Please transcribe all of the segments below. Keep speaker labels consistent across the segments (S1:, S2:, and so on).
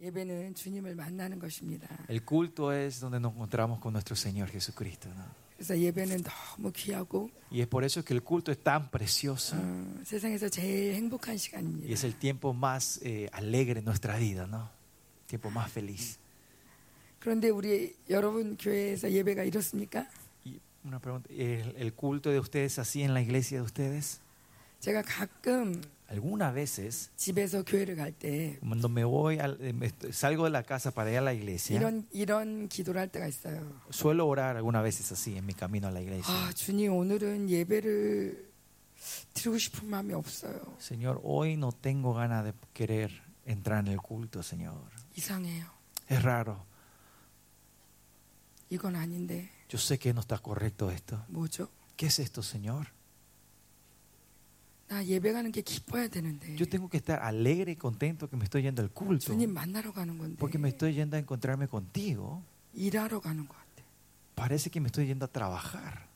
S1: 예배는 주님을 만나는 것입니다.
S2: El culto es donde nos encontramos con nuestro Señor Jesucristo. ¿no?
S1: 그래서 예배는 너무 귀하고
S2: Y es por eso que el culto es tan precioso
S1: 어, 세상에서 제일 행복한
S2: y
S1: 시간입니다.
S2: es el tiempo más eh, alegre en nuestra vida, ¿no? Tiempo más feliz.
S1: 그런데 우리 여러분 교회에서 예배가 이렇습니까?
S2: Y una pregunta, ¿el, el culto de ustedes así en la iglesia de ustedes?
S1: 제가 가끔
S2: Algunas veces,
S1: 집에서 교회를 갈 때
S2: cuando me voy, al- eh, me- salgo de la casa para ir a la iglesia,
S1: 이런 이런 기도를 할 때가 있어요.
S2: suelo orar algunas veces así en mi camino a la
S1: 아,
S2: iglesia.
S1: 주님 오늘은 예배를 드리고 싶은 마음이 없어요.
S2: Señor, hoy no tengo ganas de querer entrar en el culto, Señor.
S1: 이상해요.
S2: Es raro.
S1: 이건 아닌데
S2: Yo sé que no está correcto esto.
S1: 뭐죠?
S2: ¿Qué es esto, Señor?
S1: 나 예배 가는 게 기뻐야 되는데
S2: Yo tengo que estar alegre y contento que me estoy yendo al culto.
S1: 주님 만나러 가는 건데
S2: Porque me estoy yendo a encontrarme contigo.
S1: 일하러 가는 것 같아.
S2: Parece que me estoy yendo a trabajar.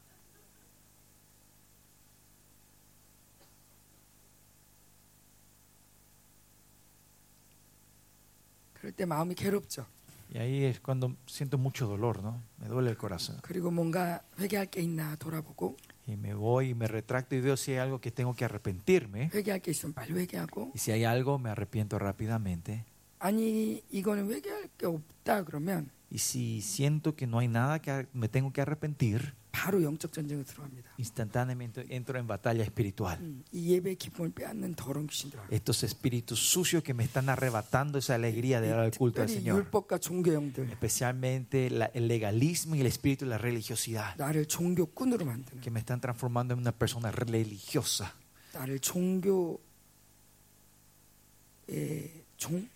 S1: 그럴 때 마음이 괴롭죠.
S2: Y ahí es cuando siento mucho dolor, ¿no? Me duele el corazón.
S1: 그리고 뭔가 회개할 게 있나 돌아보고
S2: Y me voy y me retracto y veo si hay algo que tengo que arrepentirme.
S1: 회개할 게 있으면 빨리 회개하고
S2: Y si hay algo, me arrepiento rápidamente.
S1: 아니 이거는 회개할 게 없다 그러면
S2: Y si siento que no hay nada que ar- me tengo que arrepentir,
S1: 바로 영적 전쟁에 들어갑니다.
S2: instantáneamente entro en batalla espiritual.
S1: 음, 이 예배 기쁨을 빼앗는 더러운 귀신 들어가요.
S2: Estos espíritus sucios que me están arrebatando esa alegría de dar al culto al
S1: 특별히
S2: Señor.
S1: 율법과 종교형들
S2: Especialmente la- el legalismo y el espíritu de la religiosidad.
S1: 나를 종교꾼으로 만드는
S2: que me están transformando en una persona religiosa,
S1: 나를 종교의 종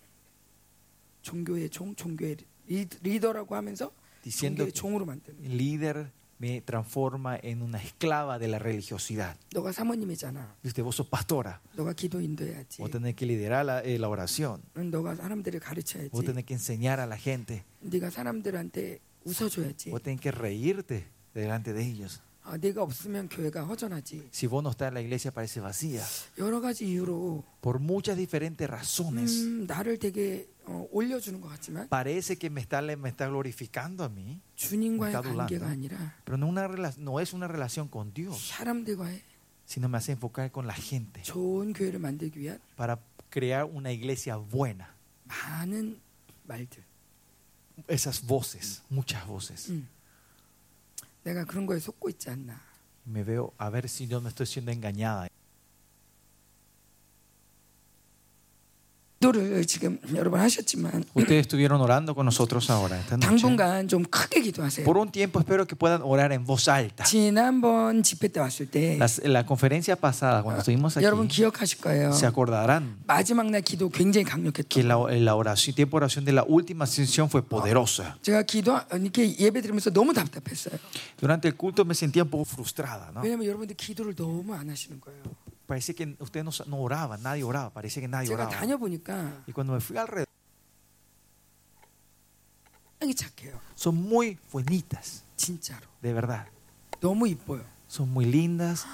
S1: 종교의 종 종교의 리, 리더라고 하면서
S2: diciendo
S1: 종교의
S2: que
S1: 종으로 만드는
S2: el líder me transforma en una esclava de la religiosidad.
S1: 너가 사모님이잖아
S2: Y usted, vos sos pastora,
S1: 너가 기도 인도해야지
S2: vos tenés que liderar la, eh, la oración,
S1: 응, 너가 사람들을 가르쳐야지
S2: vos tenés que enseñar a la gente,
S1: 네가 사람들한테 웃어줘야지
S2: vos tenés que reírte delante de ellos.
S1: 아, 네가 없으면 교회가 허전하지
S2: Si vos no estás en la iglesia parece vacía,
S1: 여러 가지 이유로
S2: por muchas diferentes razones.
S1: 음, 나를 되게 어, 올려주는 것 같지만
S2: Parece que me está, me está glorificando a mí,
S1: 주님과의
S2: 나도
S1: 관계가
S2: 올라간다.
S1: 아니라
S2: pero no, una, rela- no es una relación con Dios,
S1: 사람들과의
S2: sino me hace enfocar con la gente.
S1: 좋은 교회를 만들기 위한
S2: para crear una iglesia buena.
S1: 많은 말들.
S2: Esas voces, muchas voces.
S1: 음. 내가 그런 거에 속고 있지 않나.
S2: Me veo a ver si yo no estoy siendo engañada.
S1: 기도를 지금 여러분 하셨지만
S2: Ustedes estuvieron orando con nosotros ahora, esta noche.
S1: 당분간 좀 크게 기도하세요.
S2: Por un tiempo espero que puedan orar en voz alta.
S1: 지난번 집회 때 왔을 때
S2: Las- la conferencia pasada,
S1: Ah,
S2: cuando estuvimos
S1: 여러분
S2: aquí,
S1: 기억하실 거예요.
S2: se acordarán
S1: 마지막 날 기도 굉장히
S2: que
S1: 강력했던.
S2: la, eh, la oración, tiempo de oración de la última sesión fue poderosa.
S1: 제가 기도 이렇게 예배 드리면서 너무 답답했어요.
S2: Durante el culto me sentía un poco frustrada, ¿no?
S1: 왜냐면 여러분들 기도를 너무 안 하시는 거예요.
S2: Parece que ustedes no, no oraban, nadie oraba, parece que nadie
S1: 제가
S2: oraba.
S1: 다녀보니까
S2: Y cuando me fui alrededor,
S1: 굉장히 착해요.
S2: son muy buenitas,
S1: 진짜로.
S2: de verdad.
S1: 너무 이뻐요.
S2: son muy lindas,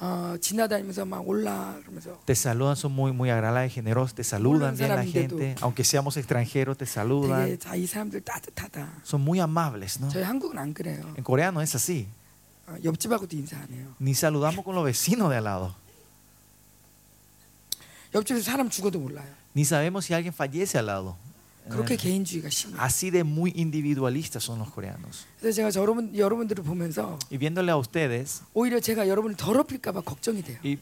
S1: 어, 지나다니면서 막 올라 그러면서
S2: te saludan, son muy, muy agradables, generosas, te saludan bien la
S1: 사람인데도.
S2: gente, aunque seamos extranjeros, te
S1: 되게
S2: saludan,
S1: 자, 이 사람들 따뜻하다.
S2: son muy amables, ¿no?
S1: 저희 한국은 안 그래요.
S2: En Corea no es así,
S1: 어, 옆집하고도 인사 안 해요.
S2: ni saludamos con los vecinos de al lado,
S1: 옆집에서 사람 죽어도 몰라요.
S2: ni sabemos si alguien fallece al lado. Eh,
S1: 그렇게
S2: 네.
S1: 개인주의가 심해요.
S2: Así de muy individualistas son los coreanos.
S1: 그래서 제가 저 여러분 여러분들을 보면서
S2: Y viéndole a ustedes,
S1: 오히려 제가 여러분을 더럽힐까봐 걱정이 돼요.
S2: y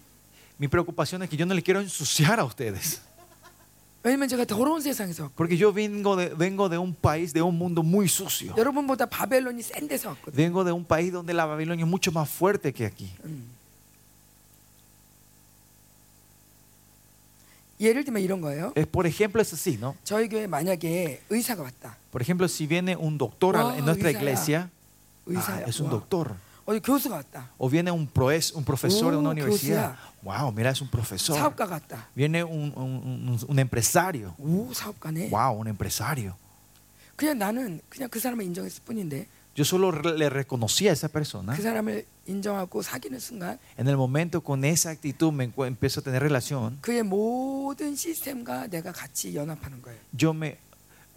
S2: mi preocupación es que yo no les quiero ensuciar a ustedes,
S1: 왜냐면 제가 더러운 세상에서 왔고
S2: porque yo vengo de, vengo de un país, de un mundo muy sucio,
S1: 여러분보다 바벨론이 센 데서 왔거든요.
S2: vengo de un país donde la Babilonia es mucho más fuerte que aquí.
S1: 음. 예를 들면 이런 거예요.
S2: Es, por ejemplo, es así, ¿no?
S1: 저희 교회 만약에 의사가 왔다.
S2: Por ejemplo, si viene un doctor a-
S1: Wow,
S2: en nuestra
S1: Isaiah.
S2: iglesia, ah,
S1: 의사야.
S2: es un
S1: 와.
S2: doctor.
S1: 어디 교수가 왔다.
S2: O viene un, proes- un profesor de una
S1: Oh,
S2: universidad. Wow, mira, es un profesor.
S1: 사업가가 왔다.
S2: Viene un, un- un- un empresario.
S1: 오 사업가네.
S2: Wow, un empresario.
S1: 그냥 나는 그냥 그 사람을 인정했을 뿐인데
S2: Yo solo re- le reconocí a esa persona.
S1: 그 사람을 인정하고 사귀는 순간
S2: En el momento con esa actitud me encu- empiezo a tener relación.
S1: 그의 모든 시스템과 내가 같이 연합하는 거예요.
S2: Yo me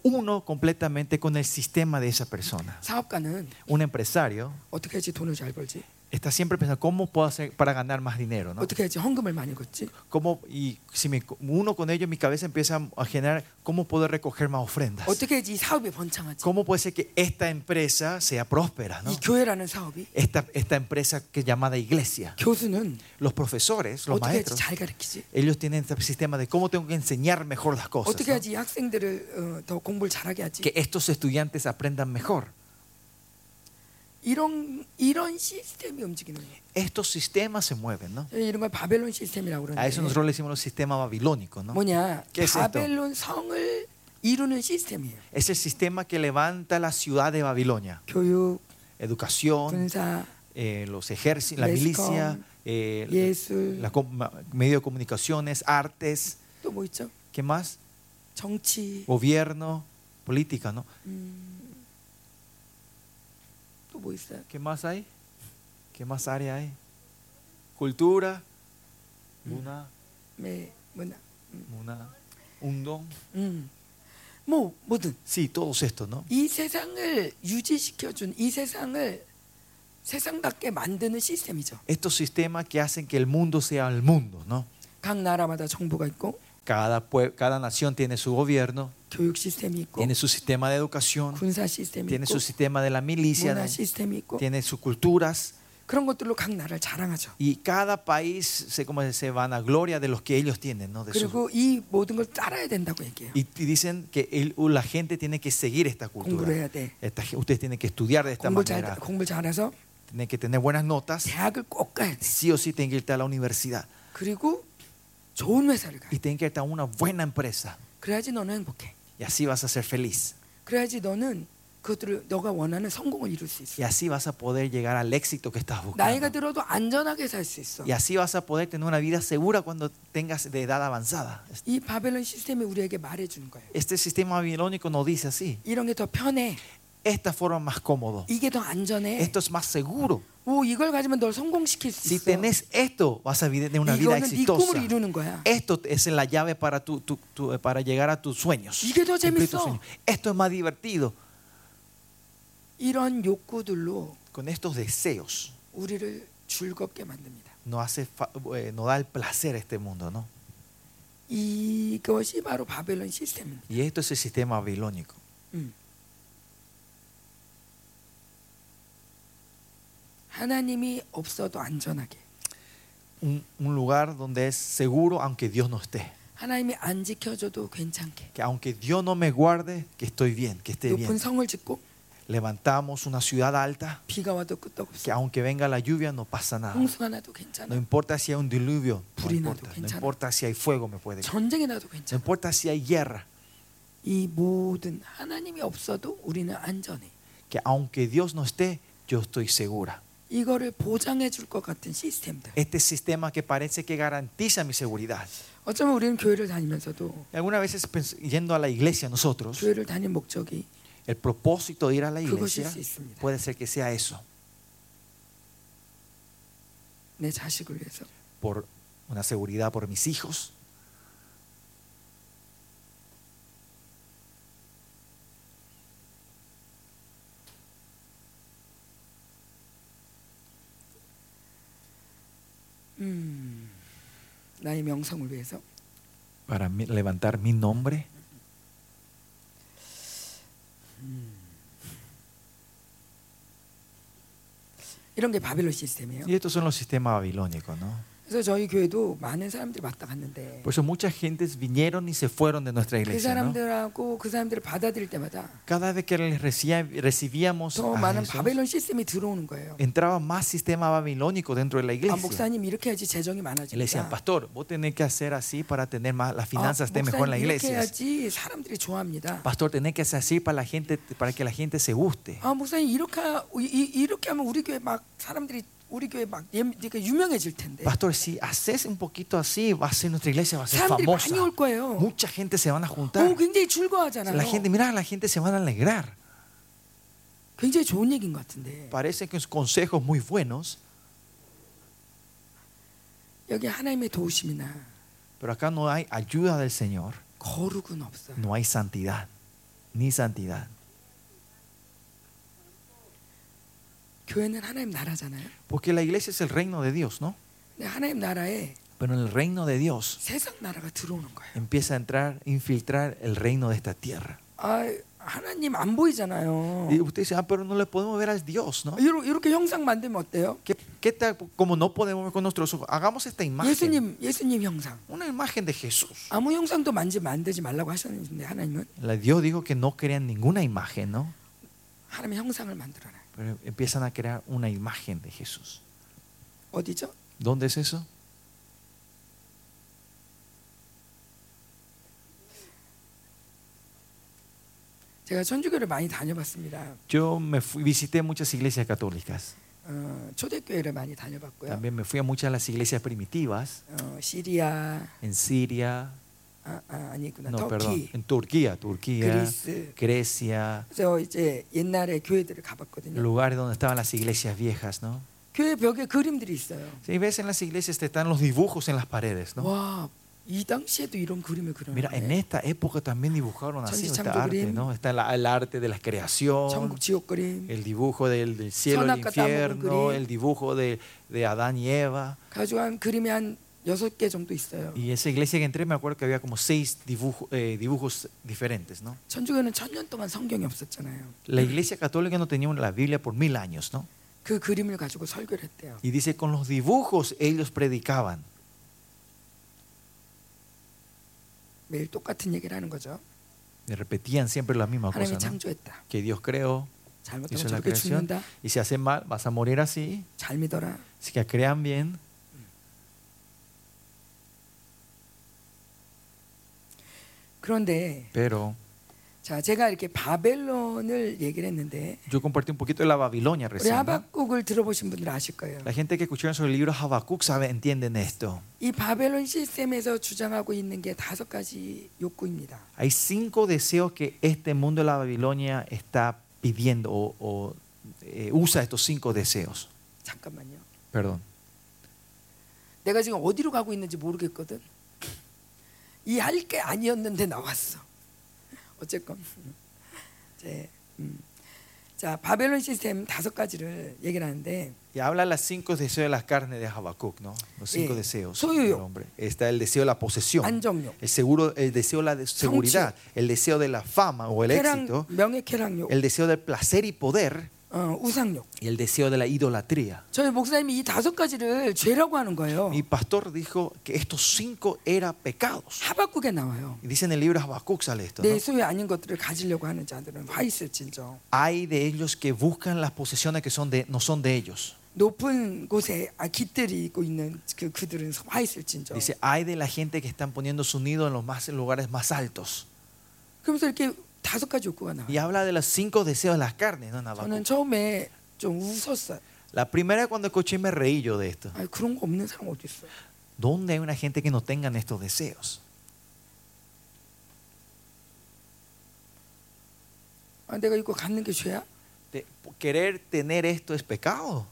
S2: uno completamente con el sistema de esa persona.
S1: 사업가는
S2: Un empresario
S1: 어떻게 해야지 돈을 잘 벌지?
S2: está siempre pensando cómo puedo hacer para ganar más dinero, ¿no?
S1: 어떻게 해야지 헌금을 많이 걷지?
S2: Cómo- y si me uno con ello, mi cabeza empieza a generar cómo puedo recoger más ofrendas.
S1: 어떻게 해야지 이 사업이 번창하지?
S2: ¿Cómo puede ser que esta empresa sea próspera? ¿no?
S1: 이 교회라는 사업이
S2: Esta, esta empresa que es llamada iglesia.
S1: 교수는
S2: Los profesores, los
S1: 어떻게 해야지
S2: maestros,
S1: 잘 가르치지?
S2: ellos tienen este sistema de cómo tengo que enseñar mejor las cosas.
S1: 어떻게
S2: ¿no?
S1: 해야지 이 학생들을 어, 더 공부를 잘하게 하지?
S2: Que estos estudiantes aprendan mejor.
S1: 이런 이런 시스템이 움직이는 거예요.
S2: Estos sistemas se mueven, ¿no?
S1: 이런 걸 바벨론 시스템이라고
S2: A
S1: 그러는데
S2: eso
S1: 어?
S2: nosotros le decimos el sistema babilónico, ¿no?
S1: 뭐냐?
S2: ¿Qué es esto?
S1: 바벨론 성을 이루는 시스템이에요.
S2: Es el sistema que levanta la ciudad de Babilonia.
S1: 교육, 어?
S2: Educación,
S1: 군사,
S2: eh, los ejércitos, la
S1: Mescom,
S2: milicia, eh,
S1: 예술.
S2: la com- ma- medio de comunicaciones, artes,
S1: 또 뭐 있죠?
S2: ¿qué más?
S1: 정치,
S2: Gobierno, política, ¿no?
S1: 음, 또 뭐 있어요?
S2: ¿Qué más hay? ¿Qué más área hay? Cultura, una,
S1: 네, 뭐냐?
S2: una, un don.
S1: 음, 뭐 뭐든
S2: Sí, todos estos, ¿no?
S1: 이 세상을 유지시켜준 이 세상을 세상답게 만드는 시스템이죠.
S2: Estos sistemas que hacen que el mundo sea el mundo, ¿no?
S1: 각 나라마다 정부가 있고
S2: Cada, pue- cada nación tiene su gobierno,
S1: 교육 시스템이 있고
S2: tiene su sistema de educación,
S1: 군사 시스템이
S2: tiene
S1: 있고
S2: su sistema de la milicia,
S1: 문화
S2: ¿no?
S1: 시스템이 있고
S2: tiene sus culturas
S1: 그런 것들로 각 나라를 자랑하죠.
S2: y cada país se, como se van a gloria de los que ellos tienen, ¿no? De sus-
S1: 그리고 이 moden 걸 따라야 된다고 얘기해요.
S2: y, y dicen que el- la gente tiene que seguir esta
S1: 공부를 해야
S2: cultura.
S1: 돼.
S2: Esta ge- ustedes tienen que estudiar de esta
S1: 공부
S2: manera.
S1: 잘 공부 잘해서
S2: Tienen que tener buenas notas.
S1: 대학을 꼭 가야 돼.
S2: Sí o sí tienen que irte a la universidad.
S1: 그리고 좋은 회사를 가.
S2: Y tienen que irte a una buena empresa.
S1: 그래야지 너는 행복해.
S2: Y así vas a ser feliz.
S1: 그래야지 너는 그것들을 너가 원하는 성공을 이룰 수
S2: Y
S1: 있어.
S2: así vas a poder llegar al éxito que estás
S1: 나이가
S2: buscando.
S1: 들어도 안전하게 살 수 있어.
S2: Y así vas a poder tener una vida segura cuando tengas de edad avanzada.
S1: 이 바벨론 시스템이 우리에게 말해주는 거예요.
S2: Este sistema babilónico nos dice así.
S1: 이런 게 더 편해.
S2: Esta forma más cómodo.
S1: 이게 더 안전해.
S2: Esto es más seguro.
S1: 오 이걸 가지면 널 성공시킬 수
S2: Si
S1: 있어.
S2: tenés esto, vas a vi- tener una vida
S1: 이거는 네 꿈을
S2: exitosa.
S1: 이루는 거야.
S2: Esto es la llave para, tu, tu- tu- eh, para llegar a tus sueños.
S1: 이게 더
S2: Cumplir tus
S1: 재밌어.
S2: sueños. Esto es más divertido.
S1: 이런 욕구들로
S2: Con estos deseos
S1: 우리를 즐겁게 만듭니다.
S2: no hace fa- eh, no da el placer a este mundo, ¿no?
S1: 이것이 바로 바벨론 시스템입니다.
S2: Y esto es el sistema babilónico.
S1: 음. 하나님이 없어도 안전하게,
S2: Un, un lugar donde es seguro aunque Dios no esté.
S1: 하나님이 안 지켜줘도 괜찮게,
S2: Que aunque Dios no me guarde, que estoy bien, que esté
S1: 높은
S2: bien.
S1: 성을 짓고
S2: Levantamos una ciudad alta,
S1: 비가 와도
S2: que
S1: 끄떡없어,
S2: aunque venga la lluvia no pasa nada.
S1: 홍수가 나도
S2: No
S1: 괜찮아,
S2: importa si hay un diluvio, no importa. No importa si hay fuego, me puede.
S1: 전쟁이 나도
S2: No
S1: 괜찮아.
S2: importa si hay guerra,
S1: 이 모든 하나님이 없어도 우리는 안전해.
S2: que aunque Dios no esté, yo estoy segura.
S1: 이거를 보장해 줄 것 같은 시스템들.
S2: Este sistema que parece que garantiza mi seguridad.
S1: 어쩌면 우리는 교회를 다니면서도
S2: Y Algunas veces pens- yendo a la iglesia nosotros,
S1: 교회를 다닌 목적이
S2: el propósito de ir a la iglesia
S1: 그것일 수 있습니다.
S2: puede ser que sea eso,
S1: 내 자식을 위해서,
S2: por una seguridad por mis hijos,
S1: 음, 나의 명성을 위해서.
S2: para mi- levantar mi nombre.
S1: 이런 게 바벨론 시스템이에요.
S2: Y estos son los sistemas babilónicos, ¿no?
S1: 그래서 저희 교회도 많은 사람들이 왔다 갔는데
S2: Por eso muchas gentes vinieron y se fueron de nuestra
S1: 그
S2: iglesia, ¿no?
S1: 사람들하고 그 사람들을 받아들일 때마다
S2: Cada vez que les recía- recibíamos,
S1: 더
S2: a
S1: 많은
S2: Jesús,
S1: 바벨론 시스템이 들어오는 거예요.
S2: entraba más sistema babilónico dentro de la
S1: 아,
S2: iglesia.
S1: 목사님 이렇게 해야지 재정이
S2: Y le decían,
S1: 많아진다.
S2: pastor, vos tenés que hacer así para tener más, las
S1: 아,
S2: finanzas estén mejor en la
S1: 목사님 이렇게
S2: iglesia.
S1: 해야지 사람들이 좋아합니다.
S2: Pastor, tenés que hacer así para, la gente, para que la gente se guste.
S1: 아, 목사님 이렇게 하- 이- 이- 이렇게 하면 우리 교회 막 사람들이 우리 교회 막 예- 그러니까 유명해질 텐데
S2: Pastor, si haces un poquito así, va a ser nuestra iglesia, va a ser
S1: 사람들이
S2: famosa.
S1: 많이 올 거예요.
S2: Mucha gente se van a
S1: 오,
S2: juntar.
S1: 굉장히
S2: La
S1: 즐거워하잖아요.
S2: gente, mira, la gente se van a alegrar.
S1: 굉장히 좋은 얘기인 것 같은데
S2: Parecen que son consejos muy buenos,
S1: 여기 하나님의 도우심이나
S2: pero acá no hay ayuda del Señor,
S1: 거룩은 없어.
S2: no hay santidad, ni santidad.
S1: 교회는 하나님 나라잖아요.
S2: Porque la iglesia es el reino de Dios, ¿no?
S1: 근데 하나님 나라에
S2: Pero en el reino de Dios
S1: 세상 나라가 들어오는 거예요.
S2: empieza a entrar, infiltrar el reino de esta tierra.
S1: 아 하나님 안 보이잖아요.
S2: Y usted dice, ah, pero no le podemos ver al Dios, ¿no?
S1: 이러- 이렇게 형상 만들면 어때요?
S2: ¿Qué, qué tal como no podemos ver con nuestros ojos? Hagamos esta imagen.
S1: 예수님 예수님 형상.
S2: Una imagen de Jesús.
S1: 아무 형상도 만지 만들지 말라고 하셨는데 하나님은
S2: La- Dios dijo que no crean ninguna imagen, ¿no?
S1: 하나님의 형상을 만들어라.
S2: Pero empiezan a crear una imagen de Jesús.
S1: 어디죠?
S2: ¿Dónde es eso?
S1: 제가 천주교를 많이 다녀봤습니다.
S2: Yo me fui- visité muchas iglesias católicas.
S1: 어, 초대교회를 많이 다녀봤고요.
S2: También me fui a muchas de las iglesias primitivas
S1: 어, 시리아
S2: en Siria,
S1: 아, 아 아니구나
S2: no, perdón,
S1: 터키
S2: en Turquía, Turquía,
S1: 그리스.
S2: Grecia,
S1: 그래서 이제 옛날에 교회들을 가봤거든요.
S2: lugares donde estaban las iglesias viejas, ¿no?
S1: 교회 벽에 그림들이 있어요.
S2: Si ves en las iglesias te están los dibujos en las paredes, ¿no?
S1: 와, 이 당시에도 이런 그림을 그렸네.
S2: Mira, en esta época también dibujaron
S1: Changi
S2: así esta
S1: Chambu
S2: arte,
S1: Green.
S2: ¿no? Está la- el arte de la creación,
S1: 천국 지옥 그림.
S2: el dibujo del, del cielo y el
S1: Sonaka Tambu
S2: infierno,
S1: Green.
S2: el dibujo de, de Adán y Eva.
S1: 가지고 한 그림이 한 여섯 개 정도 있어요.
S2: Y esa iglesia que entré me acuerdo que había como seis dibujo- eh, dibujos diferentes, ¿no?
S1: 천주교는 천년 동안 성경이 없었잖아요.
S2: La iglesia católica no tenía la Biblia por mil años, ¿no?
S1: 그 그림을 가지고 설교를 했대요.
S2: Y dice, con los dibujos ellos predicaban.
S1: 매일 똑같은 얘기를 하는 거죠.
S2: Y repetían siempre la misma cosa,
S1: 하나님이
S2: ¿no?
S1: 창조했다.
S2: Que Dios creó,
S1: 잘못하면
S2: hizo la
S1: 저렇게
S2: creación.
S1: 죽는다.
S2: Y si hacen mal, vas a morir así.
S1: 잘 믿어라.
S2: Así que crean bien.
S1: 그런데
S2: Pero
S1: 자 제가 이렇게 바벨론을 얘기를 했는데
S2: yo compartí un poquito de la Babilonia
S1: 우리
S2: recién. ¿no?
S1: 하박국을 들어보신 분들 아실 거예요.
S2: La gente que escucharon sobre el libro Habacuc sabe, entienden esto.
S1: 이 바벨론 시스템에서 주장하고 있는 게 다섯 가지 욕구입니다.
S2: Hay cinco deseos que este mundo de la Babilonia está pidiendo o, o, eh, usa estos cinco deseos.
S1: 잠깐만요.
S2: Perdón.
S1: 내가 지금 어디로 가고 있는지 모르겠거든. 이 할 게 아니었는데 나왔어. 어쨌건 이제 음. 자 바벨론 시스템 다섯 가지를 얘기를 하는데
S2: Y habla las cinco deseos de las carnes de Habacuc, ¿no? Los cinco
S1: Eh,
S2: deseos
S1: soy
S2: del
S1: yo.
S2: hombre. Está el deseo de la posesión,
S1: 안정욕,
S2: el, seguro, el deseo de la de- seguridad, el deseo de la fama o el
S1: 쾌락,
S2: éxito,
S1: 명예 쾌락욕,
S2: el deseo del placer y poder
S1: 어, 우상욕.
S2: y el deseo de la idolatría.
S1: 저희 목사님이 이 다섯 가지를 죄라고 하는 거예요.
S2: Mi pastor dijo que estos cinco eran pecados.
S1: 하박국에 나와요.
S2: Y dice en el libro Habacuc sale esto. ¿no?
S1: 내 소유 아닌 것들을 가지려고 하는 자들은 화 있을 진정.
S2: Hay de ellos que buscan las posesiones que son de, no son de ellos.
S1: 높은 곳에 아, 깃들이 있고 있는 그 그들은 화 있을 진정.
S2: Dice, hay de la gente que están poniendo su nido en los más, lugares más altos.
S1: 그러면서 이렇게 다섯 가지 욕구가 나와요.
S2: Y habla de los cinco deseos de las carnes, ¿no? En Habacuc.
S1: 저는 처음에 좀 웃었어요.
S2: La primera cuando escuché me reí yo de esto.
S1: 아 그런 거 없는 사람 어디 있어?
S2: ¿Dónde hay una gente que no tengan estos deseos?
S1: 아, 내가 이거 갖는 게 죄야?
S2: Te- querer tener esto es pecado.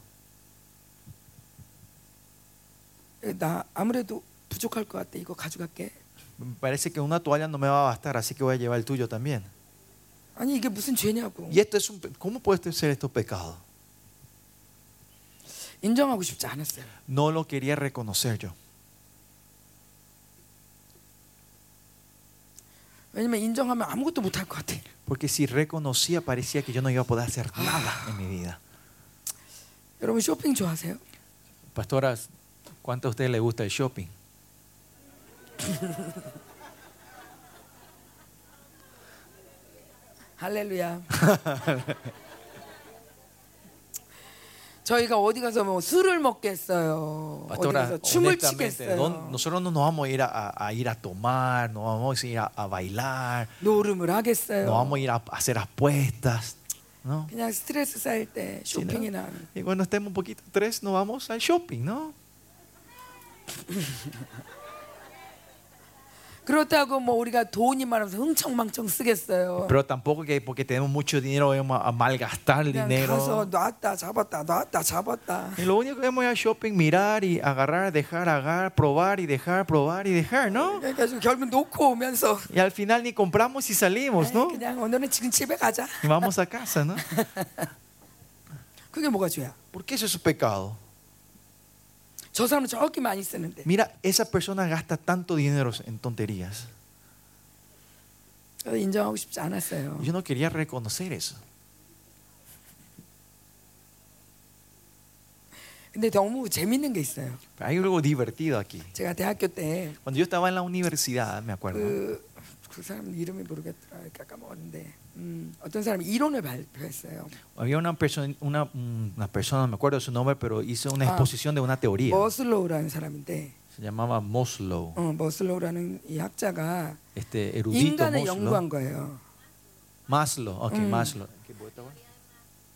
S1: 나 아무래도 부족할 것 같아. 이거 가져갈게.
S2: Me parece que una toalla no me va a bastar, así que voy a llevar el tuyo también.
S1: 아니 이게 무슨 죄냐고.
S2: Y esto es un, pe- ¿cómo puede ser esto pecado?
S1: 인정하고 싶지 않았어요.
S2: No lo quería reconocer yo.
S1: 왜냐면 인정하면 아무것도 못할 것 같아.
S2: Porque si reconocía parecía que yo no iba a poder hacer nada en mi vida.
S1: 여러분 쇼핑 좋아하세요?
S2: Pastoras, ¿cuánto a ustedes les gusta el shopping?
S1: 할렐루야. 저희가 어디 가서 뭐 술을 먹겠어요. 어디 가서 춤을
S2: Pastora, honestamente,
S1: 추겠어요.
S2: don- nosotros no nos vamos a ir a, a- a ir a tomar, no vamos a ir a, a bailar,
S1: 노름을
S2: no
S1: 하겠어요.
S2: vamos a ir a, a hacer apuestas, ¿no?
S1: 그냥 스트레스 쌓일 때 쇼핑이나 하는
S2: Y cuando estemos un poquito tres, nos vamos al shopping, ¿no?
S1: 그렇다고 뭐 우리가 돈이 많아서 흥청망청 쓰겠어요.
S2: Pero tampoco que porque tenemos mucho dinero vamos a malgastar el
S1: 그냥 가서
S2: dinero.
S1: 놨다 잡았다 놨다 잡았다.
S2: Y lo único que vemos es shopping, mirar y agarrar, dejar, agarrar, probar y dejar, probar y dejar, ¿no?
S1: 그러니까 그래가지고 결국 놓고 오면서
S2: Y al final ni compramos y salimos, ¿no?
S1: 그냥 오늘은 지금 집에 가자.
S2: Y vamos a casa, ¿no?
S1: 그게 뭐가 죄야?
S2: ¿Por qué eso es pecado?
S1: 저 사람은 저렇게 많이 쓰는데
S2: Mira, esa persona gasta tanto dinero en tonterías.
S1: 그래서 인정하고 싶지 않았어요.
S2: Yo no quería reconocer eso.
S1: 근데 너무 재밌는 게 있어요.
S2: Pero hay algo divertido aquí.
S1: 제가 대학교 때
S2: Cuando yo estaba en la universidad, me acuerdo,
S1: 그, 그 사람 이름이 모르겠더라 이렇게 까먹었는데 음, 어떤 사람이 이론을 발표했어요.
S2: había una persona, una, mm, una persona, no me acuerdo su nombre, pero hizo una
S1: Ah.
S2: exposición de una teoría.
S1: 머슬로우라는 사람인데
S2: Se llamaba Moslow,
S1: 어, 머슬로우라는 이 학자가
S2: este erudito
S1: 인간을
S2: Moslow.
S1: 연구한 거예요.
S2: Maslow, ok,
S1: Mm.
S2: Maslow.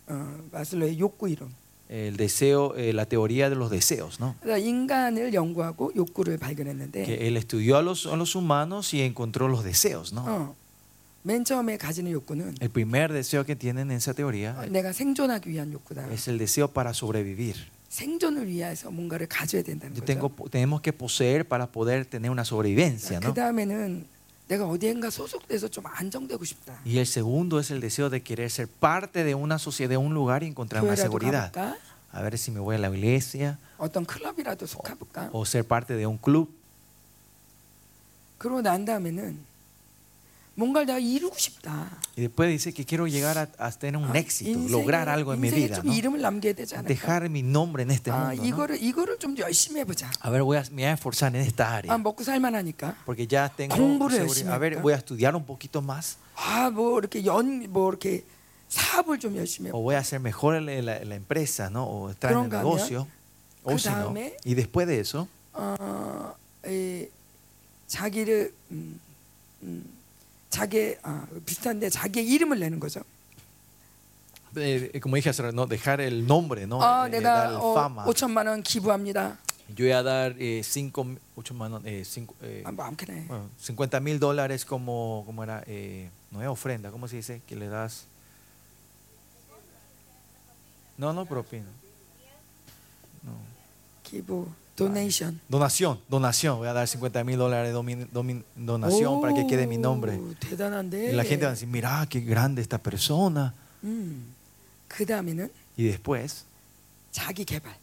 S1: 어, 마슬로의 욕구 이론.
S2: El deseo, eh, la teoría de los deseos, ¿no?
S1: 그래서 인간을 연구하고 욕구를 발견했는데
S2: Que él estudió a los, a los humanos y encontró los deseos, ¿no?
S1: 어, 맨 처음에 가지는 욕구는
S2: El primer deseo que tienen en esa
S1: 어,
S2: teoría
S1: 내가 생존하기 위한 욕구다.
S2: es el deseo para sobrevivir.
S1: 생존을 위해서 뭔가를 가져야 된다는
S2: Yo tengo,
S1: 거죠.
S2: tenemos que poseer para poder tener una sobrevivencia,
S1: 그
S2: ¿no?
S1: 다음에는 내가 어디엔가 소속돼서 좀 안정되고 싶다.
S2: Y el segundo es el deseo de querer ser parte de una sociedad, de un lugar y encontrar una
S1: 교회라도
S2: seguridad.
S1: 가볼까?
S2: A ver si me voy a la iglesia
S1: 어떤 클럽이라도 속해볼까?
S2: o ser parte de un club.
S1: 그러고 난 다음에는 뭔가를 내가 이루고 싶다.
S2: Y después dice que quiero llegar a, a tener un
S1: 아,
S2: éxito,
S1: 인생에-
S2: lograr algo en mi
S1: 인생에
S2: vida,
S1: 좀
S2: ¿no?
S1: 이름을 남겨야 되지 않을까?
S2: dejar mi nombre en este
S1: 아,
S2: mundo. ¿no?
S1: 이거를 이거를 좀 열심히 해보자.
S2: A ver, voy a, me voy a esforzar en esta
S1: 아,
S2: área.
S1: 먹고 살만하니까.
S2: Porque ya tengo
S1: 공부를 열심히
S2: seguridad. A ver,
S1: 할까?
S2: voy a estudiar un poquito más
S1: 아, 뭐 이렇게 연 뭐 이렇게 사업을 좀 열심히
S2: o
S1: 해보자.
S2: voy a hacer mejor en la, en la- en la empresa, ¿no? O estar en el
S1: 그런가 하면,
S2: negocio. O
S1: 그
S2: si no.
S1: 다음에-
S2: Y después de eso,
S1: 어, 에, 자기를 음, 음, 자기 아, 비슷한데 자기의 이름을 내는 거죠.
S2: eh, como dije hace rato, ¿no? dejar el nombre, ¿no?
S1: 아,
S2: Eh, dar
S1: 내가 어,
S2: fama.
S1: 5천만 원 기부합니다.
S2: Yo voy a dar eh, cinco, ocho manos, eh, cinco, eh,
S1: 아, 뭐 아무튼 해.
S2: bueno, 50 mil dólares como, como era, eh, no es ofrenda, ¿cómo se dice? Que le das. No, no propina.
S1: 기부, 도네이션.
S2: Donación, donación. Voy a dar 50 mil dólares de domin- domin- donación para que quede mi nombre.
S1: 오, 대단한데.
S2: Y la gente va a decir, mira, qué grande esta persona.
S1: 음. 그 다음에는
S2: Y después
S1: 자기 개발.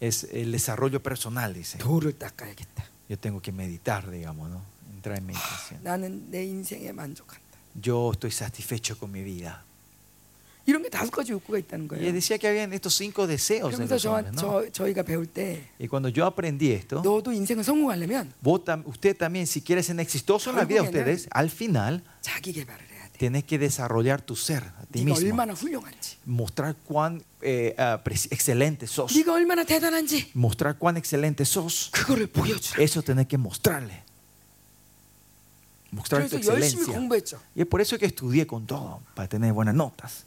S2: es el desarrollo personal, dice.
S1: 도를 닦아야겠다.
S2: Yo tengo que meditar, digamos, ¿no? Entrar en meditación.
S1: 아, 나는 내 인생에 만족한다.
S2: Yo estoy satisfecho con mi vida.
S1: 이런 게 다섯 가지 욕구가 있다는
S2: Y
S1: 거예요.
S2: decía que habían estos cinco deseos en
S1: 그러면서
S2: los
S1: 저,
S2: hombres, ¿no?
S1: 저, 저희가 배울 때
S2: Y cuando yo aprendí esto,
S1: 너도 인생을 성공하려면
S2: vos tam- usted también, si quieres ser exitoso en la vida de ustedes, al final
S1: 자기 개발을 해야 돼.
S2: tenés que desarrollar tu ser, a ti
S1: 네가
S2: mismo.
S1: 얼마나 훌륭한지.
S2: Mostrar cuán eh, ah, pres- excelente sos.
S1: 네가 얼마나 대단한지
S2: Mostrar cuán excelente sos.
S1: 그거를 보여주라.
S2: Eso tenés que mostrarle. Mostrar tu
S1: 그래서 열심히
S2: excelencia.
S1: 공부했죠.
S2: Y es por eso que estudié con todo, para tener buenas notas.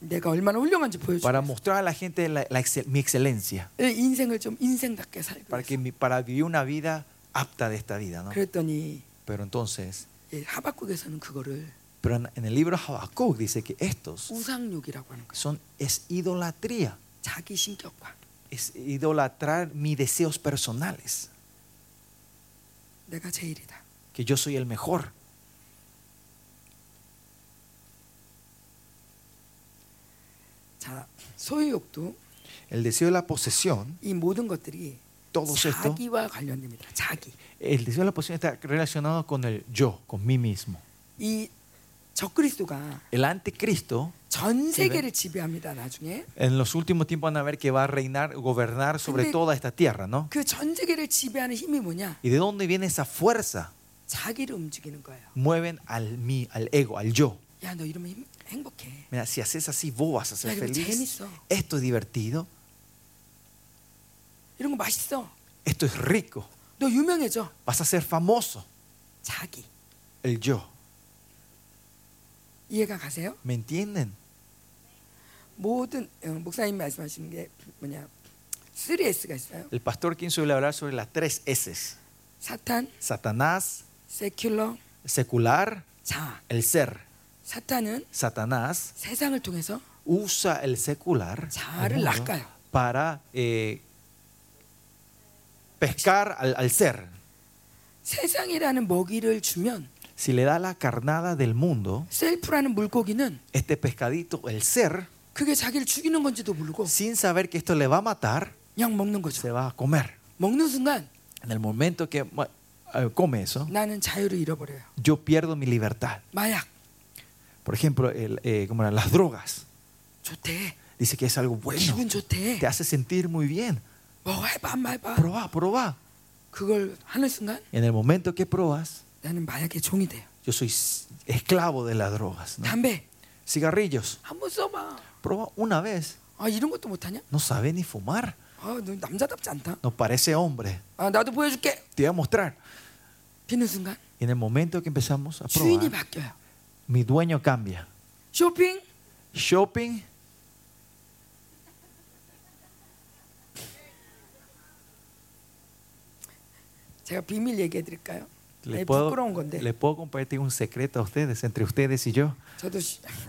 S1: 내가 얼마나 훌륭한지
S2: Para
S1: 보여주라.
S2: mostrar a la gente la- la excel- mi excelencia.
S1: 내 인생을 좀 인생답게 살고.
S2: Para, que mi- para vivir una vida apta de esta vida. ¿no?
S1: 그랬더니
S2: Pero entonces,
S1: 예, 하박국에서는 그거를
S2: pero en, en el libro Habacuc dice que estos
S1: 우상욕이라고 하는 거예요.
S2: son, es idolatría.
S1: 자기 신격화.
S2: Es idolatrar mis deseos personales.
S1: 내가 제일이다.
S2: Que yo soy el mejor.
S1: 자, 소유욕도
S2: El deseo de la posesión,
S1: 이 모든 것들이
S2: todo esto,
S1: 자기와 관련됩니다. 자기.
S2: el deseo de la posesión está relacionado con el yo, con mí mismo.
S1: 이 적그리스도가
S2: El anticristo
S1: 전 세계를 지배합니다. 나중에
S2: en los últimos tiempos van a ver que va a reinar, gobernar sobre
S1: Pero-
S2: toda esta tierra, ¿no?
S1: 그 전 세계를 지배하는 힘이 뭐냐?
S2: ¿Y de dónde viene esa fuerza?
S1: 자기를 움직이는 거예요.
S2: Mueven al mí, al ego, al yo.
S1: 야, 너 이러면 힘- 행복해.
S2: Mira, si haces así, vos vas a ser
S1: Claro,
S2: feliz.
S1: Jennifer.
S2: Esto es divertido,
S1: 이런 거 맛있어.
S2: esto es rico,
S1: 너 유명해져.
S2: vas a ser famoso.
S1: 자기.
S2: El yo.
S1: 이해가 가세요?
S2: ¿Me entienden?
S1: 모든 어, 목사님 말씀하시는 게 뭐냐? 3S가 있어요.
S2: El pastor quien suele hablar sobre las tres S.
S1: 사탄,
S2: Satanás,
S1: secular
S2: secular,
S1: 자
S2: el ser.
S1: 사탄은
S2: Satanás
S1: 세상을 통해서
S2: usa el secular
S1: 자아를
S2: el mundo,
S1: 낚아요.
S2: para eh, pescar al, al ser.
S1: 세상이라는 먹이를 주면
S2: Si le da la carnada del mundo,
S1: 셀프라는 물고기는
S2: este pescadito, el ser,
S1: 그게 자기를 죽이는 건지도 모르고
S2: sin saber que esto le va a matar,
S1: 그냥 먹는 거죠.
S2: se va a comer.
S1: 먹는 순간
S2: En el momento que ma- eh, come eso,
S1: 나는 자유를 잃어버려요.
S2: yo pierdo mi libertad.
S1: 마약
S2: Por ejemplo, el, eh, como eran las drogas.
S1: 좋대.
S2: Dice que es algo bueno.
S1: 기분 좋대.
S2: Te hace sentir muy bien.
S1: 뭐 해봐 안 해봐.
S2: Proba, proba.
S1: 그걸 하는 순간
S2: En el momento que probas,
S1: 나는 마약의 종이 돼요.
S2: yo soy s- esclavo de las drogas. ¿no?
S1: 담배
S2: Cigarrillos.
S1: 한번 써봐.
S2: Proba una vez.
S1: 아 이런 것도 못하냐?
S2: No sabe ni fumar.
S1: 아 너 남자답지 않다.
S2: No parece hombre.
S1: 아 나도 보여줄게.
S2: Te voy a mostrar.
S1: 비는 순간
S2: Y en el momento que empezamos a
S1: 주인이
S2: probar,
S1: 바뀌어요.
S2: mi dueño cambia.
S1: 쇼핑
S2: Shopping,
S1: 제가 비밀 얘기해 드릴까요? 네,
S2: le
S1: 부끄러운
S2: puedo,
S1: 건데
S2: le puedo compartir un secreto a ustedes, entre ustedes y yo.
S1: 저도 쇼-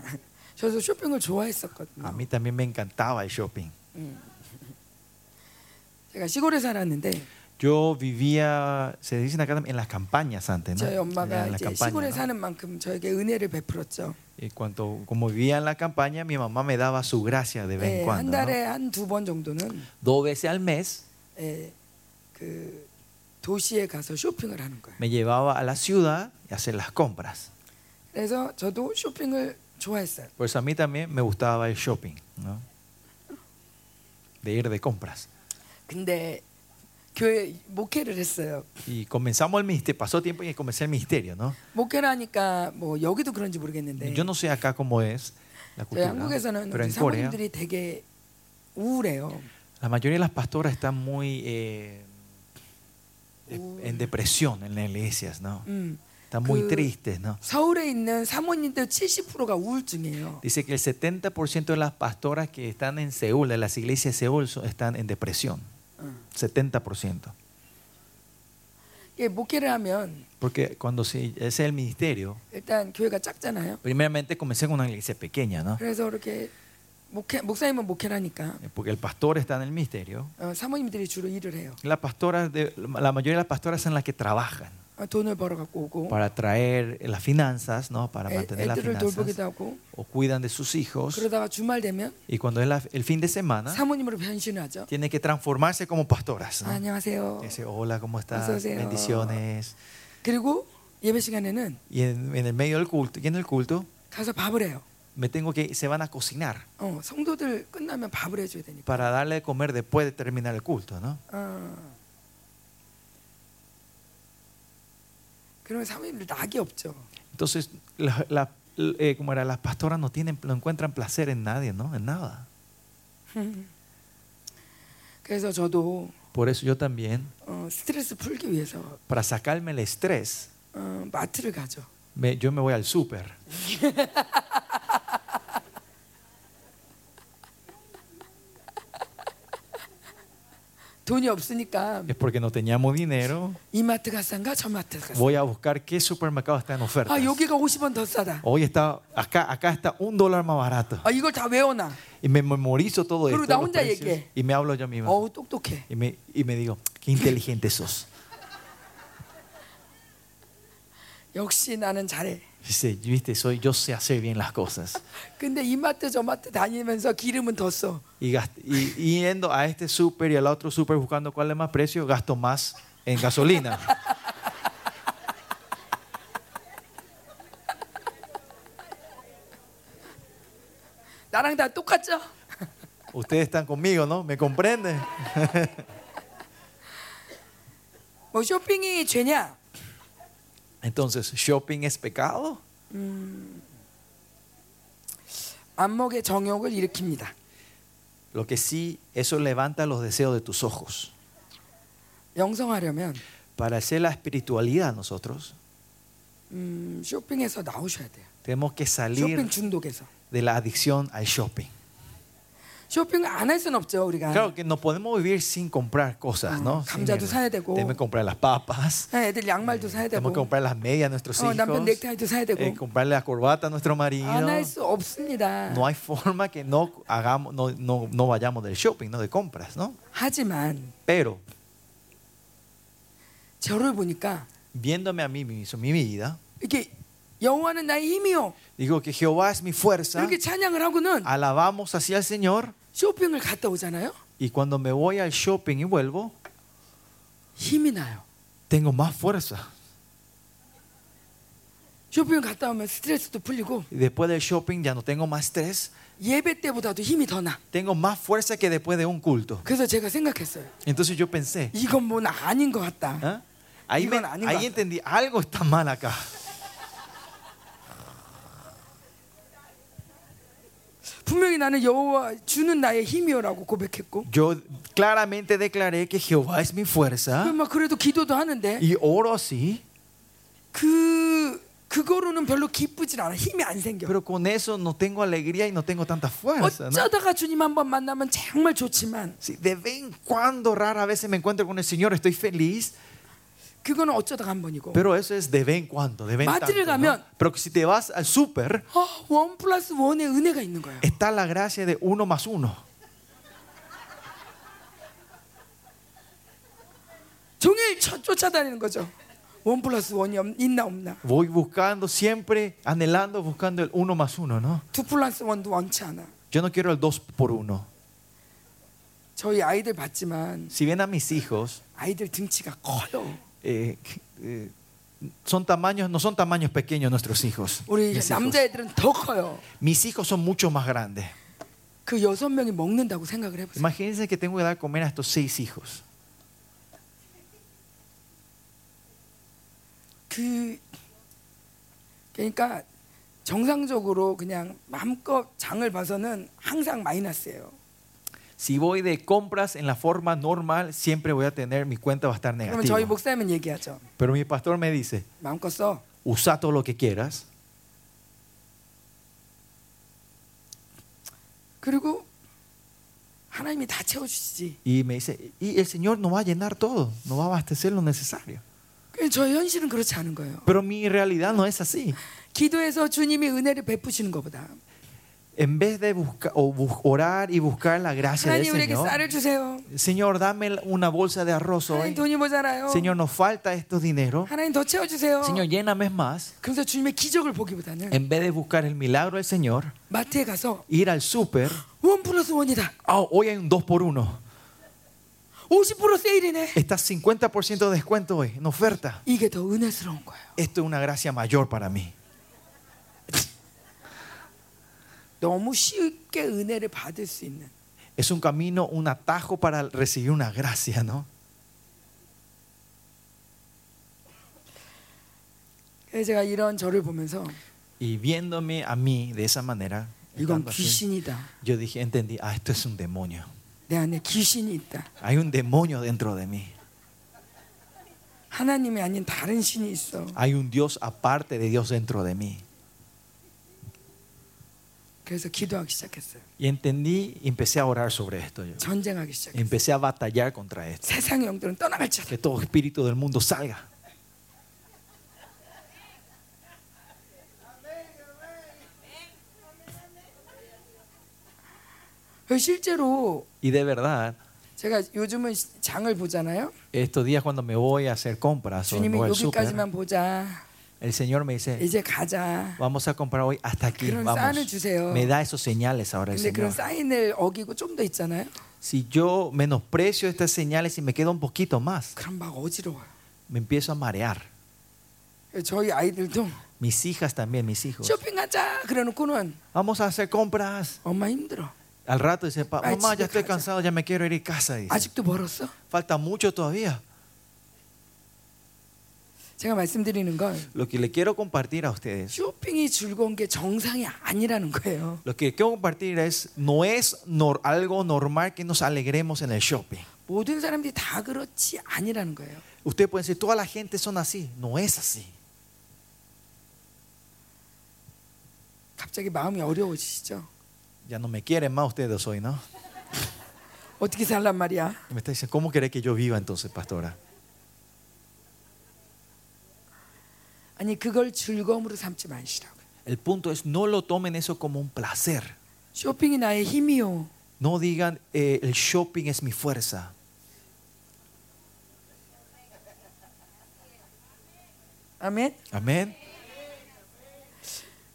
S1: 저도 쇼핑을
S2: A
S1: 좋아했었거든요.
S2: mí también me encantaba el shopping.
S1: 제가 시골에 살았는데
S2: Yo vivía, se dicen acá en las campañas antes, ¿no?
S1: 저희 엄마가
S2: en la
S1: 이제
S2: campaña.
S1: 시골에
S2: ¿no?
S1: 사는 만큼 저에게 은혜를 베풀었죠.
S2: Y cuanto, como vivía en la campaña, mi mamá me daba su gracia de vez
S1: 예,
S2: en
S1: 한
S2: cuando. ¿no?
S1: 달에 한 두 번 정도는
S2: Dos veces al mes
S1: 예, 그 도시에 가서 쇼핑을 하는 거예요.
S2: me llevaba a la ciudad y hacer las compras.
S1: 그래서 저도 쇼핑을 좋아했어요.
S2: Por eso Pues a mí también me gustaba el shopping, ¿no? De ir de compras.
S1: 근데 교회 목회를 했어요.
S2: Y comenzamos el ministerio, pasó tiempo y comencé el ministerio, ¿no?
S1: 목회를 하니까 뭐 여기도 그런지 모르겠는데
S2: Yo no sé acá cómo es la
S1: 저희
S2: cultura,
S1: 한국에서는
S2: pero
S1: 우리
S2: en Corea
S1: 사모님들이 되게 우울해요.
S2: la mayoría de las pastoras están muy eh, de- en depresión en las iglesias, ¿no?
S1: 음,
S2: Están muy
S1: 그-
S2: tristes, ¿no?
S1: 서울에 있는 사모님들 70%가 우울증이에요.
S2: Dice que el 70% de las pastoras que están en Seúl, de las iglesias de Seúl, son- están en depresión. 70%.
S1: 어. 이게 목회를 하면
S2: Porque cuando se, ese es el ministerio,
S1: 일단 교회가 작잖아요.
S2: primeramente comencé con una iglesia pequeña, ¿no?
S1: 그래서 이렇게 목회, 목사님은 목회라니까
S2: Porque el pastor está en el ministerio.
S1: 어, 사모님들이 주로 일을 해요.
S2: La, pastora de- la mayoría de las pastoras son las que trabajan
S1: 어, 돈을 벌어 갖고 오고
S2: para traer las finanzas, ¿no? Para
S1: 애,
S2: mantener las
S1: 애들을 돌보기도
S2: finanzas.
S1: 하고
S2: O cuidan de sus hijos.
S1: 그러다가 주말 되면
S2: Y cuando es la- el fin de semana,
S1: 사모님으로 변신하죠. 아,
S2: tienen que transformarse como pastoras.
S1: Ah,
S2: ¿no?
S1: 안녕하세요.
S2: Dice, hola, ¿cómo estás?
S1: Asociación.
S2: Bendiciones.
S1: 그리고 예배 시간에는
S2: y en, en el medio del culto y en el culto
S1: 가서 밥을 해요.
S2: me tengo que se van a cocinar
S1: 어, 성도들 끝나면 밥을 해줘야 되니까.
S2: para darle de comer después de terminar el culto no
S1: 어. 그러면 사모님들 낙이 없죠.
S2: entonces la- la- eh, como era las pastoras no tienen no encuentran placer en nadie no en nada
S1: 그래서 저도
S2: por eso yo también
S1: 어, 스트레스 풀기 위해서
S2: para sacarme el estrés
S1: 어, 마트를 가죠.
S2: me- yo me voy al súper
S1: 돈이 없으니까
S2: es porque no teníamos dinero
S1: 이 마트 가싼가 저 마트 가싼가.
S2: voy a buscar qué supermercado está en oferta
S1: 아뭐 여기가 50원 더 싸다.
S2: hoy está acá acá está un dólar más barato
S1: 아 이걸 다 외워놔.
S2: y me memorizo todo
S1: Pero
S2: esto
S1: da
S2: los
S1: onda
S2: precios,
S1: llegué.
S2: y me hablo yo mismo
S1: 어우 똑똑해.
S2: Y me, y me digo, qué inteligente sos.
S1: 역시 na는 잘해.
S2: Dice, viste, soy, yo sé hacer bien las cosas.
S1: 근데 이 마트 저 마트 다니면서 기름은 더 써.
S2: Y, gast- y- y yendo a este súper y al otro súper buscando cuál es más precio, gasto más en gasolina.
S1: 나랑 다 똑같죠?
S2: Ustedes están conmigo, ¿no? ¿Me comprenden?
S1: 뭐 쇼핑이 죄냐?
S2: Entonces, ¿shopping es pecado?
S1: 안목의 정욕을 일으킵니다.
S2: Lo que sí, eso levanta los deseos de tus ojos.
S1: 영성하려면
S2: Para hacer la espiritualidad nosotros,
S1: 음, 쇼핑에서 나오셔야 돼요.
S2: tenemos que salir
S1: 쇼핑 중독에서.
S2: de la adicción al shopping.
S1: 쇼핑 안 할 수는 없죠 우리가.
S2: Claro que no podemos vivir sin comprar cosas, ¿no?
S1: Ah, 감자도
S2: Sin-
S1: 사야 되고.
S2: tenemos que comprar las papas,
S1: 네, 애들 양말도 사야 되고
S2: tenemos que comprar las medias a nuestros
S1: 어, 남편
S2: hijos,
S1: 넥타이도 뭐 사야
S2: eh,
S1: 되고
S2: comprarle la corbata a nuestro marido.
S1: 안 할 수 없습니다.
S2: No hay forma que no hagamos, no, no, no vayamos del shopping, no de compras, ¿no?
S1: 하지만
S2: Pero
S1: 저를 보니까
S2: viéndome a mí mismo, mi vida,
S1: 이렇게 여호와는 나의 힘이요
S2: digo que Jehová es mi fuerza.
S1: 이렇게 찬양을 하고는
S2: Alabamos así al Señor
S1: 쇼핑을 갔다 오잖아요.
S2: y cuando me voy al shopping y vuelvo,
S1: 힘이 나요.
S2: tengo más fuerza.
S1: 쇼핑 갔다 오면 스트레스도 풀리고
S2: Y Después del shopping ya no tengo más estrés,
S1: 예배 때보다도 힘이 더 나.
S2: tengo más fuerza que después de un culto.
S1: 그래서 제가 생각했어요.
S2: Entonces yo pensé,
S1: 이건 뭐 아닌 것 같다.
S2: ¿ah? ahí, me-
S1: Digo, no, ninguna.
S2: ahí entendí, algo está mal acá.
S1: 분명히 나는 여호와 주는 나의 힘이요라고 고백했고
S2: Yo claramente declaré que Jehová es mi fuerza
S1: 막 그래도 기도도 하는데
S2: y oro así,
S1: 그 그거로는 별로 기쁘진 않아. 힘이 안 생겨.
S2: pero con eso no tengo alegría y no tengo tanta fuerza. ¿no?
S1: 어쩌다가 주님 한 번 만나면 정말 좋지만
S2: Sí, de vez en cuando, rara vez me encuentro con el Señor, estoy feliz,
S1: 그거는 어쩌다가 한 번이고.
S2: pero eso es de vez en cuando, de vez en
S1: Matrimonio
S2: tanto,
S1: gameón.
S2: ¿no? Pero si te vas al súper,
S1: 아, 원 플러스 원의 은혜가 있는 거예요.
S2: está la gracia de uno más uno.
S1: 종일 쳐- 쫓아다니는 거죠. 원 플러스 원이 없- 있나 없나.
S2: Voy buscando siempre, anhelando, buscando el uno más uno, ¿no?
S1: 두 플러스 원도 원치 않아.
S2: Yo no quiero el dos por uno.
S1: 저희 아이들 봤지만
S2: Si ven a mis hijos,
S1: 아이들 등치가 커요.
S2: eh, eh, son tamaños, no son tamaños pequeños nuestros hijos.
S1: 우리
S2: Mis hijos.
S1: 남자애들은 더 커요.
S2: Mis hijos son mucho más grandes.
S1: 그 여섯 명이 먹는다고 생각을 해보세요.
S2: Imagínense que tengo que dar a comer a estos seis hijos.
S1: 그 그러니까 정상적으로 그냥 마음껏 장을 봐서는 항상 마이너스예요.
S2: Si voy de compras en la forma normal, siempre voy a tener mi cuenta va a estar
S1: 그러면 저희
S2: negativa.
S1: 목사님은 얘기하죠.
S2: Pero mi pastor me dice,
S1: 마음껏 써.
S2: usa todo lo que quieras
S1: 그리고 하나님이 다 채워주시지.
S2: y me dice, y el Señor no va a llenar todo, no va a abastecer lo necesario.
S1: 그냥 저의 현실은 그렇지 않은 거예요.
S2: Pero mi realidad no es así.
S1: 기도해서 주님이 은혜를 베푸시는 것보다
S2: En vez de buscar o bus- orar y buscar la gracia del
S1: 하나님 우리에게 쌀을
S2: Señor,
S1: 주세요.
S2: Señor, dame una bolsa de arroz
S1: 하나님
S2: hoy.
S1: 돈이 모자라요.
S2: Señor, nos falta estos dinero.
S1: 하나님 더 채워주세요.
S2: Señor, lléname más.
S1: 그래서 주님의 기적을 보기보다는
S2: En vez de buscar el milagro del Señor,
S1: 마트에 가서
S2: ir al súper.
S1: 원 플러스 원이다.
S2: Ah, hoy hay un 2 por 1
S1: 50% 세일이네.
S2: Está 50% de descuento hoy, en oferta.
S1: 이게 더 은혜스러운 거예요.
S2: Esto es una gracia mayor para mí.
S1: 너무 쉽게 은혜를 받을 수 있는.
S2: Es un camino, un atajo para recibir una gracia, ¿no?
S1: 그래서 제가 이런 저를 보면서
S2: Y viéndome a mí de esa manera,
S1: 이건
S2: estando así,
S1: 귀신이다.
S2: yo dije, entendí, ah, esto es un demonio.
S1: 내 안에 귀신이 있다.
S2: Hay un demonio dentro de mí.
S1: 하나님이 아닌 다른 신이 있어.
S2: Hay un Dios aparte de Dios dentro de mí.
S1: 그래서 기도하기 시작했어요.
S2: Y entendí y empecé a orar sobre esto. yo.
S1: 전쟁하기 시작했어요.
S2: Empecé a batallar contra esto.
S1: 세상의 영들은 떠나갈지라도
S2: Que todo espíritu del mundo salga.
S1: 그 실제로
S2: Y de verdad,
S1: 제가 요즘은 시- 장을 보잖아요.
S2: estos días cuando me voy a hacer compras o me
S1: 주님이
S2: voy al súper,
S1: 여기까지만 보자.
S2: el Señor me dice,
S1: 이제 가자.
S2: vamos a comprar hoy hasta aquí.
S1: 그런
S2: Vamos.
S1: 사인을 주세요.
S2: Me da esos señales ahora el
S1: 근데 그런
S2: Señor.
S1: 사인을 어기고 좀 더 있잖아요.
S2: Si yo menosprecio estas señales y me quedo un poquito más,
S1: 그럼 막 어지러워요.
S2: me empiezo a marear.
S1: 저희 아이들도
S2: Mis hijas también, mis hijos.
S1: 쇼핑하자 그래놓고는
S2: Vamos a hacer compras.
S1: 엄마 힘들어.
S2: Al rato dice, "Pa-
S1: Ay,
S2: mamá,
S1: chica,
S2: ya estoy
S1: cállate.
S2: cansado, ya me quiero ir a casa. dice.
S1: 아직도 멀었어?
S2: Falta mucho todavía.
S1: 제가 말씀드리는 건
S2: Lo que le quiero compartir a ustedes,
S1: 쇼핑이 즐거운 게 정상이 아니라는 거예요.
S2: lo que quiero compartir es, no es nor- algo normal que nos alegremos en el shopping.
S1: 모든 사람들이 다 그렇지 아니라는 거예요.
S2: Ustedes pueden decir, toda la gente son así. No es así.
S1: 갑자기 마음이 어려워지시죠?
S2: Ya no me quieren más ustedes hoy, ¿no?
S1: 어떻게 살란 말이야?
S2: Y me está diciendo, ¿cómo querés que yo viva entonces, pastora?
S1: 아니 그걸 즐거움으로 삼지 마시라고.
S2: El punto es, no lo tomen eso como un placer.
S1: 쇼핑이 나의 힘이요.
S2: No digan, eh, el shopping es mi fuerza.
S1: 아멘.
S2: Amén.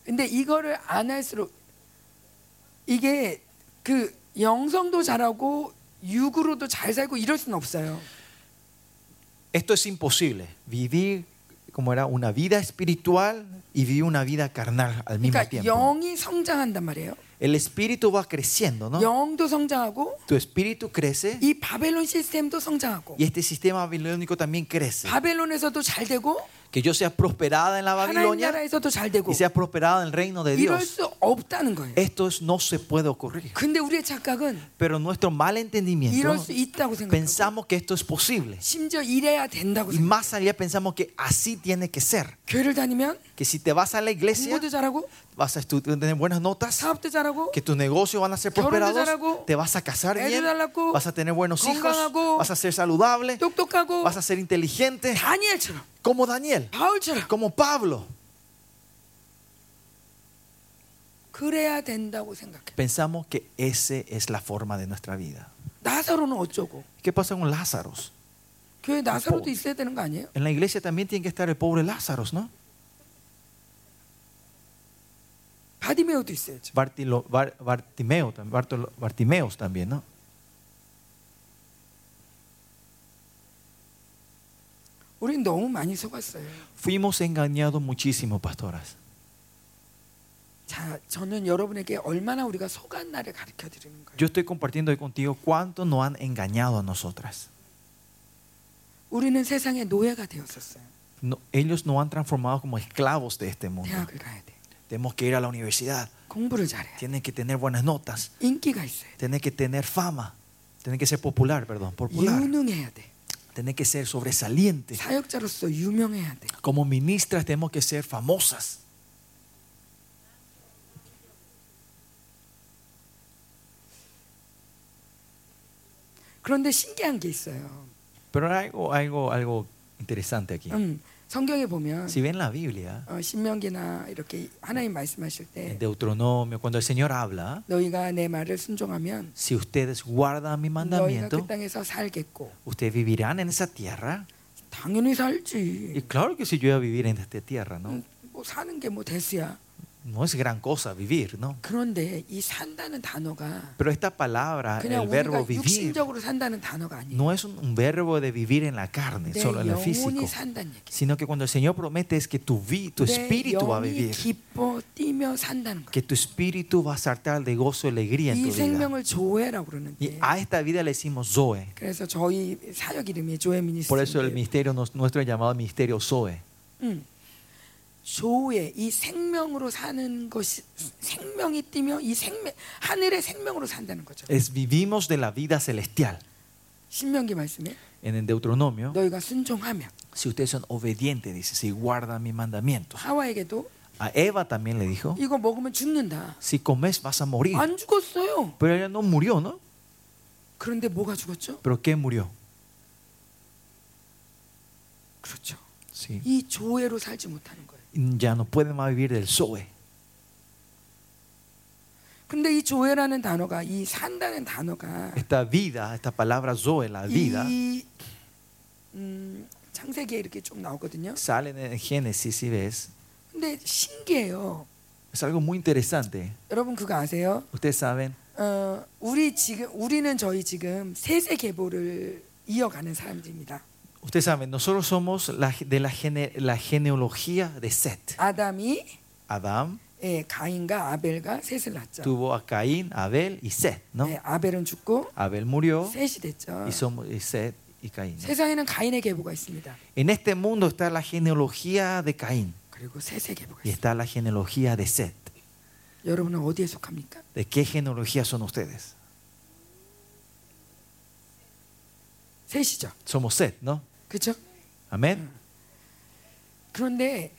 S1: 근데 이거를 안 할수록 이게 그 영성도 잘하고 육으로도 잘 살고 이럴 수는 없어요.
S2: Esto es imposible. Vivir como era una vida espiritual y vivir una vida carnal al mismo
S1: 그러니까
S2: tiempo.
S1: 영이 성장한단 말이에요.
S2: El espíritu va creciendo, ¿no?
S1: 영도 성장하고
S2: Tu espíritu crece
S1: 이 바벨론 시스템도 성장하고
S2: y este sistema babilónico también crece.
S1: 바벨론에서도 잘 되고
S2: Que yo sea prosperada en la
S1: 하나님
S2: Babilonia
S1: 나라에서도 잘 되고
S2: y sea prosperada en el reino de
S1: 이럴
S2: Dios.
S1: 수 없다는 거예요.
S2: Esto es- no se puede ocurrir.
S1: 근데 우리의 착각은
S2: Pero nuestro mal entendimiento
S1: 이럴 수 있다고 생각하고
S2: pensamos que esto es posible.
S1: 심지어 이래야 된다고
S2: Y
S1: 생각.
S2: más allá pensamos que así tiene que ser.
S1: 교회를 다니면
S2: Que si te vas a la iglesia,
S1: 공부도 잘하고
S2: vas a estu- tener buenas notas,
S1: 사업도 잘하고
S2: que tus negocios van a ser
S1: 결혼도
S2: prosperados,
S1: 잘하고,
S2: te vas a casar
S1: 애도
S2: bien,
S1: 잘낳고,
S2: vas a tener buenos hijos,
S1: 건강하고,
S2: vas a ser saludable,
S1: 똑똑하고
S2: vas a ser inteligente,
S1: 다니엘처럼
S2: como Daniel,
S1: 바울처럼
S2: como Pablo.
S1: 그래야 된다고 생각해.
S2: Pensamos que esa es la forma de nuestra vida.
S1: 나사로는 어쩌고?
S2: ¿Qué pasa con Lázaro?
S1: 교회 나사로도
S2: 뭐.
S1: 있어야 되는 거 아니에요?
S2: En la iglesia también tiene que estar el pobre Lázaro, ¿no?
S1: 바디메오도 있어야죠.
S2: Bartilo- Bar- Bartimeo, tam- Bartolo- Bartimeos también, ¿no?
S1: 우린 너무 많이 속았어요.
S2: Fuimos engañados muchísimo, pastoras.
S1: 자, 저는 여러분에게 얼마나 우리가 속았나를 가르쳐 드리는 거예요.
S2: Yo estoy compartiendo hoy contigo cuánto nos han engañado a nosotras.
S1: 우리는 세상의 노예가 되었었어요.
S2: No- ellos nos han transformado como esclavos de este mundo.
S1: 대학을 가야 돼.
S2: Tenemos que ir a la universidad,
S1: 공부를 잘해야 돼.
S2: tienen que tener buenas notas,
S1: 인기가 있어야 돼.
S2: tienen que tener fama, tienen que ser popular, perdón, popular,
S1: 유능해야 돼.
S2: tienen que ser sobresalientes.
S1: 사역자로서 유명해야 돼.
S2: Como ministras tenemos que ser famosas.
S1: 그런데 신기한 게 있어요.
S2: Pero hay algo, algo, algo interesante aquí.
S1: 음, 성경에 보면
S2: Si ven la Biblia,
S1: 어, 신명기나 이렇게 하나님 말씀하실
S2: en
S1: 때
S2: Deuteronomio, cuando el Señor habla,
S1: 너희가 내 말을 순종하면
S2: si ustedes guardan mi
S1: 너희가 그
S2: mandamiento,
S1: 땅에서 살겠고
S2: ustedes vivirán en esa tierra.
S1: 당연히
S2: Y
S1: 살지.
S2: claro que si yo voy a vivir en esta tierra, ¿no?
S1: 음, 뭐 사는 게 뭐 대수야.
S2: No es gran cosa vivir, ¿no?
S1: 그런데 이 산다는 단어가
S2: Pero esta palabra,
S1: 그냥
S2: el
S1: 우리가
S2: verbo vivir,
S1: 육신적으로 산다는 단어가 아니에요.
S2: no es un un verbo de vivir en la carne,
S1: 내
S2: solo en lo físico,
S1: 영혼이 산다는 얘기.
S2: sino que cuando el Señor promete es que tu, vi- tu
S1: 내
S2: espíritu va a
S1: 영이
S2: vivir,
S1: 기뻐 뛰며 산다는 거.
S2: que tu espíritu va a saltar de gozo y alegría en
S1: 이
S2: tu vida.
S1: 생명을 조회라고
S2: Y
S1: 그러는데.
S2: a esta vida le decimos Zoe.
S1: 그래서 저희 사역 이름이 조회
S2: Por eso el
S1: 미니스트리.
S2: ministerio nos- nuestro es llamado ministerio Zoe.
S1: 음. 조회 이 생명으로 사는 것이 생명이 뛰며 이 생명 하늘의 생명으로 산다는 거죠.
S2: Es vivimos de la vida celestial.
S1: 신명기 말씀에
S2: En el Deuteronomio,
S1: 너희가 순종하면
S2: si ustedes son obedientes, dice, si guardan mis mandamientos.
S1: 하와에게도
S2: A Eva también le dijo,
S1: 이거 먹으면 죽는다.
S2: si comes vas a morir.
S1: 안 죽었어요.
S2: Pero ella no murió, ¿no?
S1: 그런데 뭐가 죽었죠?
S2: ¿Pero qué murió?
S1: 그렇죠.
S2: Sí.
S1: 이 조회로 살지 못하는 거예요.
S2: Ya no puede más vivir del Zoe.
S1: 근데 이 조회라는 단어가 이 산다는 단어가
S2: Esta vida, esta palabra Zoe, la vida,
S1: 이 음, 창세기에 이렇게 좀 나오거든요.
S2: sale en Génesis, si ves,
S1: 근데 신기해요.
S2: es algo muy interesante.
S1: 여러분 그거 아세요?
S2: Ustedes saben,
S1: 어, 우리 지금 우리는 저희 지금 세세 계보를 이어가는 사람들입니다.
S2: ustedes saben, nosotros somos la, ge- de la, gene- la genealogía de Set.
S1: 아담이
S2: Adán
S1: 예, 가인과 아벨과 셋을 낳았죠.
S2: tuvo a Caín, Abel y Set, ¿no?
S1: 예, 아벨은 죽고
S2: Abel murió
S1: 셋이 됐죠.
S2: y somos y Set y Caín. ¿no?
S1: 세상에는 가인의 계보가 있습니다.
S2: En este mundo está la genealogía de Caín
S1: 그리고 셋의 계보가
S2: y
S1: 있습니다.
S2: está la genealogía de Set.
S1: 여러분은 어디에 속합니까?
S2: ¿De qué genealogía son ustedes?
S1: 셋이죠.
S2: Somos Set, ¿no?
S1: 그렇죠?
S2: Amén.
S1: 그런데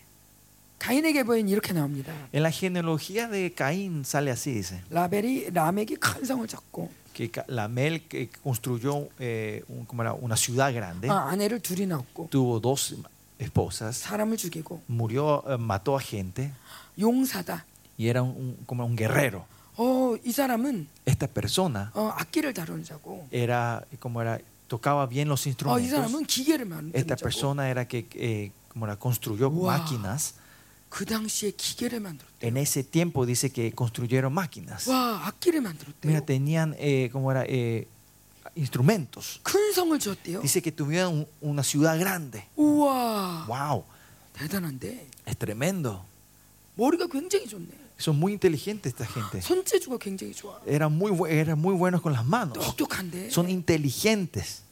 S1: 가인의 계보에는 이렇게 나옵니다.
S2: En la genealogía de Caín sale así, dice.
S1: 라벨이 라멕이 큰 성을 졌고
S2: que Ca- Lamel que construyó eh, un- ¿cómo era? una ciudad grande,
S1: 아, 아내를 둘이 낳았고
S2: tuvo dos esposas,
S1: 사람을 죽이고
S2: murió, eh, mató a gente
S1: 용사다.
S2: y era un- un- como un guerrero.
S1: 어, 이 사람은
S2: Esta persona
S1: 어, 악기를 다루는 자고
S2: era como era tocaba bien los
S1: 어, 이
S2: instrumentos.
S1: 사람은 gige를 만드는
S2: Esta
S1: 자고
S2: persona era que eh, como era, construyó
S1: Wow.
S2: máquinas.
S1: 그 당시에 기계를 만들었대.
S2: En ese tiempo dice que construyeron máquinas.
S1: 와, 악기를
S2: Mira,
S1: 만들었대요.
S2: tenían eh, como era eh, instrumentos.
S1: 큰 성을 지었대요.
S2: Dice que tuvieron un- una ciudad grande.
S1: 우와,
S2: Wow,
S1: 대단한데
S2: es tremendo.
S1: 머리가 굉장히 좋네.
S2: Son muy inteligentes esta gente.
S1: 손재주가 굉장히 좋아.
S2: Eran muy, bu- eran muy buenos con las
S1: 어.
S2: manos.
S1: 똑똑한데.
S2: Son inteligentes.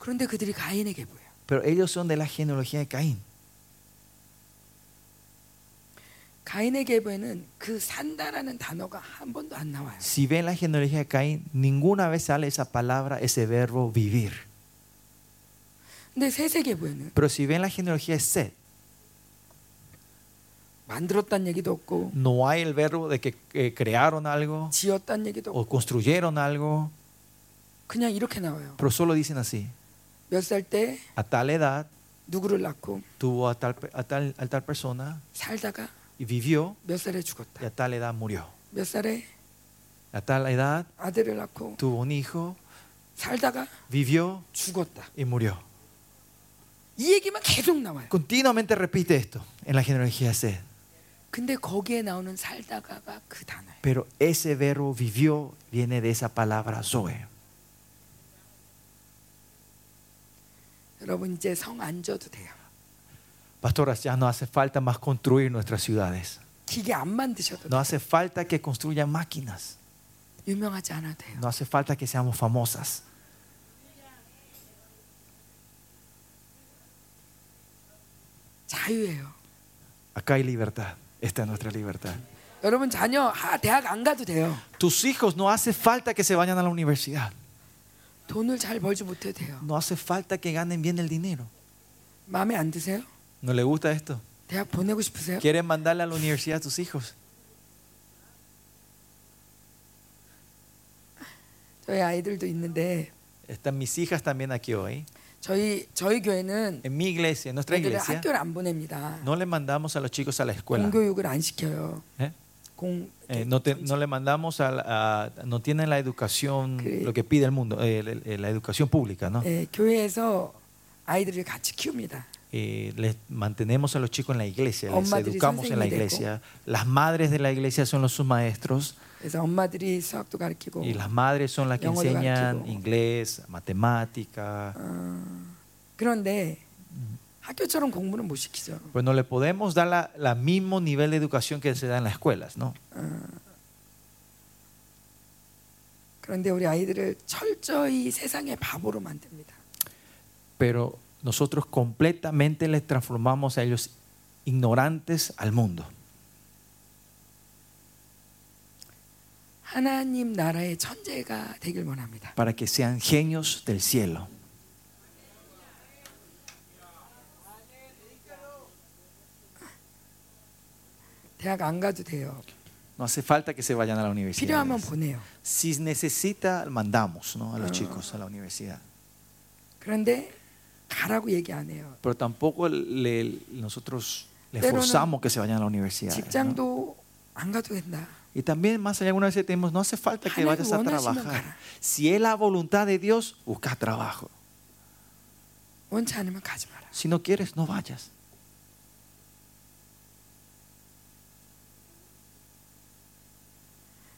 S1: 그런데 그들이 가인에게 보여.
S2: Pero ellos son de la genealogía de Caín.
S1: 가인에게 보에는 그 산다라는 단어가 한 번도 안 나와요.
S2: Si ven la genealogía de Caín, ninguna vez sale esa palabra, ese verbo vivir.
S1: 근데 세세계 보에는
S2: Pero si ven la genealogía de Seth,
S1: 만들었다는 얘기도 없고
S2: no hay el verbo de que eh, crearon algo
S1: 지었다는 얘기도 없고
S2: o construyeron algo,
S1: 그냥 이렇게 나와요.
S2: pero solo dicen así.
S1: 몇 살 때
S2: A tal edad
S1: 누구를 낳고
S2: tuvo a tal, pe- a tal, a tal persona
S1: 살다가
S2: y vivió
S1: 몇 살에
S2: y
S1: 죽었다.
S2: a tal edad murió.
S1: 몇 살에
S2: A tal edad
S1: 아들을 낳고
S2: tuvo un hijo,
S1: 살다가
S2: vivió
S1: 죽었다.
S2: y murió.
S1: 이 얘기만 계속 나와요.
S2: Continuamente repite esto en la genealogía de Seth.
S1: 근데 거기에 나오는 살다가가 그 단어예요.
S2: Pero ese verbo vivió viene de esa palabra Zoe.
S1: 여러분 이제 성 안 져도 돼요.
S2: Pastoras, ya no hace falta más construir nuestras ciudades.
S1: 기계 안 만드셔도
S2: No
S1: 돼요.
S2: hace falta que construyan máquinas.
S1: 유명하지 않아도 돼요.
S2: No hace falta que seamos famosas.
S1: 자유예요.
S2: Acá hay libertad. Esta es nuestra libertad.
S1: 여러분 자녀 아, 대학 안 가도 돼요.
S2: Tus hijos no hace falta que se vayan a la universidad.
S1: 돈을 잘 벌지 못해도 돼요.
S2: No hace falta que ganen bien el dinero.
S1: 마음에 안 드세요?
S2: ¿No le gusta esto?
S1: 대학 보내고 싶으세요?
S2: ¿Quieren mandarle a la universidad a tus hijos?
S1: 저희 아이들도 있는데
S2: Están mis hijas también aquí hoy.
S1: 저희 저희 교회는
S2: En mi iglesia, en nuestra
S1: 애들을
S2: iglesia,
S1: 학교를 안 보냅니다.
S2: no le mandamos a los chicos a la escuela.
S1: 공교육을 안 예. 시켜요.
S2: ¿Eh?
S1: 공
S2: Eh, no, te- no le mandamos a, la- a- no tienen la educación
S1: Cre-
S2: lo que pide el mundo eh, el- el- la educación pública no
S1: 예, 교회에서 아이들을 같이 키웁니다.
S2: Eh, les mantenemos a los chicos en la iglesia les
S1: Ommadri
S2: educamos en la
S1: Sanseñi Deco.
S2: iglesia las madres de la iglesia son los sus maestros
S1: 그래서 엄마들이 수학도 가르치고
S2: y las madres son las que
S1: Yongol
S2: enseñan
S1: Gachigo.
S2: inglés matemática
S1: 어, 그런데 음. 학교처럼 공부는 못 시키죠.
S2: pues no le podemos dar la, la mismo nivel de educación que se da en las escuelas no
S1: 어. 그런데 우리 아이들을 철저히 세상의 바보로 만듭니다.
S2: pero nosotros completamente les transformamos a ellos ignorantes al mundo
S1: 하나님 나라의 천재가 되길 원합니다.
S2: para que sean genios del cielo
S1: 대학 안 가도 돼요.
S2: No hace falta que se vayan a la universidad.
S1: 필요하면 보내요.
S2: Si necesita, mandamos ¿no? a
S1: Ah.
S2: los chicos a la universidad.
S1: 그런데 가라고 얘기 안 해요.
S2: Pero tampoco le- nosotros les
S1: Pero no-
S2: forzamos que se vayan a la universidad. ¿no?
S1: 직장도 안 가도 된다.
S2: Y también más allá, alguna vez tenemos, no hace falta que
S1: Haneru
S2: vayas a
S1: 원하시면
S2: trabajar.
S1: 가라.
S2: Si es la voluntad de Dios, busca trabajo.
S1: 원치 않으면 가지 마라.
S2: Si no quieres, no vayas.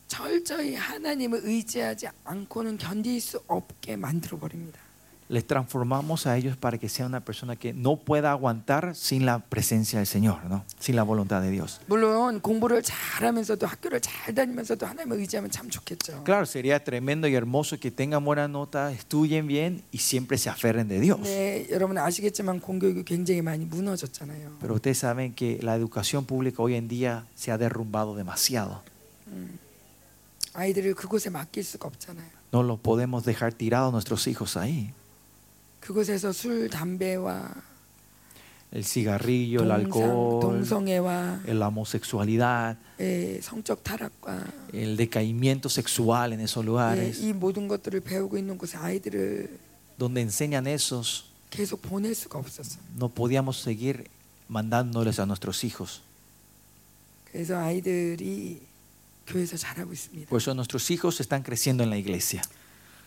S1: 철저히 하나님을 의지하지 않고는 견딜 수 없게 만들어 버립니다.
S2: Les transformamos a ellos para que sea una persona que no pueda aguantar sin la presencia del Señor, ¿no? sin la voluntad de Dios.
S1: 물론 공부를 잘하면서도 학교를 잘 다니면서도 하나님을 의지하면 참 좋겠죠.
S2: Claro, sería tremendo y hermoso que tengan buena nota, estudien bien y siempre se aferren de Dios.
S1: 네, 여러분 아시겠지만 공교육이 굉장히 많이 무너졌잖아요.
S2: Pero ustedes saben que la educación pública hoy en día se ha derrumbado demasiado.
S1: 아이들을 그곳에 맡길 수가 없잖아요.
S2: No lo podemos dejar tirados nuestros hijos ahí.
S1: 그곳에서 술, 담배와
S2: el cigarrillo, el alcohol,
S1: 동성애와
S2: la homosexualidad,
S1: 예, 성적 타락과
S2: el decaimiento sexual en esos
S1: 예,
S2: lugares,
S1: 이 모든 것들을 배우고 있는 곳에 아이들을
S2: donde enseñan esos,
S1: 계속 보낼 수가 없었어요.
S2: no podíamos seguir mandándoles a nuestros hijos.
S1: 그래서 아이들이 교회에서 잘하고 있습니다.
S2: Por eso pues nuestros hijos están creciendo en la iglesia.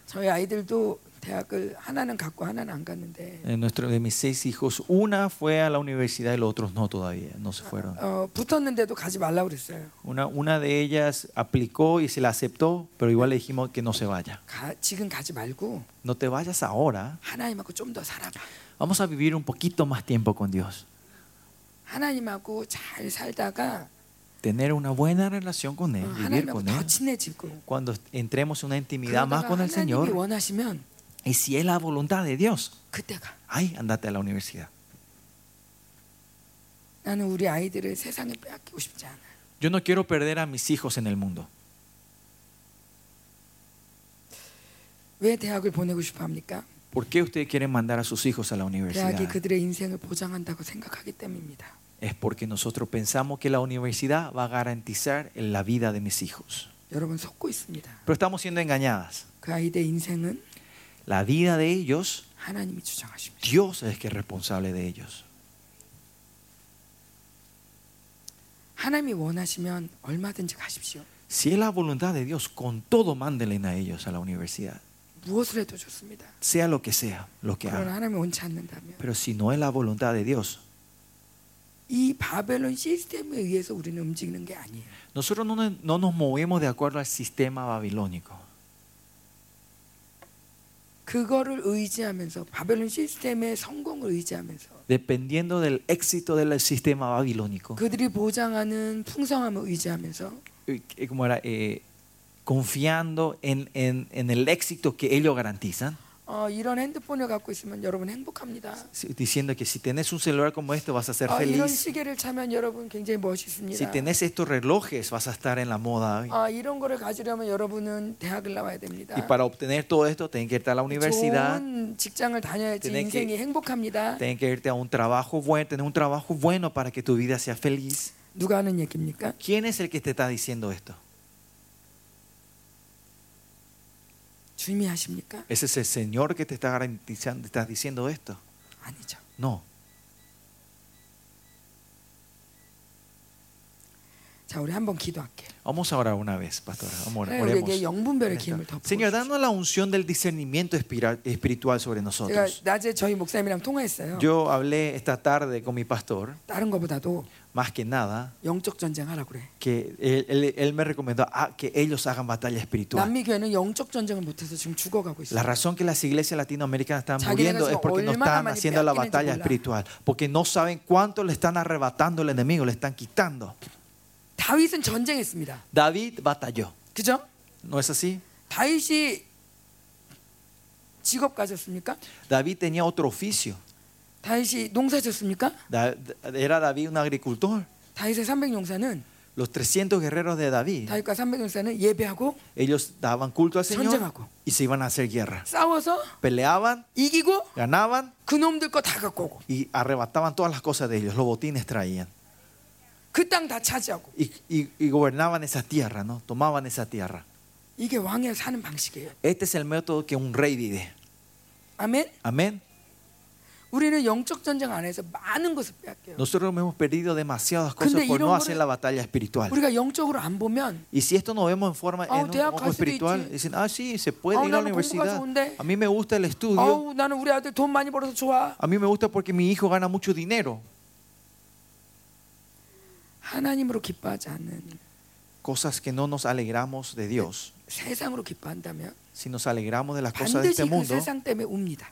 S1: 저희 아이들도 대학을 하나는 갔고 하나는 안 갔는데
S2: En nuestro- de mis seis hijos, una fue a la universidad y los otros no todavía, no se fueron.
S1: 어, 붙었는데도 가지 말라고 그랬어요.
S2: Una, una de ellas aplicó y se la aceptó, pero igual le dijimos que no se vaya.
S1: 가, 지금 가지 말고
S2: No te vayas ahora.
S1: 하나님하고 좀 더 살아봐.
S2: Vamos a vivir un poquito más tiempo con Dios.
S1: 하나님하고 잘 살다가
S2: Tener una buena relación con
S1: 어,
S2: Él, vivir
S1: 하나님하고
S2: con Él.
S1: 더 친해지고
S2: Cuando entremos en una intimidad más
S1: 그러다가
S2: con el
S1: 하나님이
S2: Señor,
S1: 원하시면
S2: y si es la voluntad de Dios,
S1: 그때가
S2: ay, andate a la universidad.
S1: 나는 우리 아이들을 세상에 빼앗기고 싶지 않아.
S2: Yo no quiero perder a mis hijos en el mundo.
S1: 왜 대학을 보내고 싶어 합니까?
S2: ¿Por qué ustedes quieren mandar a sus hijos a la universidad?
S1: 대학이 그들의 인생을 보장한다고 생각하기 때문입니다.
S2: Es porque nosotros pensamos que la universidad va a garantizar la vida de mis hijos.
S1: 여러분 속고 있습니다.
S2: Pero estamos siendo engañadas.
S1: 그 아이들의 인생은
S2: La vida de ellos,
S1: 하나님이 주장하십니다.
S2: Dios es que es responsable de ellos.
S1: 하나님이 원하시면 얼마든지 가십시오.
S2: Si es la voluntad de Dios, con todo mándenle a ellos a la universidad.
S1: 무엇을 해도 좋습니다.
S2: Sea lo que sea, lo que
S1: 그러나
S2: hagan.
S1: 하나님이 원치 않는다면
S2: Pero si no es la voluntad de Dios,
S1: 이 바벨론 시스템에 의해서 우리는 움직이는 게 아니에요.
S2: nosotros no, nos- no nos movemos de acuerdo al sistema babilónico.
S1: 그거를 의지하면서 바벨론 시스템의 성공을 의지하면서
S2: Dependiendo del éxito del sistema babilónico,
S1: 그들이 보장하는 풍성함을 의지하면서
S2: eh, eh, como era, Eh, confiando en, en- en el éxito que ellos garantizan,
S1: 어, 이런 핸드폰을 갖고 있으면 여러분 행복합니다.
S2: si- diciendo que si tenés un celular como este vas a ser
S1: 아, 이런
S2: feliz,
S1: 시계를 차면 여러분 굉장히
S2: si
S1: 멋있습니다.
S2: tenés estos relojes vas a estar en la moda.
S1: 아, 이런 거를 가지려면 여러분은 대학을 나와야 됩니다.
S2: Y para obtener todo esto, tienen que irte a la universidad,
S1: 좋은 직장을 다녀야지
S2: tenés que-
S1: 인생이 행복합니다.
S2: tienen que irte a un trabajo bueno, tener un trabajo bueno para que tu vida sea feliz.
S1: 누가 하는 얘기입니까?
S2: ¿Quién es el que te está diciendo esto?
S1: 주님이 하십니까?
S2: ¿Ese es el Señor que te está garantizando, te está diciendo esto?
S1: 아니죠.
S2: No.
S1: 자, 우리 한번 기도할게요.
S2: Vamos a orar una vez, pastora. Vamos a orar.
S1: 하나님 네, 우리에게 네,
S2: Oremos.
S1: 영분별의 기임을 덮어.
S2: Señor, danos la unción del discernimiento espira- espiritual sobre
S1: 제가
S2: nosotros.
S1: 낮에 저희 목사님이랑 통화했어요.
S2: Yo hablé esta tarde con mi pastor,
S1: 다른 거보다도
S2: más que nada,
S1: 영적 전쟁하라 그래.
S2: que él, él- él me recomendó ah, que ellos hagan batalla espiritual.
S1: 남미 교회는 영적 전쟁을 못해서 지금 죽어가고
S2: La
S1: 있어요.
S2: razón que las iglesias latinoamericanas están
S1: Zagueras
S2: muriendo es
S1: o
S2: porque no
S1: olmana
S2: están
S1: mani
S2: haciendo la
S1: peakirense
S2: batalla
S1: bola.
S2: espiritual, porque no saben cuánto le están arrebatando el enemigo, le están quitando.
S1: 다윗은 전쟁했습니다.
S2: David batalló,
S1: 그죠?
S2: ¿no es así?
S1: 다윗이 직업 가졌습니까?
S2: David tenía otro oficio.
S1: 다윗이 농사졌습니까?
S2: Da- era David un agricultor.
S1: 다윗의 300 용사는
S2: Los 300 guerreros de David,
S1: 다윗과 300 용사는 예배하고
S2: ellos daban culto al Señor
S1: 전쟁하고.
S2: y se iban a hacer guerra.
S1: 싸워서
S2: Peleaban,
S1: 이기고
S2: ganaban
S1: 그놈들 거 다 갖고 오고
S2: y arrebataban todas las cosas de ellos. Los botines traían.
S1: 그 땅 다 차지하고
S2: Y, y- y gobernaban esa tierra, ¿no? Tomaban esa tierra.
S1: 이게 왕의 사는 방식이에요.
S2: Este es el método que un rey vive.
S1: 아멘.
S2: Amén.
S1: 우리는 영적 전쟁 안에서 많은 것을 빼앗겨요.
S2: Nosotros hemos perdido demasiadas cosas
S1: Pero
S2: por no
S1: 이런
S2: hacer
S1: 거를-
S2: la batalla espiritual.
S1: 우리가 영적으로 안 보면
S2: Y si esto no vemos en forma
S1: Ah,
S2: en un
S1: te
S2: ojo
S1: acaso
S2: espiritual,
S1: dice,
S2: dicen, ah, sí, se puede
S1: ah,
S2: ir a
S1: no, no,
S2: la
S1: ¿cómo vas a
S2: universidad.
S1: hundir? Oh.
S2: A mí me gusta el estudio.
S1: 아우 나는 우리 아들 돈 많이 벌어서 좋아.
S2: A mí me gusta porque mi hijo gana mucho dinero.
S1: 하나님으로 기뻐하지 않는
S2: Cosas que no nos alegramos de Dios.
S1: 세상으로 기뻐한다면
S2: Si nos alegramos de las cosas de este
S1: 반드시 그
S2: mundo,
S1: 세상 때문에 웁니다.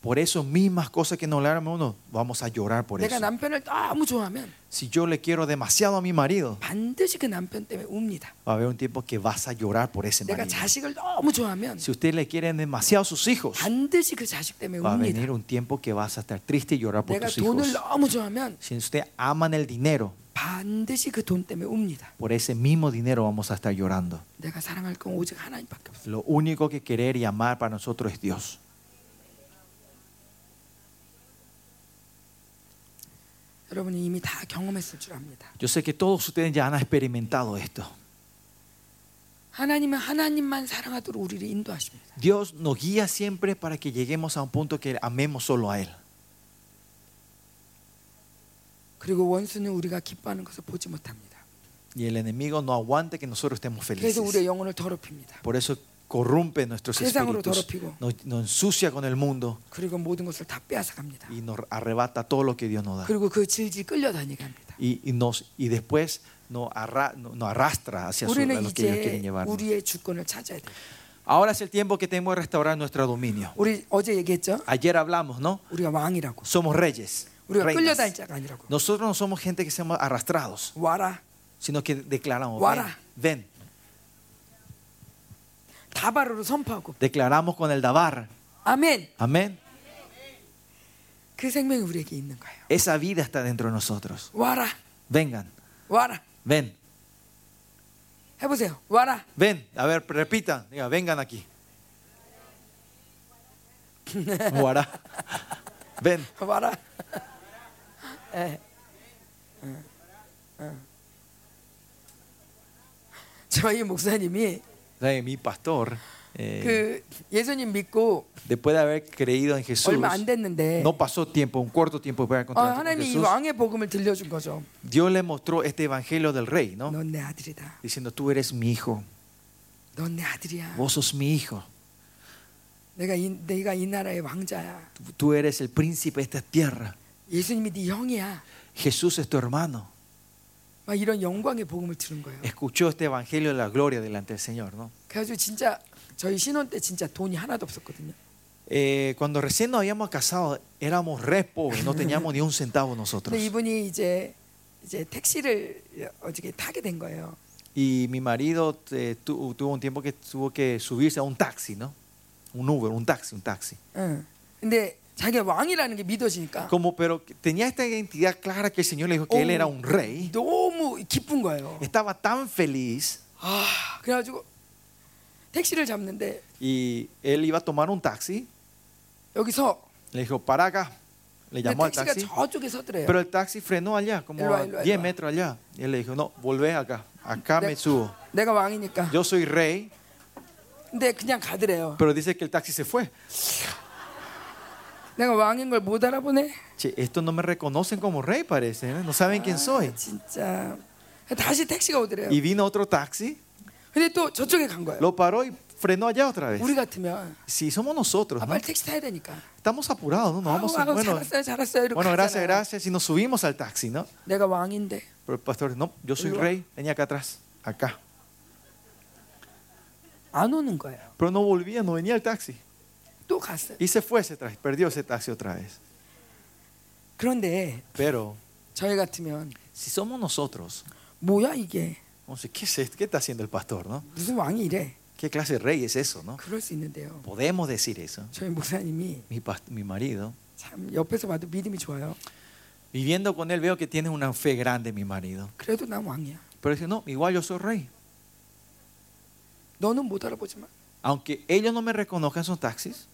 S2: por eso mismas cosas que nos alegramos uno, vamos a llorar por
S1: 내가
S2: eso.
S1: 남편을 너무 좋아하면
S2: Si yo le quiero demasiado a mi marido,
S1: 반드시 그 남편 때문에 웁니다.
S2: va a haber un tiempo que vas a llorar por ese
S1: 내가
S2: marido.
S1: 자식을 너무 좋아하면
S2: Si usted le quieren demasiado a sus hijos,
S1: 반드시 그 자식 때문에
S2: va a
S1: 웁니다.
S2: venir un tiempo que vas a estar triste y llorar por
S1: 내가
S2: tus
S1: 돈을
S2: hijos.
S1: 너무 좋아하면
S2: Si usted aman el dinero,
S1: 반드시 그 돈 때문에 웁니다.
S2: por ese mismo dinero vamos a estar llorando.
S1: 내가 사랑할 건 오직 하나님밖에 없어.
S2: Lo único que querer y amar para nosotros es Dios.
S1: 여러분이 이미 다 경험했을 줄 압니다.
S2: Yo sé que todos ustedes ya han experimentado esto.
S1: 하나님은 하나님만 사랑하도록 우리를 인도하십니다.
S2: Dios nos guía siempre para que lleguemos a un punto que amemos solo a Él.
S1: 그리고 원수는 우리가 기뻐하는 것을 보지 못합니다.
S2: Y el enemigo no aguanta que nosotros estemos
S1: 그래서
S2: felices.
S1: 우리의 영혼을 더럽힙니다.
S2: Por eso corrompe nuestros
S1: 세상으로
S2: espíritus,
S1: 더럽히고.
S2: nos, nos ensucia con el mundo
S1: 그리고 모든 것을 다 빼앗아 갑니다.
S2: y nos arrebata todo lo que Dios nos da.
S1: 그리고 그 질질 끌려다니게 합니다.
S2: Y, y nos, y después nos, arra- no- nos arrastra hacia su, a
S1: 우리는
S2: lo que ellos quieren
S1: 이제
S2: llevarnos.
S1: 우리의 주권을 찾아야 돼요.
S2: Ahora es el tiempo que tenemos de restaurar nuestro dominio.
S1: 우리 어제 얘기했죠?
S2: Ayer hablamos, ¿no?
S1: 우리가 왕이라고.
S2: Somos reyes.
S1: 우리가
S2: reinas.
S1: 끌려다닐 자가 아니라고.
S2: Nosotros no somos gente que seamos arrastrados,
S1: 와라.
S2: sino que declaramos,
S1: Guara.
S2: ven, ven.
S1: 다바로로 선포하고.
S2: Declaramos con el dabar.
S1: 아멘.
S2: Amén.
S1: 그 생명이 우리에게 있는 거예요.
S2: Esa vida está dentro de nosotros.
S1: 와라.
S2: Vengan,
S1: 와라.
S2: ven,
S1: 해보세요. 와라.
S2: ven. A ver, repitan. Diga, vengan aquí. Guara. Ven,
S1: 와라. 예. 응, 응. 저희 목사님이
S2: Eh, mi pastor, eh,
S1: 그 예수님 믿고
S2: después de haber creído en Jesús,
S1: 얼마 안 됐는데
S2: no pasó tiempo, un corto tiempo para
S1: 어,
S2: encontrar con
S1: 하나님이 이
S2: Jesús.
S1: 왕의 복음을 들려준 거죠.
S2: Dios le mostró este evangelio del rey, ¿no?
S1: 넌 내 아들이다.
S2: Diciendo, tú eres mi hijo,
S1: 넌 내 아들이야.
S2: vos sos mi hijo,
S1: 내가 이, 내가 이 나라의 왕자야.
S2: tú- tú eres el príncipe de esta tierra,
S1: 예수님이 네 형이야.
S2: Jesús es tu hermano.
S1: 막 이런 영광의 복음을 들은 거예요.
S2: Escuchó este evangelio de la gloria delante del Señor, ¿no?
S1: 그래가지고 진짜 저희 신혼 때 진짜 돈이 하나도 없었거든요.
S2: Eh, cuando recién nos habíamos casado, éramos re pobres, no teníamos ni un centavo nosotros.
S1: 근데 이분이 이제 이제 택시를 어저께 타게 된 거예요.
S2: Y mi marido eh, tu- tuvo un tiempo que tuvo que subirse a un taxi, ¿no? Un Uber, un taxi, un taxi.
S1: 응. 예. 근데 자기가 왕이라는 게 믿어지니까
S2: Como, pero tenía esta identidad clara que el Señor le dijo que él era un rey.
S1: 너무 기쁜 거예요.
S2: Estaba tan feliz
S1: 아, 그래가지고 택시를 잡는데
S2: y él iba a tomar un taxi.
S1: 여기서
S2: Le dijo, para acá. Le
S1: 근데
S2: llamó al
S1: 택시가
S2: taxi.
S1: 저쪽에 서더래요.
S2: Pero el taxi frenó allá, como
S1: Él va,
S2: a
S1: él va, él
S2: 10
S1: va.
S2: metros allá. Y él le dijo, no, volvé acá. Acá me subo.
S1: 내가 왕이니까.
S2: Yo soy rey,
S1: 근데 그냥 가더래요.
S2: pero dice que el taxi se fue.
S1: 내가 왕인 걸 못 알아보네.
S2: Che, estos no me reconocen como rey, parece. ¿eh? No saben quién soy.
S1: 아, 진짜. 다시 택시가 오더래요.
S2: Y vino otro taxi,
S1: 근데 또 저쪽에 간 거예요.
S2: lo paró y frenó allá otra vez.
S1: 우리 같으면
S2: Si somos nosotros,
S1: 아,
S2: ¿no?
S1: 빨리 택시 타야 되니까.
S2: estamos apurados, ¿no? Nos
S1: 아우,
S2: vamos a-
S1: 아우,
S2: bueno,
S1: 잘했어요, 잘했어요. 이렇게
S2: bueno, gracias,
S1: 가잖아요.
S2: gracias. Y nos subimos al taxi, ¿no?
S1: 내가 왕인데
S2: Pero el pastor, no, yo soy
S1: Luego-
S2: rey, venía acá atrás, acá.
S1: 안 오는 거예요.
S2: Pero no volvía, no venía el taxi.
S1: 또 갔어요.
S2: Y se fue ese taxi, perdió ese taxi otra vez.
S1: 그런데
S2: Pero
S1: 저희 같으면
S2: si somos nosotros,
S1: 뭐야 이게
S2: vamos a decir, ¿qué, es esto? ¿Qué está haciendo el pastor, no?
S1: 무슨 왕이 이래?
S2: ¿Qué clase de rey es eso, no?
S1: 그럴 수 있는데요.
S2: Podemos decir eso.
S1: 저희 목사님이
S2: Mi, pas- mi marido,
S1: 참 옆에서 봐도 믿음이 좋아요.
S2: viviendo con él, veo que tiene una fe grande, mi marido.
S1: 그래도 난 왕이야.
S2: Pero dice, no, igual yo soy rey.
S1: 너는 못 알아보지만
S2: Aunque ellos no me reconozcan son taxis,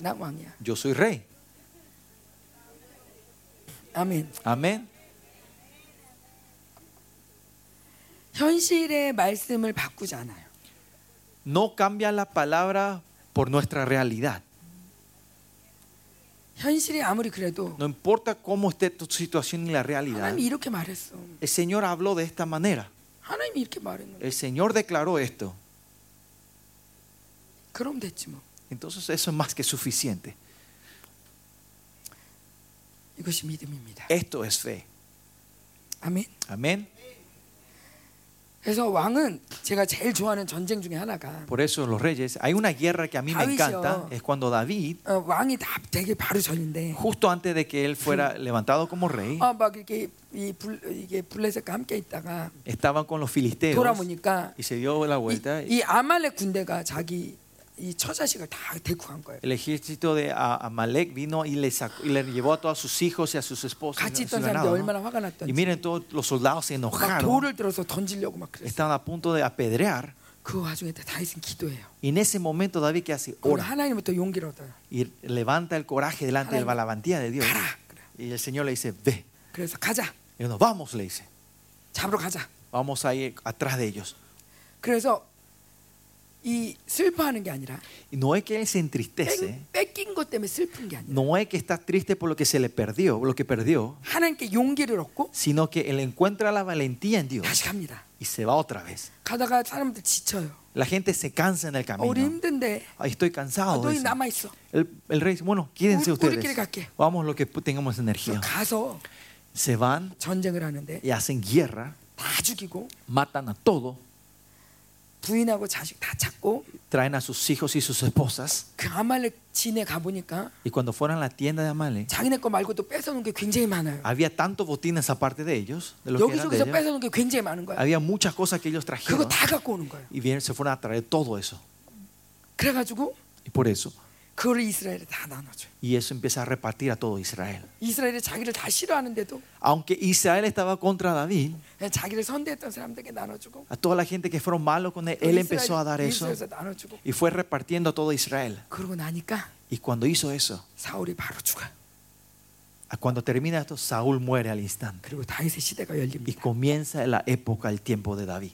S1: 난 왕이야.
S2: yo soy rey.
S1: 아멘.
S2: Amén.
S1: 현실의 말씀을 바꾸지 않아요.
S2: No cambia la palabra por nuestra realidad.
S1: 현실이 아무리 그래도
S2: No importa cómo esté tu situación en la realidad.
S1: 하나님이 이렇게 말했어.
S2: El Señor habló de esta manera.
S1: 하나님이 이렇게 말했는데
S2: El Señor declaró esto.
S1: 그럼 됐지 뭐.
S2: Entonces eso es más que suficiente.
S1: 이것이 믿음입니다.
S2: Esto es fe.
S1: 아멘.
S2: Amén.
S1: 그래서 왕은 제가 제일 좋아하는 전쟁 중에 하나가
S2: Por eso los reyes, hay una guerra que a mí me
S1: David,
S2: encanta,
S1: yo.
S2: es cuando David,
S1: 어, 왕이 다 되게 바로 전인데
S2: justo antes de que él fuera levantado como rey,
S1: 아, 막 이렇게 이 불, 이게 블레셋과 함께 있다가
S2: estaban con los filisteos
S1: 돌아보니까
S2: y se dio la vuelta.
S1: 예, 이, 이 아말렉 군대가 자기 이 처자식을 다 데리고 간 거예요.
S2: El ejército de A- Amalek vino y le, sacó- y le llevó a todos sus hijos y a sus esposas. y
S1: 같이
S2: a su
S1: 있던 사람들이
S2: ganado, ¿no?
S1: 얼마나 화가
S2: Y
S1: 났던지
S2: miren, todos los soldados se
S1: 막
S2: enojaron,
S1: 돌을 들어서 던지려고 막 그랬어.
S2: estaban a punto de apedrear.
S1: 그 와중에 다 다윗은 기도해요.
S2: Y en ese momento David que hace
S1: 오늘
S2: ora
S1: 하나님부터 용기를 얻어요.
S2: y levanta el coraje delante de
S1: Ahora.
S2: la valentía de Dios.
S1: 가라. 그래.
S2: Y Y el Señor le dice, ve.
S1: 그래서 가자.
S2: Y uno, vamos, le dice.
S1: 잡으러 가자.
S2: Vamos a ir atrás de ellos.
S1: 그래서 이 슬퍼하는 게 아니라
S2: Y no es que él se entristece,
S1: 뺏, 뺏긴 것 때문에 슬픈 게 아니라
S2: no es que está triste por lo que se le perdió, por lo que perdió,
S1: 하나님께 용기를 얻고
S2: sino que él encuentra la valentía en Dios
S1: 다시 갑니다.
S2: y se va otra vez.
S1: 가다가 사람들 지쳐요.
S2: La gente se cansa en el
S1: 어, 우리
S2: camino.
S1: 힘든데
S2: Ay, estoy
S1: 어,
S2: cansado.
S1: 너희
S2: dice.
S1: 남아 있어.
S2: El, el rey dice, bueno, quédense
S1: Uri-
S2: ustedes.
S1: Uri끼리 갈게.
S2: Vamos lo que pu- tengamos energía.
S1: 가서
S2: Se van
S1: 전쟁을 하는데
S2: y hacen guerra,
S1: 다 죽이고
S2: matan a todo,
S1: 부인하고 자식 다 찾고
S2: traen a sus hijos y sus esposas.
S1: 그 아말렉 진에 가 보니까
S2: Y cuando fueron a la tienda de Amale,
S1: 자기네 거 말고도 뺏어놓은 게 굉장히 많아요.
S2: había tanto botines aparte de ellos, de los que eran de
S1: 여기저기서
S2: ellos.
S1: 뺏어놓은 게 굉장히 많은 거야.
S2: Había muchas cosas que ellos
S1: 그거
S2: trajeron
S1: 다 갖고 오는 거예요.
S2: y vienen- se fueron a traer todo eso.
S1: 그래가지고
S2: Y por eso,
S1: 그거를 이스라엘에 다 나눠줘요.
S2: y eso empieza a repartir a todo Israel.
S1: 이스라엘이 자기를 다 싫어하는데도
S2: Aunque Israel estaba contra David,
S1: 그냥 예, 자기를 선대했던 사람들에게 나눠주고
S2: a toda la gente que fueron malos con él, él empezó a dar eso
S1: 이스라엘에서 나눠주고
S2: y fue repartiendo a todo Israel.
S1: 그러고 나니까
S2: Y cuando hizo eso,
S1: 사울이 바로 죽어요.
S2: a cuando termina esto, Saúl muere al instante.
S1: 그리고 다윗의 시대가
S2: Y
S1: 열립니다.
S2: comienza la época, el tiempo de David.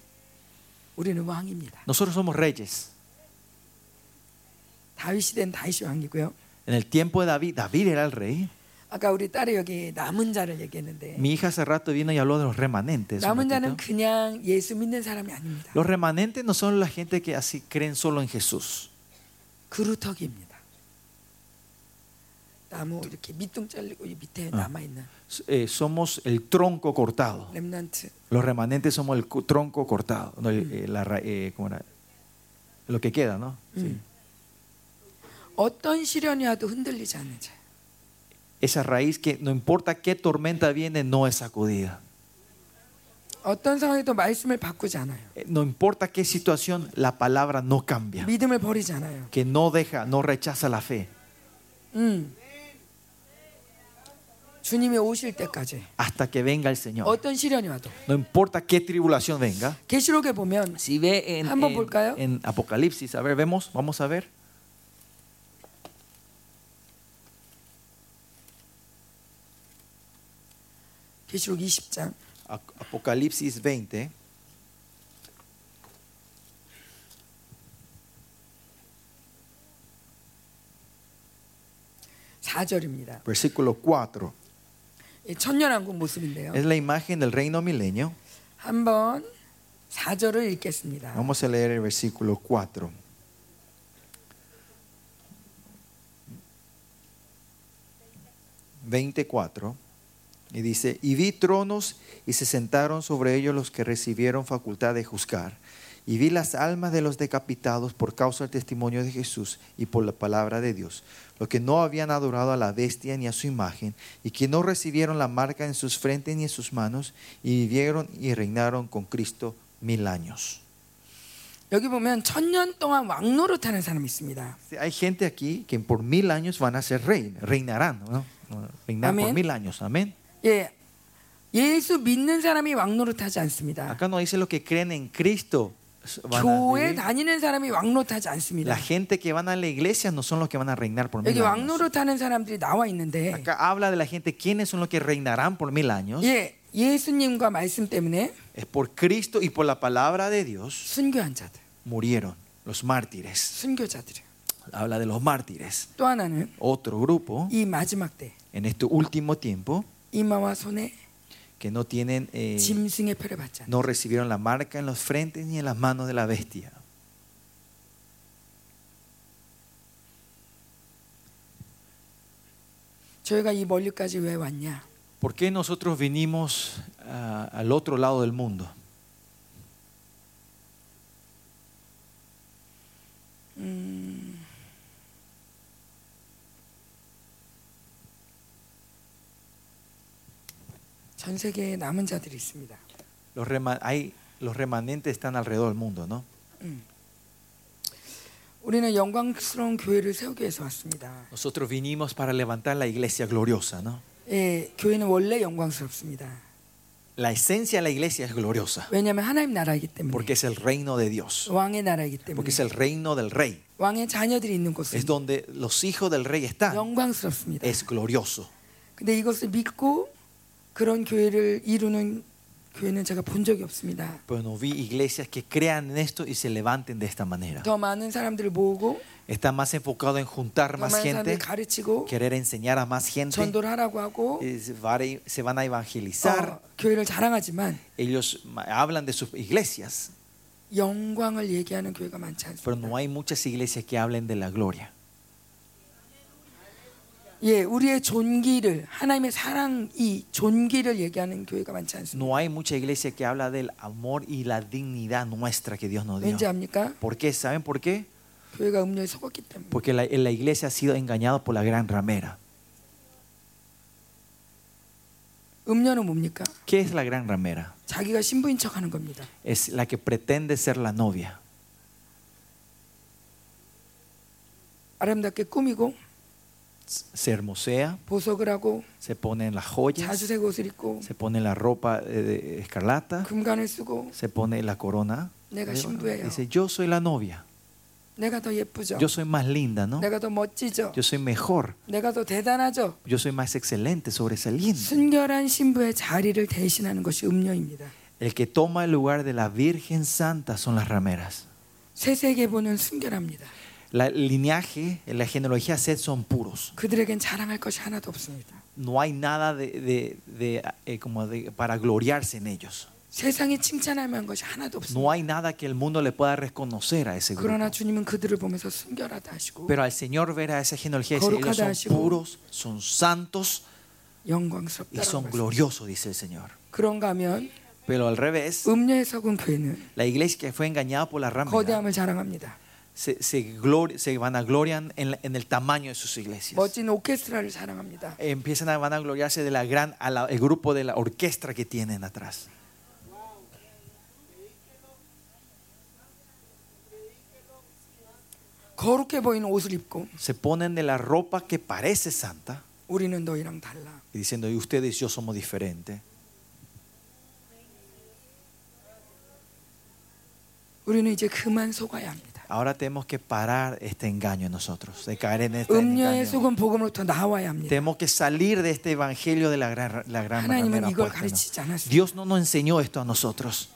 S1: 우리는 왕입니다.
S2: Nosotros somos reyes.
S1: 다윗 시대는 다윗이 왕이고요.
S2: En el tiempo de David, David era el rey.
S1: 아까 우리 딸이 여기 남은 자를 얘기했는데
S2: Mi hija hace rato vino y habló de los remanentes. un
S1: 남은 자는
S2: ratito.
S1: 그냥 예수 믿는 사람이 아닙니다.
S2: Los remanentes no son la gente que así creen solo en Jesús.
S1: 그루터기입니다. 나무 이렇게 밑둥 잘리고 이 밑에 남아 있는
S2: Eh, somos el tronco cortado.
S1: 렘넌트
S2: Los remanentes somos el cu- tronco cortado. no, el- eh, la ra- eh, ¿cómo era? Lo que queda, ¿no?
S1: 음.
S2: Sí.
S1: 어떤 시련이 와도 흔들리지 않는 자.
S2: Esa raíz que no importa qué tormenta viene, no es sacudida.
S1: 어떤 상황에도 말씀을 바꾸지 않아요.
S2: Eh, No importa qué situación, la palabra no cambia.
S1: 믿음을 버리지 않아요.
S2: Que no deja, no rechaza la fe.
S1: 음. 주님이 오실 때까지
S2: Hasta que venga el Señor.
S1: 어떤 시련이 와도
S2: No importa qué tribulación venga.
S1: 계시록에 보면
S2: Si ve en,
S1: Ambos volcados.
S2: en Apocalipsis, a ver, vemos, vamos a ver.
S1: 계시록 20장
S2: A- Apocalipsis 20.
S1: 사절입니다
S2: versículo 4.
S1: 천년왕국 모습인데요.
S2: Es la imagen del reino milenio.
S1: 한번 사절을 읽겠습니다.
S2: Vamos a leer el versículo 4. ...24... y dice y vi tronos y se sentaron sobre ellos los que recibieron facultad de juzgar y vi las almas de los decapitados por causa del testimonio de Jesús y por la palabra de Dios los que no habían adorado a la bestia ni a su imagen y que no recibieron la marca en sus frentes ni en sus manos y vivieron y reinaron con Cristo mil años
S1: 여기 보면 천년 동안 왕노릇하는 사람이 있습니다.
S2: Sí, Hay gente aquí que por mil años van a ser rey, reinarán, ¿no? Reinar por
S1: Amén.
S2: mil años, amén.
S1: 예, 예수 믿는 사람이 왕노릇하지 않습니다.
S2: Acá no dice lo que creen en Cristo. van a
S1: 교회
S2: vivir.
S1: 다니는 사람이 왕노릇하지
S2: La
S1: 않습니다.
S2: gente que van a la iglesia no son los que van a reinar por
S1: 여기
S2: mil años.
S1: 왕노릇하는 사람들이 나와 있는데,
S2: Acá habla de la gente, ¿quiénes son los que reinarán por mil años?
S1: 예, 예수님과 말씀 때문에
S2: Es por Cristo y por la palabra de Dios
S1: 순교한 자들,
S2: murieron los mártires.
S1: 순교자들이요.
S2: Habla de los mártires.
S1: 또 하나는
S2: Otro grupo
S1: 이 마지막 때
S2: en este último tiempo
S1: 이마와 손에
S2: que no tienen, eh,
S1: 짐승의 표를 받지 않는
S2: no recibieron la marca en los frentes ni en las manos de la bestia.
S1: 저희가 이 멀리까지 왜 왔냐?
S2: ¿Por qué nosotros vinimos ah, al otro lado del mundo?
S1: 음. 전 세계에 남은 자들이 있습니다.
S2: Los, rema- hay, los remanentes están alrededor del mundo, ¿no?
S1: 우리는 영광스러운 교회를 세우기 위해서 왔습니다.
S2: Nosotros vinimos para levantar la iglesia gloriosa, ¿no?
S1: 예, 교회는 원래 영광스럽습니다.
S2: La esencia de la iglesia es gloriosa,
S1: 왜냐하면 하나님 나라이기 때문에
S2: porque es el reino de Dios,
S1: 왕의 나라이기 때문에
S2: porque es el reino del rey,
S1: 왕의 자녀들이 있는
S2: es
S1: 곳은
S2: donde los hijos del rey están,
S1: 영광스럽습니다.
S2: es glorioso.
S1: 근데 이것을 믿고 그런 교회를 이루는 교회는 제가 본 적이 없습니다.
S2: Pero Pues no vi iglesias que crean en esto y se levanten de esta manera.
S1: 더 많은 사람들을 모으고
S2: Está más enfocado en
S1: 더
S2: juntar más
S1: 많은
S2: gente,
S1: 사람들 가르치고
S2: querer enseñar a más gente.
S1: 전도를 하라고 하고
S2: eh, se va a- Se van a
S1: 어,
S2: evangelizar.
S1: 교회를 자랑하지만
S2: Ellos ma- hablan de sus iglesias,
S1: 영광을 얘기하는 교회가 많지
S2: pero
S1: 않습니다.
S2: no hay muchas iglesias que hablen de la gloria.
S1: 예, 우리의 존귀를 하나님의 사랑 이 존귀를 얘기하는 교회가 많지 않습니다.
S2: No hay mucha iglesia que habla del amor y la dignidad nuestra que Dios nos
S1: 왠지
S2: dio.
S1: 압니까?
S2: ¿Por qué? ¿Saben por qué?
S1: 교회가 음료에 속았기 때문에.
S2: Porque la, la iglesia ha sido engañada por la gran ramera.
S1: 음료는 뭡니까?
S2: ¿Qué es la gran ramera?
S1: 자기가 신부인 척하는 겁니다.
S2: Es la que pretende ser la novia.
S1: 아름답게 꾸미고
S2: Se hermosea,
S1: 보석을 하고
S2: se pone en las joyas,
S1: 자주색 옷을 입고
S2: se pone la ropa eh, de escarlata,
S1: 금관을 쓰고
S2: se pone la corona.
S1: 내가 신부예요.
S2: Dice, yo soy la novia,
S1: 내가 더 예쁘죠.
S2: yo soy más linda, ¿no?
S1: 내가 더 멋지죠.
S2: Yo soy mejor,
S1: 내가 더 대단하죠.
S2: yo soy más excelente, sobresaliente.
S1: 순결한 신부의 자리를 대신하는 것이 음녀입니다.
S2: El que toma el lugar de la Virgen Santa son las rameras.
S1: 세세계보는 순결합니다.
S2: La el linaje, la genealogía set son puros.
S1: 그들에겐 자랑할 것이 ha나도 없습니다.
S2: No hay nada de, de- de, eh, como de- para gloriarse en ellos.
S1: 세상이 칭찬할 만한 것이 하나도
S2: No
S1: 없습니다.
S2: hay nada que el mundo le pueda reconocer a ese grupo.
S1: 그러나 주님은 그들을 보면서 순결하다 하시고
S2: Pero al Señor ver a esa genealogía, dice, ellos son puros, son santos y son
S1: 영광스럽다라고
S2: gloriosos, dice el Señor.
S1: 그런가 하면
S2: Pero al revés,
S1: 음녀에 속은 교회는
S2: la iglesia que fue engañada por la ramera
S1: 거대함을 자랑합니다.
S2: se, se, glori- se vanaglorian en, la- en el tamaño de sus iglesias.
S1: 멋진 오케스트라를 자랑합니다.
S2: Empiezan a vanagloriarse de la gran, a la- el grupo de la orquesta que tienen atrás.
S1: 거룩해 보이는 옷을 입고
S2: Se ponen de la ropa que parece santa
S1: 우리는 너희랑 달라.
S2: y diciendo, y ustedes y yo somos diferentes.
S1: 우리는 이제 그만 속아야 합니다.
S2: Ahora tenemos que parar este engaño en nosotros, de caer en este
S1: 음녀의
S2: engaño.
S1: 속은 복음으로부터 나와야 합니다.
S2: Tenemos que salir de este evangelio de la gran, la gran
S1: 하나님은
S2: ramera
S1: 이걸
S2: puesta, ¿no?
S1: 가르치지 않았어요.
S2: Dios no nos enseñó esto a nosotros.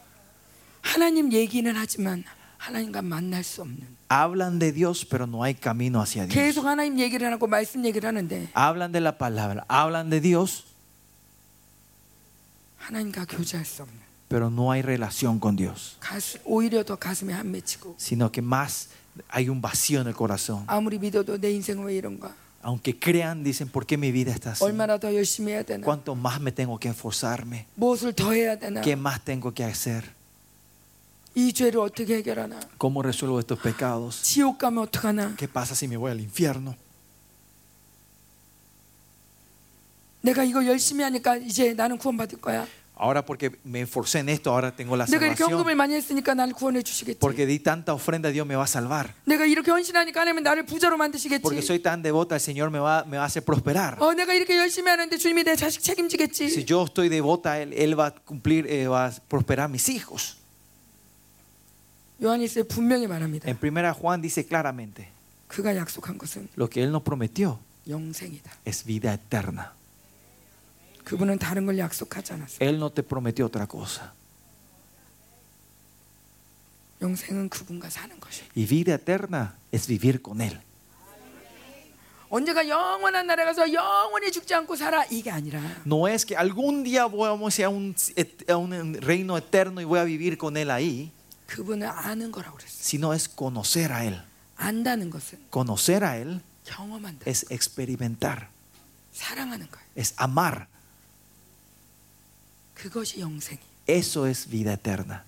S1: 하나님 얘기는 하지만 하나님과 만날 수 없는
S2: Hablan de Dios, pero no hay camino hacia Dios.
S1: 계속 하나님 얘기를 하고 말씀 얘기를 하는데
S2: Hablan de la palabra, hablan de Dios,
S1: 하나님과 교제할 수 없는
S2: pero no hay relación con Dios.
S1: 가슴, 오히려 더 가슴에 한 맺히고
S2: Sino que más hay un vacío en el corazón.
S1: 아무리 믿어도 내 인생은 왜 이런가
S2: Aunque crean, dicen, ¿por qué mi vida está así?
S1: 얼마나 더 열심히 해야 되나
S2: ¿Cuánto más me tengo que esforzarme?
S1: 무엇을 더 해야 되나
S2: ¿Qué más tengo que hacer?
S1: 이 죄를 어떻게 해결하나
S2: ¿Cómo resuelvo estos pecados?
S1: 지옥 가면 어떡하나
S2: ¿Qué pasa si me voy al infierno?
S1: 내가 이거 열심히 하니까 이제 나는 구원받을 거야
S2: Ahora porque me esforcé en esto, ahora tengo la
S1: 내가 이렇게 헌금을
S2: salvación.
S1: 많이 했으니까 나를 구원해 주시겠지
S2: Porque di tanta ofrenda, Dios me va a salvar.
S1: 내가 이렇게 헌신하니까 하나님은 나를 부자로
S2: Porque
S1: 만드시겠지
S2: soy tan devota, el Señor me va, me va a hacer prosperar.
S1: 어 내가 이렇게 열심히 하는데 주님이 내 자식
S2: Si
S1: 책임지겠지
S2: yo estoy devota, Él, Él va a cumplir, eh, va a prosperar a mis hijos.
S1: 요한일서에 분명히 말합니다
S2: En primera Juan dice claramente,
S1: 그가 약속한 것은
S2: lo que Él nos prometió
S1: 영생이다
S2: es vida eterna.
S1: 그분은 다른 걸 약속하지 않았어
S2: Él no te prometió otra cosa.
S1: 영생은 그분과 사는 것이야
S2: Y vida eterna es vivir con Él.
S1: 언제가 영원한 나라 가서 영원히 죽지 않고 살아 이게 아니라
S2: No es que algún día vamos a un, a un reino eterno y voy a vivir con Él ahí,
S1: 그분을 아는 거라고 그랬어.
S2: sino es conocer a Él.
S1: 안다는 것은
S2: Conocer a Él
S1: 경험한다.
S2: es experimentar,
S1: 사랑하는 거예요.
S2: es amar.
S1: 그것이 영생이.
S2: Eso es vida eterna.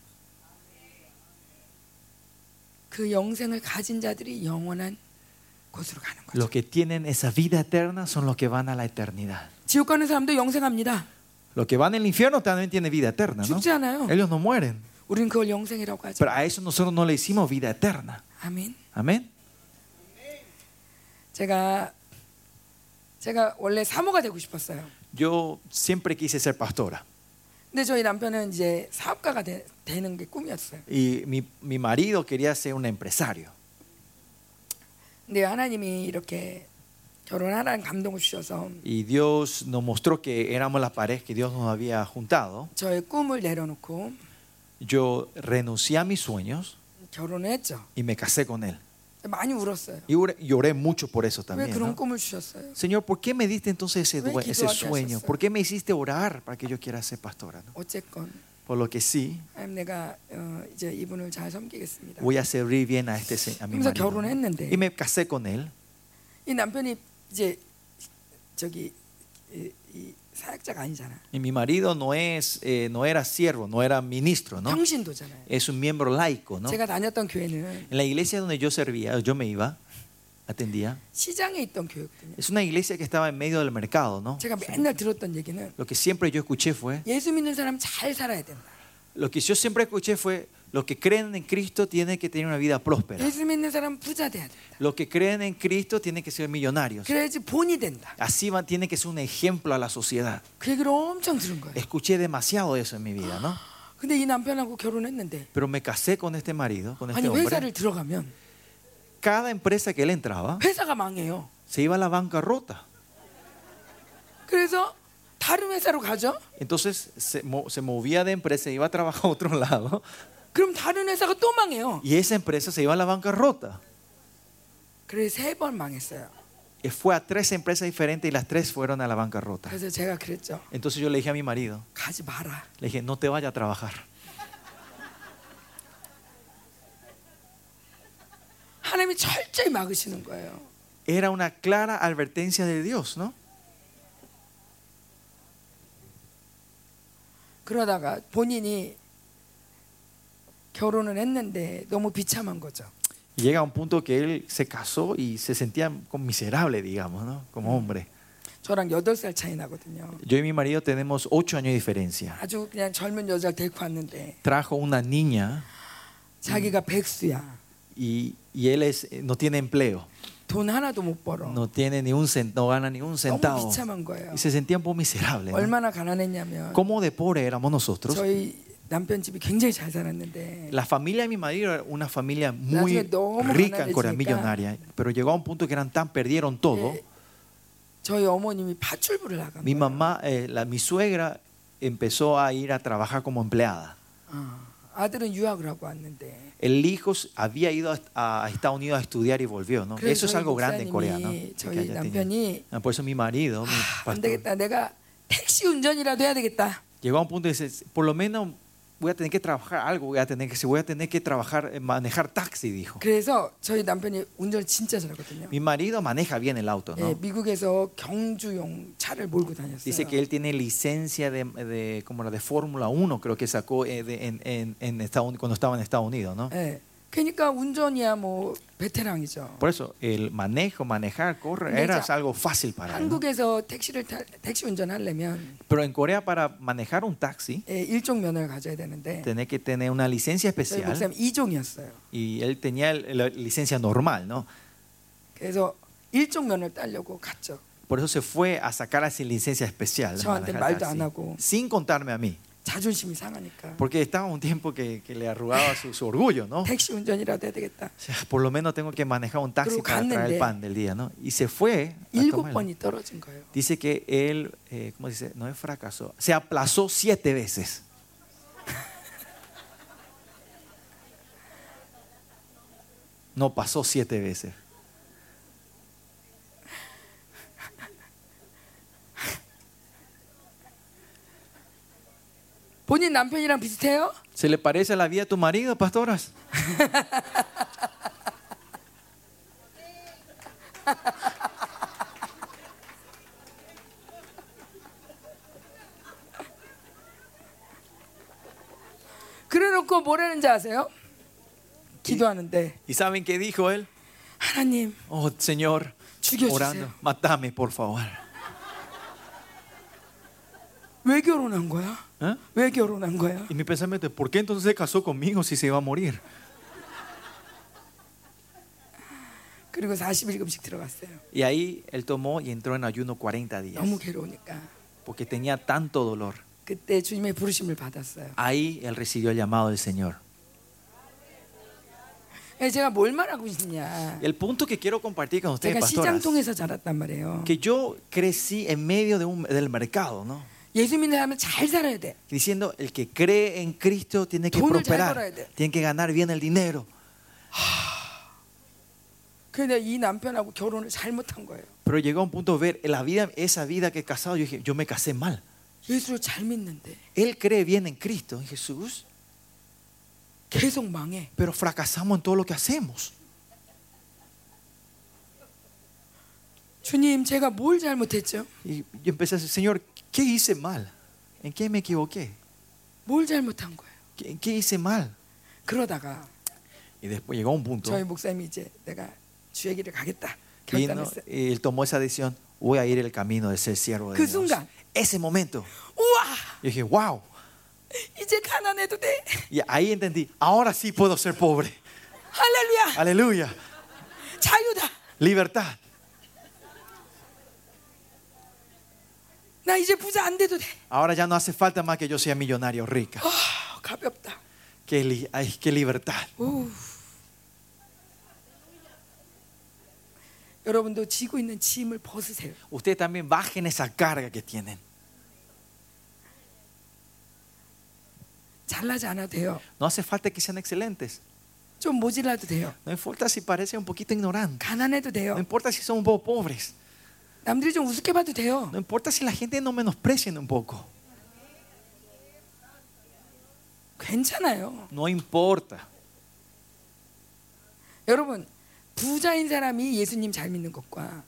S1: 그 영생을 가진 자들이 영원한 곳으로 가는 거죠.
S2: Los que tienen esa vida eterna son los que van a la eternidad.
S1: 지옥 가는 사람도 영생합니다.
S2: Los que van al infierno también tienen vida eterna, ¿no?
S1: 죽지 않아요.
S2: Ellos no mueren.
S1: 우리는 그걸 영생이라고 하죠.
S2: Pero a eso nosotros no le hicimos vida eterna.
S1: 아멘.
S2: Amén.
S1: 제가 제가 원래 사모가 되고 싶었어요.
S2: Yo siempre quise ser pastora.
S1: 근데 저희 남편은 이제 사업가가 되, 되는 게 꿈이었어요.
S2: Y mi, mi marido quería ser un empresario.
S1: 근데 하나님이 이렇게 결혼하라는 감동을 주셔서
S2: y Dios nos mostró que éramos la pareja que Dios nos había juntado,
S1: 저의 꿈을 내려놓고
S2: yo renuncié a mis sueños
S1: 결혼을 했죠.
S2: y me casé con Él.
S1: 많이 울었어요.
S2: Y oré- lloré mucho por eso
S1: 왜
S2: también.
S1: 그런
S2: ¿no?
S1: 꿈을 주셨어요?
S2: Señor, ¿por qué me diste entonces ese, due-
S1: Ve,
S2: ese
S1: 기도하게
S2: sueño?
S1: 하셨어요.
S2: ¿Por qué me hiciste orar para que yo quiera ser pastora? no?
S1: 어쨌건
S2: Por lo que sí,
S1: 하나님 내가 어, 이제 이분을 잘 섬기겠습니다.
S2: voy a servir bien a, este, se- a mi
S1: 그래서
S2: marido.
S1: 결혼했는데.
S2: Y me casé con Él.
S1: 이 남편이 이제 저기 이, 이 사역자가 아니잖아.
S2: Y mi marido no, es, eh, no era siervo, no era ministro, ¿no?
S1: 평신도잖아요.
S2: Es un miembro laico, ¿no?
S1: 제가 다녔던 교회는
S2: En la iglesia donde yo servía, yo me iba, atendía.
S1: 시장에 있던 교회거든요.
S2: Es una iglesia que estaba en medio del mercado, ¿no?
S1: 제가 맨날 들었던 얘기는
S2: Lo que siempre yo escuché fue,
S1: 예수 믿는 사람 잘 살아야 된다.
S2: lo que yo siempre escuché fue, los que creen en Cristo tienen que tener una vida próspera.
S1: 예수 믿는 사람 부자 돼야 된다.
S2: Los que creen en Cristo tienen que ser millonarios.
S1: 그래야지 본이 된다.
S2: Así van, tiene que ser un ejemplo a la sociedad.
S1: 그 얘기를 엄청 들은 거예요.
S2: Escuché demasiado eso en mi vida, ¿no?
S1: 근데 이 남편하고 결혼했는데
S2: Pero me casé con este marido, con este
S1: 아니 회사를
S2: hombre.
S1: 들어가면
S2: Cada empresa que él entraba
S1: 회사가 망해요.
S2: se iba a la bancarrota.
S1: 그래서 다른 회사로 가죠.
S2: Entonces se, mo- se movía de empresa, iba a trabajar a otro lado
S1: 그럼 다른 회사가 또 망해요.
S2: y esa empresa se iba a la bancarrota.
S1: 그래서 세 번 망했어요.
S2: Y Fue a tres empresas diferentes y las tres fueron a la bancarrota.
S1: 그래서 제가 그랬죠.
S2: Entonces yo le dije a mi marido,
S1: 가지 마라.
S2: le dije, no te vaya a trabajar.
S1: 하나님이 철저히 막으시는 거예요.
S2: Era una clara advertencia de Dios, ¿no?
S1: 그러다가 본인이 결혼을 했는데 너무 비참한 거죠.
S2: Y llega a un punto que él se casó y se sentía como miserable, digamos, ¿no? Como hombre.
S1: 저랑 8살 차이 나거든요.
S2: Yo y mi marido tenemos ocho años de diferencia.
S1: 아주 그냥 젊은 여자를 데리고 왔는데
S2: Trajo una niña
S1: 자기가 백수야.
S2: y, y él es, eh, no tiene empleo.
S1: 돈 하나도 못 벌어.
S2: No tiene ni un cen- no gana ni un
S1: 너무
S2: centavo.
S1: 비참한 거예요.
S2: Y se sentía un poco miserable. ¿no?
S1: 얼마나 가난했냐면
S2: ¿Cómo de pobre éramos nosotros?
S1: 저희 남편 집이 굉장히 잘 살았는데
S2: La familia de mi marido era una familia muy
S1: Naciones 너무
S2: rica en Corea,
S1: 가난해지니까.
S2: millonaria, pero llegó a un punto que eran tan, perdieron todo.
S1: 예, 저희 어머님이 파출부를 나간
S2: Mi
S1: 거예요.
S2: mamá, eh, la, mi suegra empezó a ir a trabajar como empleada.
S1: 아, 아들은 유학을 하고 왔는데
S2: El hijo s- había ido a, a Estados Unidos a estudiar y volvió, ¿no?
S1: 그래서
S2: Eso es
S1: 저희
S2: algo grande en Corea, ¿no?
S1: 목사님이,
S2: Que
S1: 저희
S2: haya tenido.
S1: 남편이,
S2: Ah, Por eso mi marido, mi
S1: 아, 안
S2: pastor,
S1: 되겠다. 내가 택시 운전이라도 해야 되겠다.
S2: llegó a un punto y dice, por lo menos voy a tener que trabajar algo, voy a tener que, voy a tener que trabajar, eh, manejar taxi, dijo.
S1: 그래서 저희 남편이 운전을 진짜 잘하거든요.
S2: Mi marido maneja bien el auto, ¿no?
S1: 예, 미국에서 경주용 차를 몰고 다녔어요.
S2: Dice que él tiene licencia de, de- como la de Fórmula 1, creo que sacó eh, de- en, en- en Estados Unidos- cuando estaba en Estados Unidos, ¿no?
S1: 예, 그러니까 운전이야 뭐 베테랑이죠.
S2: Por eso, el manejo, manejar, correr,
S1: Mira,
S2: era algo fácil para él. ¿no?
S1: 한국에서 택시를 타, 택시 운전하려면
S2: Pero en Corea, para manejar un taxi,
S1: 예, 일종 면허를 가져야 되는데
S2: tenés que tener una licencia
S1: 저희
S2: especial.
S1: 목사님 2종이었어요.
S2: Y él tenía el- la licencia normal, ¿no?
S1: 그래서 일종 면허를 따려고 갔죠.
S2: Por eso se fue a sacar esa licencia especial. de
S1: 저한테
S2: manejar
S1: 말도 안 하고.
S2: sin contarme a mí.
S1: 자존심이 상하니까
S2: Porque estaba un tiempo que, que le arrugaba su, su orgullo, ¿no?
S1: 택시 운전이라도 해야 되겠다.
S2: O sea, por lo menos tengo que manejar un taxi
S1: Pero
S2: para traer
S1: 갔는데
S2: el pan del día, ¿no? Y se fue. a
S1: 일곱
S2: tomarlo.
S1: 번이 떨어진 거예요.
S2: Dice que él, eh, ¿cómo dice? No es fracasó, se aplazó siete veces. No pasó siete veces.
S1: 본인 남편이랑 비슷해요?
S2: ¿Se le parece a la vida de tu marido, pastoras?
S1: 그래놓고 뭐라는지 아세요? 기도하는데
S2: ¿Y saben qué dijo él?
S1: 하나님
S2: Oh, Señor,
S1: Chicos,
S2: orando,
S1: Señor.
S2: matame, por favor.
S1: 왜 결혼한 거야?
S2: ¿Eh?
S1: 왜 결혼한 거야?
S2: Y mi pensamiento es, ¿por qué entonces se casó conmigo si se iba a morir?
S1: 그리고 41금씩 들어갔어요.
S2: Y ahí él tomó y entró en ayuno 40 días,
S1: 너무 괴로우니까
S2: porque tenía tanto dolor.
S1: 그때 주님의 부르심을 받았어요.
S2: Ahí él recibió el llamado del Señor.
S1: 제가 뭘 말하고 싶냐.
S2: El punto que quiero compartir con ustedes,
S1: 제가 시장
S2: pastoras,
S1: 통해서 자랐단 말이에요.
S2: que yo crecí en medio de un- del mercado, ¿no?
S1: 예수 믿는 사람은 잘 살아야 돼.
S2: Diciendo, el que cree en Cristo tiene que
S1: 돈을 잘 벌어야 돼.
S2: prosperar, tiene que ganar bien el dinero.
S1: 그래서 그러니까 이 남편하고 결혼을 잘못한 거예요.
S2: Pero llegó a un punto ver la vida, esa vida que he casado, yo dije, yo me casé mal.
S1: 예수를 잘 믿는데
S2: Él cree bien en Cristo, en Jesús,
S1: 계속 망해.
S2: pero fracasamos en todo lo que hacemos.
S1: 주님, 제가 뭘 잘못했죠?
S2: Y yo empecé a decir, Señor, ¿qué hice mal? ¿En qué me equivoqué?
S1: 뭘 잘못한 거예요?
S2: ¿Qué- ¿En qué hice mal?
S1: 그러다가
S2: Y después llegó un punto.
S1: 저희 목사님이 이제 내가 주의 길을 가겠다
S2: vino
S1: 결단했어요.
S2: y él tomó esa decisión, voy a ir el camino de ser siervo de
S1: 그
S2: Dios.
S1: 순간.
S2: Ese momento,
S1: 우와,
S2: yo dije, wow.
S1: 이제 가난해도 돼.
S2: Y ahí entendí, ahora sí puedo ser pobre.
S1: 할렐루야,
S2: 아. Aleluya.
S1: 자유다.
S2: Libertad.
S1: 나 이제 부자 안 돼도 돼.
S2: Ahora ya no hace falta más que yo sea millonario rica.
S1: 아, 가볍다.
S2: Qué, li- ay, qué libertad.
S1: 오. 여러분도 지고 있는 짐을 벗으세요.
S2: Ustedes también bajen esa carga que tienen.
S1: 잘나지 않아도 돼요.
S2: No hace falta que sean excelentes.
S1: 좀 모질라도 돼요.
S2: No importa si parecen un poquito ignorantes.
S1: 가난해도 돼요.
S2: No importa si son un poco pobres.
S1: 남들이 좀 우습게 봐도 돼요.
S2: No importa si la gente nos menosprecien un poco.
S1: 괜찮아요.
S2: No importa.
S1: 여러분 부자인 사람이 예수님 잘 믿는 것과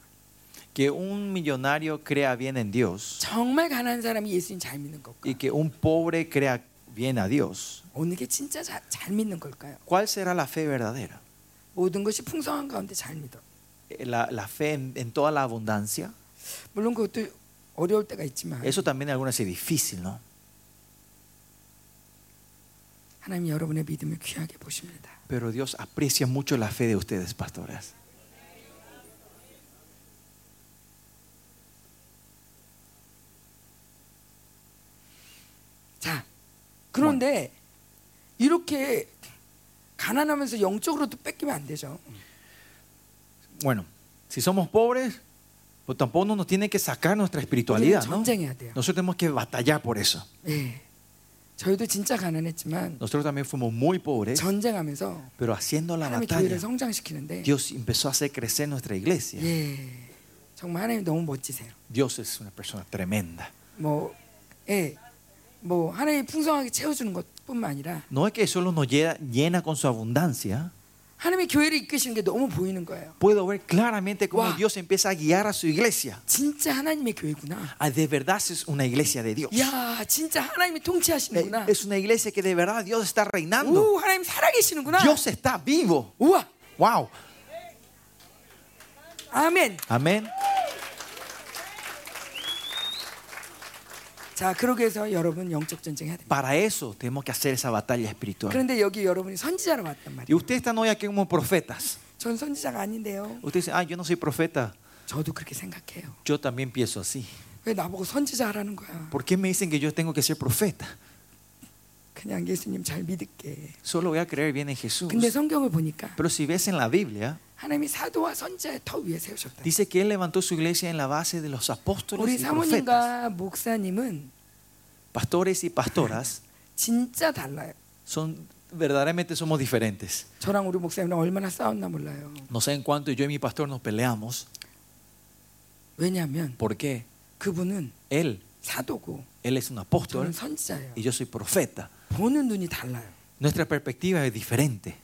S2: Que un millonario crea bien en Dios
S1: 정말 가난한 사람이 예수님 잘 믿는 것과
S2: y que un pobre crea bien a Dios,
S1: 어느 게 진짜 자- 잘 믿는 걸까요?
S2: ¿cuál será la fe verdadera?
S1: 모든 것이 풍성한 가운데 잘 믿어.
S2: La, la fe en, en toda la abundancia.
S1: 물론 그것도 어려울 때가 있지만
S2: Eso también algunas es difícil, ¿no?
S1: 하나님 여러분의 믿음을 귀하게 보십니다.
S2: Pero Dios aprecia mucho la fe de ustedes, pastoras.
S1: 자 그런데 이렇게 가난하면서 영적으로도 뺏기면 안 되죠.
S2: Bueno, si somos pobres, pues tampoco nos tiene que sacar nuestra
S1: 우리는
S2: espiritualidad, ¿no?
S1: 전쟁해야 돼요.
S2: Nosotros tenemos que batallar por eso.
S1: 예. 저희도 진짜 가난했지만
S2: Nosotros también fuimos muy pobres,
S1: 전쟁하면서
S2: pero haciendo la
S1: 하나님이 교회를
S2: batalla,
S1: 성장시키는데
S2: Dios empezó a hacer crecer nuestra iglesia.
S1: 예. 정말 하나님 너무 멋지세요.
S2: Dios es una persona tremenda.
S1: 뭐 예. 뭐 하나님 풍성하게 채워 주는 것뿐만 아니라
S2: No es que solo nos llena, llena con su abundancia.
S1: 하나님의 교회를 이끄시는 게 너무 보이는 거예요.
S2: Puedo ver claramente cómo
S1: Wow.
S2: Dios empieza a guiar a su iglesia.
S1: 진짜 하나님의 교회구나.
S2: Ah, De verdad es una iglesia de Dios.
S1: 야, 진짜 하나님이
S2: Eh,
S1: 통치하시는구나.
S2: Es una Uh, iglesia que de verdad Dios está reinando.
S1: 오, 하나님 살아계시는구나.
S2: Dios está vivo.
S1: 우와,
S2: Wow.
S1: 아멘.
S2: Amén.
S1: 자, 그러기 위해서 여러분 영적 전쟁해야 됩니다.
S2: Para eso tenemos que hacer esa batalla espiritual.
S1: 그런데 여기 여러분이 선지자로 왔단
S2: Y
S1: 말이에요.
S2: ustedes están hoy aquí como profetas.
S1: 전 선지자가 아닌데요.
S2: Ustedes dicen, ah, yo no soy profeta.
S1: 저도 그렇게 생각해요.
S2: Yo también pienso así.
S1: 왜 나보고 선지자 하라는 거야?
S2: ¿Por qué me dicen que yo tengo que ser profeta?
S1: 그냥 예수님 잘 믿을게.
S2: Solo voy a creer bien en Jesús.
S1: 근데 성경을 보니까
S2: Pero si ves en la Biblia,
S1: 하나님이 사도와 선지자의 터 위에 세우셨다.
S2: Dice que él levantó su iglesia en la base de los
S1: 우리
S2: apóstoles y profetas.
S1: 사모님과 목사님은
S2: Pastores y pastoras
S1: 진짜 달라요.
S2: son verdaderamente somos diferentes.
S1: 저랑 우리 목사님이랑 얼마나 싸웠나 몰라요.
S2: No sé en cuánto yo y mi pastor nos peleamos.
S1: 왜냐하면
S2: ¿Por qué?
S1: 그분은
S2: Él,
S1: 사도고
S2: él es un
S1: 저는
S2: apóstol
S1: 선지자예요.
S2: y yo soy profeta.
S1: 보는 눈이 달라요.
S2: Nuestra perspectiva es diferente.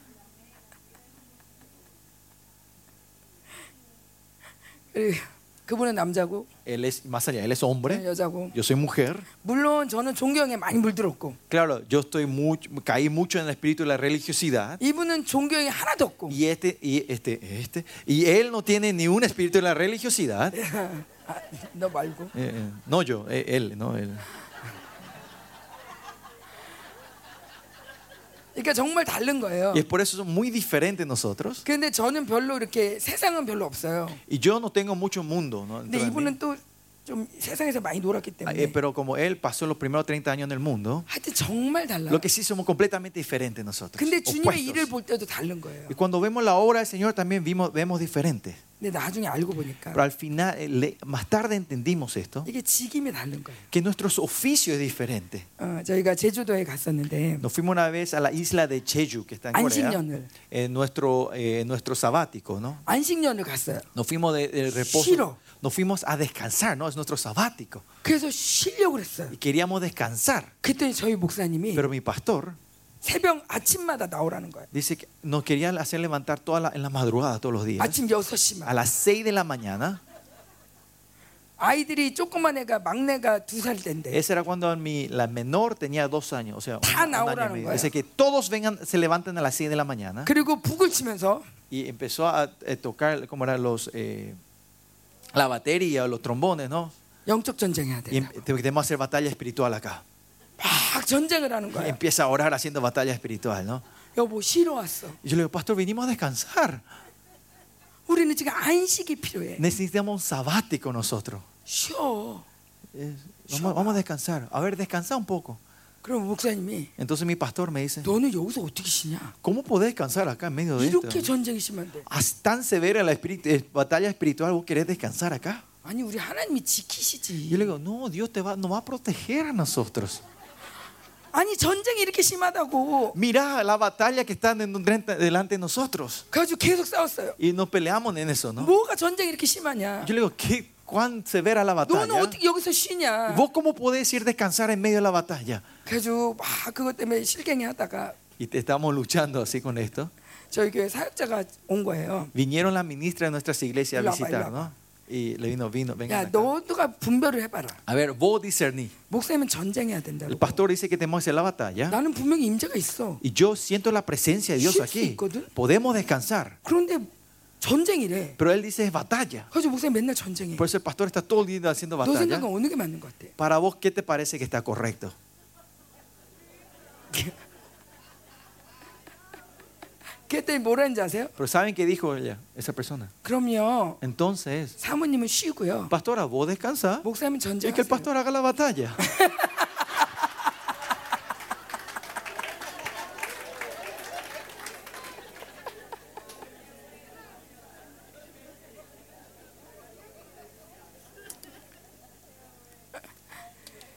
S1: 그리고 그분은 남자고
S2: Él es más allá, él es
S1: 저는
S2: hombre,
S1: 여자고
S2: yo soy mujer.
S1: 물론 저는 존경에 많이 물들었고
S2: Claro, yo estoy mucho, caí mucho en el espíritu de la religiosidad
S1: 이분은 존경이 하나도 없고
S2: y este y este este y él no tiene ni un espíritu de la religiosidad. Eh,
S1: 아, 너 말고
S2: eh, no yo, eh, él, no él.
S1: 그러니까 정말 다른 거예요.
S2: Y es por eso son muy diferentes nosotros.
S1: 근데 저는 별로 이렇게 세상은 별로 없어요.
S2: Y yo no tengo mucho mundo. ¿no?
S1: 근데
S2: dentro de mí.
S1: 이분은 또 좀 세상에서 많이 놀았기
S2: Ah,
S1: 때문에
S2: eh, pero como él pasó los primeros 30 años en el mundo,
S1: 하여튼 정말 달라요.
S2: lo que sí somos completamente diferentes nosotros.
S1: 근데 주님의 일을
S2: opuestos.
S1: 볼 때도 다른 거예요.
S2: Y cuando vemos la obra del Señor también vimos, vemos diferente.
S1: 근데 나중에 알고 보니까
S2: Pero al final, eh, le- más tarde entendimos esto,
S1: 이게 직임이 다른 거예요.
S2: que nuestro oficio es diferente.
S1: 어, 저희가 제주도에 갔었는데
S2: Nos fuimos una vez a la isla de Jeju, que está en Corea,
S1: 안식년을
S2: en nuestro, eh, en nuestro sabático, ¿no?
S1: 안식년을 갔어요.
S2: Nos fuimos de, de
S1: Shiro.
S2: reposo, nos fuimos a descansar, ¿no? Es nuestro sabático.
S1: 그래서 쉬려고 그랬어요.
S2: Y queríamos descansar,
S1: 그랬더니 저희 목사님이
S2: pero mi pastor
S1: 새벽 아침마다 나오라는 거예요.
S2: dice que nos quería hacer levantar toda la, en la madrugada, todos los días,
S1: 아침 6시만.
S2: a las 6 de la mañana.
S1: 아이들이 조그만 애가 막내가 두 살 때인데
S2: Ese era cuando mi, la menor tenía dos años, o sea, un,
S1: 다
S2: un año y
S1: 나오라는
S2: medio.
S1: 거예요.
S2: Dice que todos vengan, se levanten a las 6 de la mañana.
S1: 그리고 북을 치면서
S2: y empezó a eh, tocar como eran los eh, la batería los trombones no
S1: 영적 전쟁해야 돼.
S2: y em- tenemos que hacer batalla espiritual acá
S1: 막 전쟁을 하는
S2: Y
S1: 거예요.
S2: empieza a orar haciendo batalla espiritual no
S1: 여보 쉬러 왔어.
S2: y yo le digo pastor vinimos a descansar
S1: 우리는 지금 안식이 필요해.
S2: 네. necesitamos un sabático nosotros
S1: 쉬어.
S2: Eh, vamos, vamos a descansar a ver descansa un poco
S1: 그럼 목사님이
S2: entonces mi pastor me dice
S1: 너는 여기서 어떻게 쉬냐?
S2: cómo podés descansar acá en medio de esto
S1: 이렇게 전쟁이 심한데.
S2: As- tan severa la espiritu- eh, batalla espiritual vos querés descansar acá
S1: 아니 우리 하나님이
S2: y yo
S1: 지키시지.
S2: le digo no Dios te va nos va a proteger a nosotros
S1: 아니 전쟁이 이렇게 심하다고.
S2: Mirá la batalla que está en- delante delante de nosotros.
S1: 그래가지고 계속 싸웠어요.
S2: Y nos peleamos en eso, ¿no?
S1: 뭐가 전쟁이 이렇게 심하냐?
S2: Yo le digo, ¿qué, ¿cuán severa la
S1: 너는
S2: batalla?
S1: 어떻게 여기서 쉬냐?
S2: ¿Vos cómo podés ir descansar en medio de la batalla?
S1: 그래가지고 막 그것 때문에 실갱이 하다가
S2: Y te estamos luchando así con esto.
S1: 저희 교회 사역자가 온 거예요.
S2: Vinieron las ministras de nuestras iglesias a
S1: Lo- lo-
S2: visitar, ¿no? Y le vino, vino,
S1: 야,
S2: vengan acá.
S1: 너가 분별을 해봐라.
S2: A ver, vos discerní.
S1: 목사님은 전쟁해야
S2: El
S1: 된다고.
S2: pastor dice que tenemos que hacer la batalla.
S1: 나는 분명히 임재가 있어.
S2: Y yo siento la presencia de Dios
S1: Shit,
S2: aquí.
S1: ¿sí?
S2: Podemos descansar.
S1: 그런데 전쟁이래.
S2: Pero él dice es batalla.
S1: 그래서 목사님 맨날 전쟁해.
S2: Por eso el pastor está todo el día haciendo
S1: 너
S2: batalla.
S1: 생각은 어느 게 맞는 것 같아?
S2: Para vos, ¿qué te parece que está correcto?
S1: 그랬더니 뭐라는지 아세요?
S2: Pero ¿saben qué dijo ella, esa persona?
S1: 그럼요.
S2: Entonces,
S1: 사모님은 쉬고요.
S2: pastora, vos descansa
S1: 목사님은
S2: y que el
S1: 전쟁하세요.
S2: pastor haga la batalla.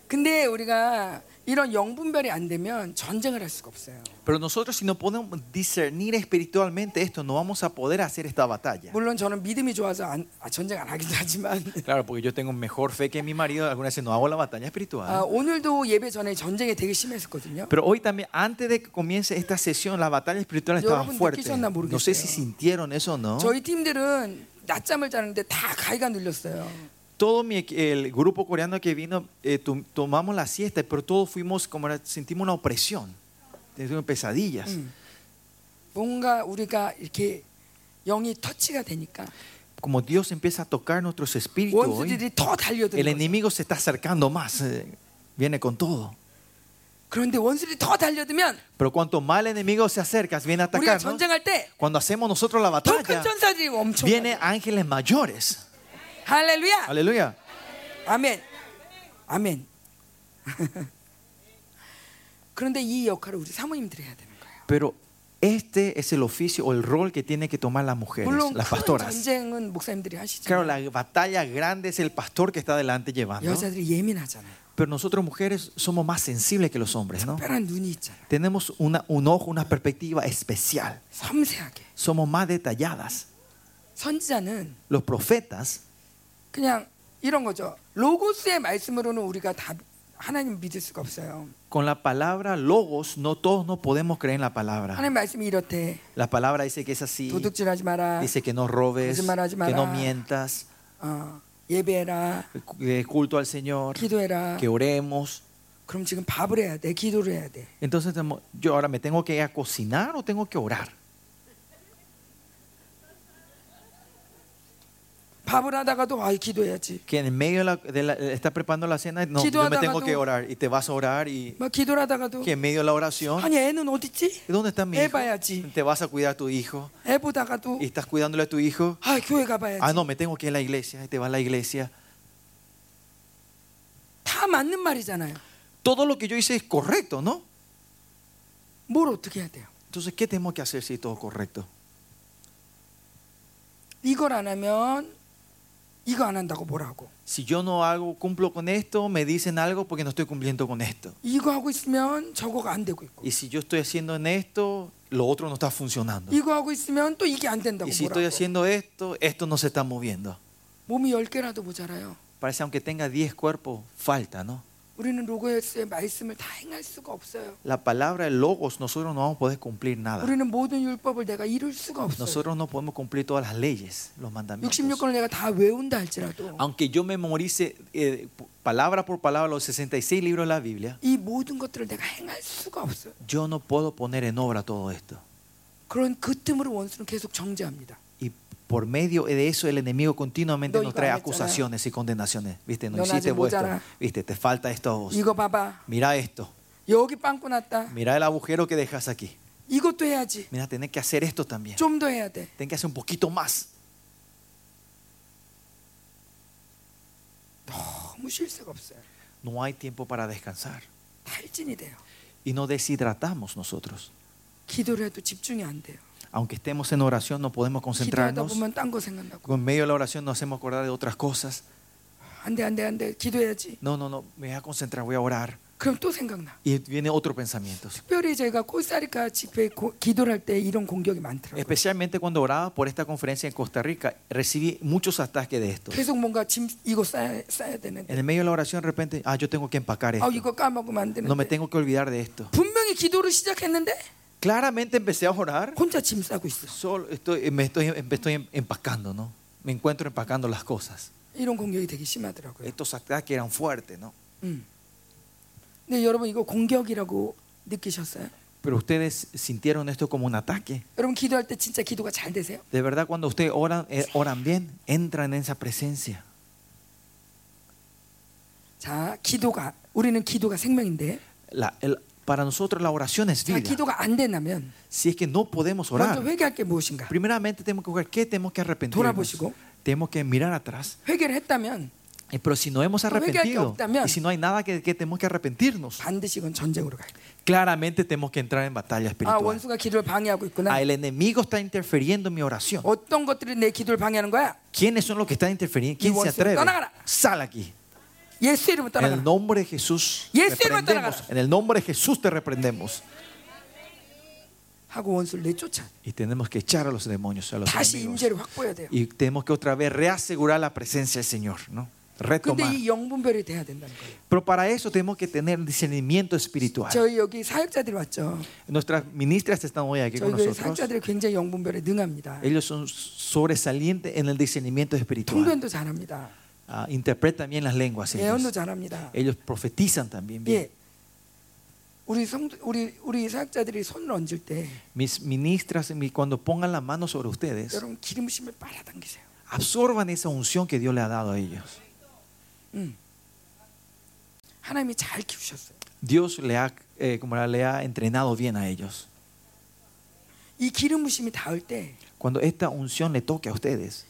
S1: 근데 우리가 이런 영분별이 안 되면 전쟁을 할 수가 없어요.
S2: Pero nosotros si no podemos discernir espiritualmente esto, no vamos a poder hacer esta batalla.
S1: 물론 저는 믿음이 좋아서 안- 아, 전쟁 안 하기도 하지만
S2: Claro, porque yo tengo mejor fe que mi marido, algunas veces no hago la
S1: 아,
S2: batalla espiritual.
S1: 오늘도 예배 전에 전쟁이 되게 심했었거든요.
S2: Pero hoy también, antes de que comience esta sesión, la batalla espiritual estaba
S1: 여러분
S2: fuerte.
S1: 느끼셨나
S2: No sé si
S1: 모르겠어요.
S2: sintieron eso o no.
S1: 저희 팀들은 낮잠을 자는데 다 가위가 눌렸어요.
S2: Todo mi, equ- el grupo coreano que vino, eh, tom- tomamos la siesta, pero todos fuimos, como era- sentimos una opresión, sentimos pesadillas.
S1: 뭔가 우리가 이렇게 영이 터치가 되니까
S2: como Dios empieza a tocar nuestros espíritus hoy,
S1: 원수들이 더
S2: el
S1: 달려드는 거예요.
S2: enemigo se está acercando más, eh, viene con todo.
S1: 그런데 원수들이 더 달려들면
S2: Pero cuanto más el enemigo se acerca, viene a
S1: 우리가
S2: atacarnos.
S1: 전쟁할 때 더 큰
S2: Cuando hacemos nosotros la batalla,
S1: 전사들이 엄청
S2: viene ángeles mayores.
S1: 할렐루야
S2: Aleluya.
S1: 아멘 아멘 그런데 이 역할을 우리 사모님들이 해야 되는 거예요
S2: Pero este es el oficio o el rol que tiene que tomar las mujeres,
S1: 물론 큰
S2: las pastoras.
S1: 전쟁은 목사님들이 하시죠
S2: Claro, la batalla grande es el pastor que está adelante llevando.
S1: 여자들이 예민하잖아요
S2: Pero nosotros mujeres somos más sensibles que los hombres, ¿no?
S1: 특별한 눈이 있잖아요
S2: Tenemos una- un ojo, una perspectiva especial.
S1: 섬세하게
S2: Somos más detalladas.
S1: 선지자는
S2: los profetas,
S1: 그냥 이런 거죠 로고스의 말씀으로는 우리가 다 하나님 믿을 수가 없어요
S2: con la palabra logos, no todos no podemos creer en la palabra.
S1: 하나님 말씀이 이렇대
S2: La palabra dice que es así,
S1: 도둑질하지 마라
S2: dice que no robes,
S1: Kojimarajimara.
S2: que no mientas,
S1: 어, 예배해라
S2: eh, culto al Señor,
S1: 기도해라
S2: que oremos.
S1: 그럼 지금 밥을 해야 돼 기도를 해야 돼
S2: Entonces tenemos- yo ahora me tengo que ir a cocinar o tengo que orar.
S1: 밥을 하다가도 아 기도해야지
S2: Que en medio de, la, de la- está preparando la cena, no, yo me tengo que orar y te vas a orar y
S1: 막 기도를 하다가도
S2: que en medio de la oración,
S1: 아니 애는 어딨지?
S2: ¿dónde está mi hijo?
S1: Ebayaji.
S2: Te vas a cuidar a tu hijo
S1: 애 보다가도
S2: y estás cuidándole a tu hijo.
S1: 아 교회
S2: Ah,
S1: 가봐야지
S2: no, me tengo que ir a la iglesia y te vas a la iglesia.
S1: 다 맞는 말이잖아요.
S2: Todo lo que yo hice es correcto, ¿no?
S1: 뭘 어떻게 해야 돼요?
S2: Entonces, ¿qué tenemos que hacer si es todo correcto?
S1: 이걸 안 하면 이거 안 한다고 뭐라고.
S2: Si yo no hago, cumplo con esto, me dicen algo porque no estoy cumpliendo con esto.
S1: 이거 하고 있으면 저거가 안 되고 있고.
S2: Y si yo estoy haciendo en esto, lo otro no está funcionando.
S1: 이거 하고 있으면 또 이게 안 된다고
S2: Y si estoy
S1: 뭐라고.
S2: haciendo esto, esto no se está moviendo.
S1: 몸이 열 개라도 모자라요.
S2: Parece aunque tenga 10 cuerpos, falta, ¿no?
S1: 우리는 로고스의 말씀을 다 행할 수가 없어요.
S2: La palabra logos, nosotros no vamos a poder cumplir nada.
S1: 우리는 모든 율법을 내가 이룰 수가 없어요.
S2: Nosotros no podemos cumplir todas las leyes, los mandamientos.
S1: 66권을 내가 다 외운다 할지라도
S2: Aunque yo memorice eh, palabra por palabra los 66 libros de la Biblia,
S1: 이 모든 것들을 내가 행할 수가 없어요.
S2: yo no puedo poner en obra todo esto.
S1: 그런 그 틈으로 원수는 계속 정죄합니다.
S2: Y por medio de eso el enemigo continuamente
S1: No,
S2: nos
S1: iba
S2: trae
S1: a echar,
S2: acusaciones y condenaciones. Viste, no
S1: No,
S2: hiciste
S1: nadie
S2: vos esto.
S1: votará.
S2: Viste, te falta esto a vos.
S1: 이거 봐봐.
S2: Mira esto.
S1: 여기 빵꾸 났다.
S2: Mira el agujero que dejas aquí.
S1: 이것도 해야지.
S2: Mira, tenés que hacer esto también.
S1: 좀 더 해야 돼.
S2: Tenés que hacer un poquito más.
S1: 너무 쉴 새가 없어요.
S2: No hay tiempo para descansar.
S1: 탈진이 돼요.
S2: Y nos deshidratamos nosotros.
S1: 기도를 해도 집중이 안 돼요.
S2: Aunque estemos en oración, no
S1: 기도하다
S2: podemos concentrarnos.
S1: 보면 딴 거 생각나고
S2: Con medio de la oración nos hacemos acordar de otras cosas.
S1: 안돼 안돼 안돼 기도해야지.
S2: No, no, no, me voy a concentrar, voy a orar.
S1: 그럼 또 생각나.
S2: Y viene otro pensamiento.
S1: 특별히 저희가 코스타리카 집회 고, 기도를 할 때 이런 공격이 많더라고요.
S2: Especialmente cuando oraba por esta conferencia en Costa Rica, recibí muchos ataques de esto.
S1: 계속 뭔가 짐 이거 싸야, 싸야 되는데
S2: En el medio de la oración, de repente, ah, yo tengo que empacar
S1: 아
S2: esto.
S1: 이거 까먹으면 안
S2: No me
S1: 되는데
S2: tengo que olvidar de esto.
S1: 분명히 기도를 시작했는데
S2: Claramente empecé a orar,
S1: 혼자 짐 싸고 있어.
S2: solo estoy, me estoy, me estoy empacando, ¿no? Me encuentro empacando las cosas.
S1: 이런 공격이 되게 심하더라고요.
S2: Estos ataques eran fuertes, ¿no?
S1: 음. 근데 여러분 이거 공격이라고 느끼셨어요?
S2: Pero ustedes sintieron esto como un ataque.
S1: 여러분 기도할 때 진짜 기도가 잘 되세요?
S2: De verdad, cuando ustedes oran, eh, oran bien, entran en esa presencia.
S1: 자, 기도가 우리는 기도가 생명인데
S2: La- el- para nosotros la oración es
S1: 자,
S2: vida.
S1: 기도가 안 되나면
S2: Si es que no podemos
S1: 먼저
S2: orar,
S1: 회개할 게 무엇인가?
S2: primeramente tenemos que buscar qué tenemos que arrepentirnos.
S1: 돌아보시고.
S2: Tenemos que mirar atrás.
S1: 회개를 했다면
S2: Eh, Pero si no hemos
S1: 회개할 게
S2: arrepentido
S1: 없다면
S2: y si no hay nada que, que tenemos que arrepentirnos,
S1: 반드시 이건 전쟁으로 가야 돼.
S2: claramente tenemos que entrar en batalla
S1: 아,
S2: espiritual.
S1: 원수가 기도를 방해하고
S2: Ah,
S1: 있구나.
S2: el enemigo está interfiriendo en mi oración.
S1: 어떤 것들이 내 기도를 방해하는 거야?
S2: ¿Quiénes son los que están interfiriendo? ¿Quién
S1: Y
S2: se
S1: vos,
S2: atreve?
S1: 떠나가라.
S2: Sal aquí.
S1: 예수 이름으로
S2: En el
S1: 따라가.
S2: nombre de Jesús.
S1: Y
S2: te
S1: ese no
S2: reprendemos.
S1: te
S2: En el nombre de Jesús te reprendemos.
S1: 하고 원수를 내쫓아.
S2: Y tenemos que echar a los demonios, a los
S1: 다시
S2: enemigos.
S1: 임재를 확보해야 돼요.
S2: Y tenemos que otra vez reasegurar la presencia del Señor, ¿no?
S1: 근데
S2: Retomar.
S1: 이 영분별이 돼야 된다는 거예요.
S2: Pero para eso tenemos que tener discernimiento espiritual.
S1: 저희 여기 사역자들이 왔죠.
S2: Nuestras ministras están hoy aquí con
S1: 저희 교회
S2: nosotros.
S1: 사역자들이 굉장히 영분별에 능합니다.
S2: Ellos son sobresalientes en el discernimiento espiritual.
S1: 통변도 잘합니다.
S2: Ah, interpretan bien las lenguas.
S1: 아, 예언도
S2: Ellos.
S1: 잘합니다.
S2: Ellos profetizan también bien.
S1: 예. 우리 성 우리 우리 사역자들이 손을 얹을 때
S2: Mis ministras, mi- cuando pongan la mano sobre ustedes,
S1: 여러분 기름심을 빨아당기세요.
S2: absorban esa unción que Dios le ha dado a ellos.
S1: 음. 하나님이 잘 키우셨어요.
S2: Dios le ha, eh, como era, le ha entrenado bien a ellos.
S1: 이 기름 부심이 닿을 때 이
S2: Cuando esta unción le toque a ustedes,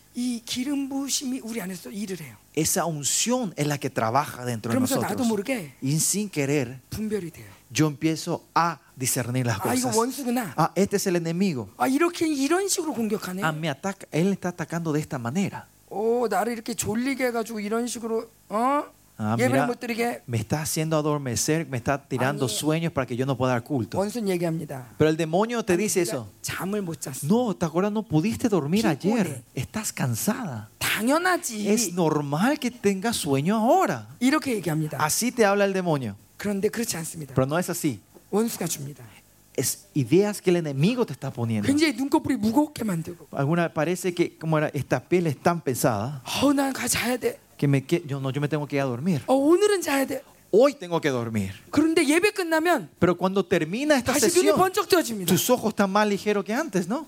S1: 기름 부심이 우리 안에서 일을 해요.
S2: esa unción es la que trabaja dentro de
S1: 그러면서 나도
S2: nosotros.
S1: 모르게
S2: Y sin querer,
S1: 분별이 돼요.
S2: yo empiezo a discernir las
S1: 아 이거
S2: cosas.
S1: 원수구나.
S2: Ah, este es el enemigo.
S1: 아 이렇게 이런 식으로 공격하네.
S2: Ah, me ataca. Él está atacando de esta manera.
S1: 오 나를 이렇게 졸리게 해가지고 이런 식으로 어
S2: 아,
S1: 예배를
S2: 미라-
S1: 못 드리게
S2: Me está haciendo adormecer, me está tirando
S1: Amén.
S2: sueños para que yo no pueda dar culto.
S1: 원수는 얘기합니다.
S2: Pero el demonio te dice
S1: 네가
S2: eso.
S1: 잠을 못 잤어.
S2: No, ¿te acuerdas? No pudiste dormir
S1: Picones.
S2: ayer. Estás cansada.
S1: 당연하지.
S2: Es normal que tengas sueño ahora.
S1: 이렇게 얘기합니다.
S2: Así te habla el demonio.
S1: 그런데 그렇지 않습니다.
S2: Pero no es así.
S1: 원수가 줍니다.
S2: Es ideas que el enemigo te está poniendo.
S1: 굉장히 눈꺼풀이 무겁게 만들고
S2: Alguna parece que como era, esta piel es tan pesada
S1: 어우 난 가, 자야 돼.
S2: que me que- yo no yo me tengo que ir a dormir.
S1: 어 오늘은 자야 돼.
S2: Hoy tengo que dormir.
S1: 그런데 예배 끝나면
S2: Pero cuando termina esta
S1: 다시 눈이
S2: sesión,
S1: 번쩍 떠집니다.
S2: tus ojos están más ligeros que antes, ¿no?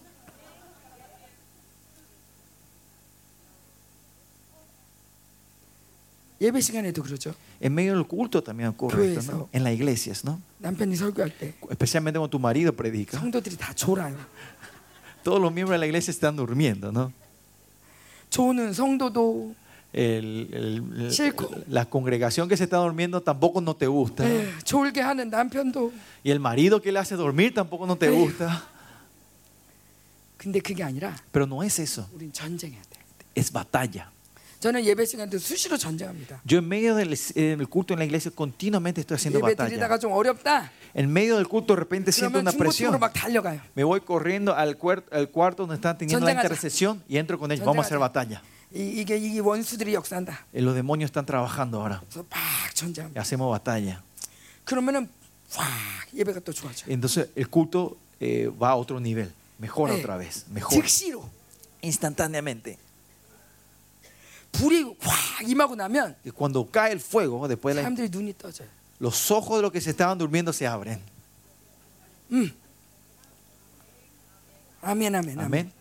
S1: 예배 시간에도 그러죠.
S2: En medio del culto también ocurre esto,
S1: Grueso.
S2: ¿no? En las iglesias, ¿no?
S1: 남편이 설교할 때
S2: Especialmente cuando tu marido predica.
S1: 성도들이 다 졸아요.
S2: Todos los miembros de la iglesia están durmiendo, ¿no?
S1: 조는 성도도
S2: el- el-
S1: 싫고.
S2: la congregación que se está durmiendo tampoco no te gusta.
S1: 에휴, 예, 졸게 하는 남편도
S2: Y el marido que le hace dormir tampoco no te
S1: Ey.
S2: gusta.
S1: 근데 그게 아니라
S2: Pero no es eso,
S1: 우린 전쟁해야 돼.
S2: es batalla.
S1: 저는 예배 시간도 수시로 전쟁합니다.
S2: Yo en medio del eh, del culto en la iglesia continuamente estoy haciendo
S1: 예배
S2: batalla.
S1: 드리다가 좀 어렵다.
S2: En medio del culto de repente siento
S1: 그러면
S2: una
S1: 중고 쪽으로
S2: presión.
S1: 막 달려가요.
S2: Me voy corriendo al, cuer- al cuarto donde están teniendo la
S1: Sondegaza.
S2: intercesión y entro con ellos. Vamos a hacer batalla.
S1: 이, 이게 이 원수들이 역사한다.
S2: Eh, Los demonios están trabajando ahora.
S1: 그래서 막 전쟁합니다.
S2: Hacemos batalla.
S1: 그러면은 확 예배가 또 좋아져.
S2: Entonces el culto eh, va a otro nivel. Mejora
S1: Eh.
S2: otra vez. Mejor.
S1: 즉시로
S2: Instantáneamente.
S1: 불이 확 임하고 나면
S2: Y cuando cae el fuego, después de la-
S1: 사람들이 눈이 떠져요.
S2: los ojos de los que se estaban durmiendo se abren.
S1: 아멘, 아멘,
S2: Amén.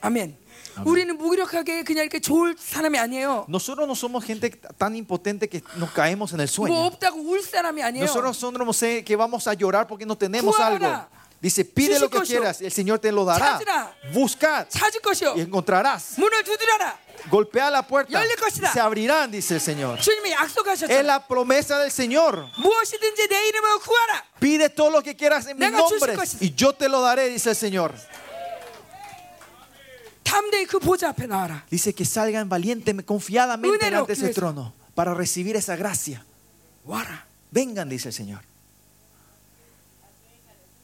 S1: 아멘, 아멘. 우리는 무기력하게 그냥 이렇게 좋을 사람이 아니에요.
S2: Nosotros no somos gente tan impotente que nos caemos en el
S1: 뭐
S2: sueño.
S1: 없다고 울 사람이 아니에요.
S2: Nosotros somos eh, que vamos a llorar porque no tenemos algo.
S1: Cuadra.
S2: Dice, pide lo que
S1: Sushikoso.
S2: quieras, el Señor te lo dará.
S1: Chadra.
S2: Buscad
S1: 찾을 것이요.
S2: y encontrarás.
S1: 문을 두드려라.
S2: Golpea la puerta
S1: Yole
S2: y
S1: cosida.
S2: se abrirán, dice el Señor.
S1: 주님이
S2: Es
S1: 약속하셨죠.
S2: la promesa del Señor.
S1: 무엇이든지 내 이름으로 구하라.
S2: Pide todo lo que quieras en mi
S1: Nega chushi
S2: nombre
S1: cosida.
S2: y yo te lo daré, dice el Señor.
S1: 담대히 그 보좌 앞에 나와라.
S2: Dice que salgan valientemente, confiadamente
S1: Unero
S2: delante de ese
S1: quiso.
S2: trono para recibir esa gracia.
S1: 와라.
S2: Vengan, dice el Señor.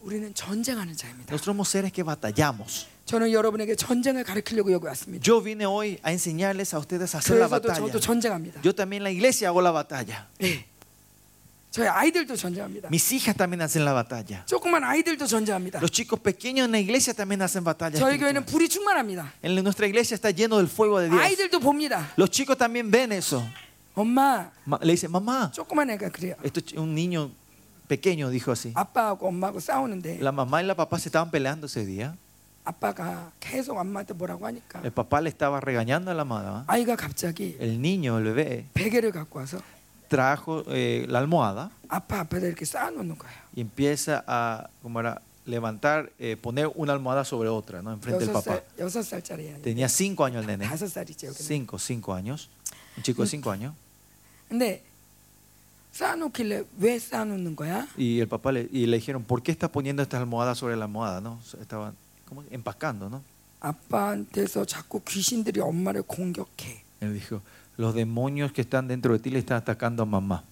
S1: 우리는 전쟁하는 자입니다.
S2: Nosotros somos seres que batallamos.
S1: 저는 여러분에게 전쟁을 가르치려고 여기 왔습니다.
S2: Yo vine hoy a enseñarles a ustedes a hacer la
S1: 그래서도 저도
S2: batalla.
S1: 전쟁합니다.
S2: Yo también en la iglesia hago la batalla.
S1: 예. 저희 아이들도 전쟁합니다.
S2: Mis hijas también hacen la batalla.
S1: 조그만 아이들도 전쟁합니다.
S2: Los chicos pequeños en la iglesia también hacen batalla.
S1: 저희 교회는
S2: espiritual.
S1: 불이 충만합니다.
S2: En nuestra iglesia está lleno del fuego de Dios.
S1: 아이들도 봅니다.
S2: Los chicos también ven eso.
S1: 엄마,
S2: Ma- Le dicen, mamá,
S1: 조그만 애가 그래요.
S2: esto es un niño pequeño dijo así.
S1: 아빠하고 엄마하고 싸우는데
S2: La mamá y la papá se estaban peleando ese día.
S1: 아빠가 계속 엄마한테 뭐라고 하니까
S2: El papá le estaba regañando a la mamá.
S1: 아이가 갑자기
S2: El niño, el bebé,
S1: 베개를 갖고 와서
S2: trajo eh, la almohada
S1: 아빠 앞에다 이렇게 쌓아놓는 거예요.
S2: y empieza a como era, levantar, eh, poner una almohada sobre otra, ¿no? Enfrente del
S1: 여섯
S2: papá.
S1: 살 여섯 살짜리 아니
S2: Tenía cinco años el nene.
S1: 다섯 살이지 여기는.
S2: Cinco, cinco años. Un chico de cinco años.
S1: 근데 쌓아놓길래 왜 쌓아놓는 거야?
S2: Y el papá le, y le dijeron, ¿por qué estás poniendo estas almohadas sobre la almohada? ¿no? Se Estaban como empacando, ¿no?
S1: 아빠한테서 자꾸 귀신들이 엄마를 공격해.
S2: Él dijo, los demonios que están dentro de ti le están atacando a mamá.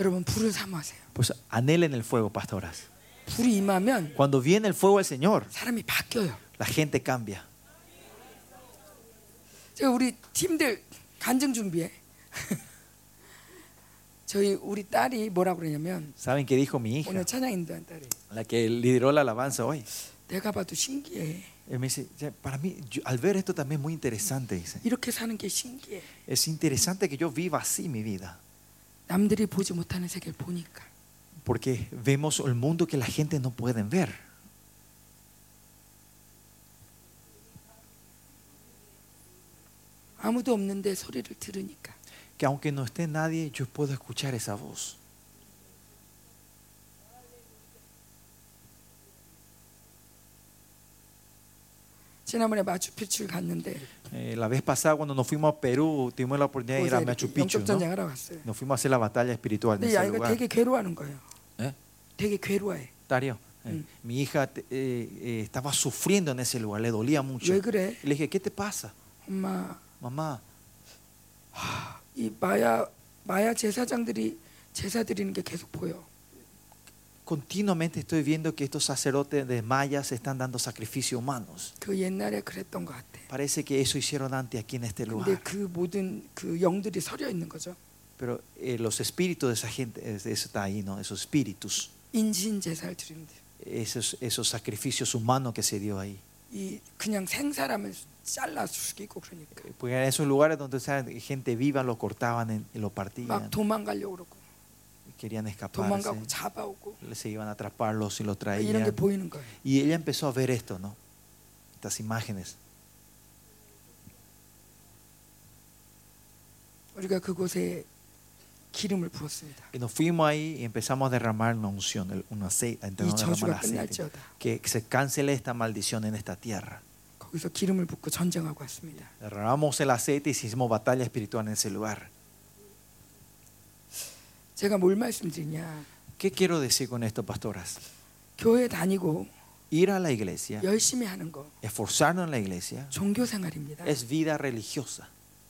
S1: 여러분 불을 삼아세요.
S2: Pues anhelen el fuego, pastoras.
S1: 불이 임하면
S2: Cuando viene el fuego del Señor,
S1: 사람이 바뀌어요.
S2: la gente cambia.
S1: 제가 우리 팀들 간증 준비해. 저희 우리 딸이 뭐라 그러냐면
S2: ¿Saben qué dijo mi
S1: 오늘
S2: hija?
S1: 찬양 인도한 딸이
S2: La que lideró la alabanza hoy.
S1: 내가 봐도 신기해.
S2: Él me dice, "Ya, para mí, yo- al ver esto también es muy interesante. Dice.
S1: 이렇게 사는 게 신기해.
S2: Es interesante que yo viva así mi vida.
S1: 남들이 보지 못하는 세계를 보니까.
S2: Porque vemos el mundo que la gente no puede ver.
S1: 아무도 없는데 소리를 들으니까.
S2: Que aunque no esté nadie, yo puedo escuchar esa voz.
S1: 지난번에 마추픽추를 갔는데
S2: Eh, la vez pasada cuando nos fuimos a Perú, tuvimos la oportunidad de ir
S1: 거기서 네,
S2: a
S1: 이렇게
S2: Machu Picchu.
S1: 영적
S2: ¿no?
S1: 전쟁하러 갔어요.
S2: Nos fuimos a hacer la batalla espiritual en
S1: 근데 이
S2: ese
S1: 아이가
S2: lugar.
S1: 되게 괴로워하는 거예요.
S2: ¿Eh?
S1: 되게 괴로워해.
S2: Darío, eh, mi hija te- eh, eh, estaba sufriendo en ese lugar, le dolía mucho.
S1: 왜 그래?
S2: Le dije, ¿qué te pasa?
S1: 엄마
S2: Mamá,
S1: 이 마야 마야 제사장들이 제사 드리는 게 계속 보여.
S2: continuamente estoy viendo que estos sacerdotes de mayas están dando sacrificios humanos.
S1: 그 옛날에 그랬던 것 같아.
S2: Parece que eso hicieron antes aquí en este
S1: 근데
S2: lugar.
S1: 그 모든 그 영들이 서려 있는 거죠.
S2: Pero eh, los espíritus de esa gente, eh, eso está ahí, ¿no? Esos espíritus,
S1: 인신 제사를 드리는데
S2: esos, esos sacrificios humanos que se dio ahí.
S1: 이 그냥 생 사람을 잘라 죽이고 그러니까
S2: Eh, Porque en esos lugares donde esa gente viva lo cortaban en- y lo
S1: 막
S2: partían.
S1: 도망가려고 그러고
S2: Querían escaparse.
S1: 도망가고 잡아오고
S2: Se iban a atraparlos y lo
S1: 이런 게
S2: traían.
S1: 보이는 거예요.
S2: Y ella empezó a ver esto, ¿no? Estas imágenes.
S1: 우리가 그곳에 기름을 부었습니다.
S2: Y nos fuimos ahí y empezamos a derramar una unción, el- un aceite, a
S1: 이
S2: derramar
S1: 저주가
S2: aceite.
S1: 끝날지어다.
S2: Que se cancele esta maldición en esta tierra.
S1: 거기서 기름을 붓고 전쟁하고 왔습니다.
S2: Derramamos el aceite y hicimos batalla espiritual en ese lugar.
S1: 제가 뭘 말씀드리냐?
S2: ¿Qué quiero decir con esto, pastoras?
S1: 교회 다니고
S2: Ir a la iglesia,
S1: 열심히 하는 거
S2: esforzarnos en la iglesia,
S1: 종교 생활입니다.
S2: es vida religiosa.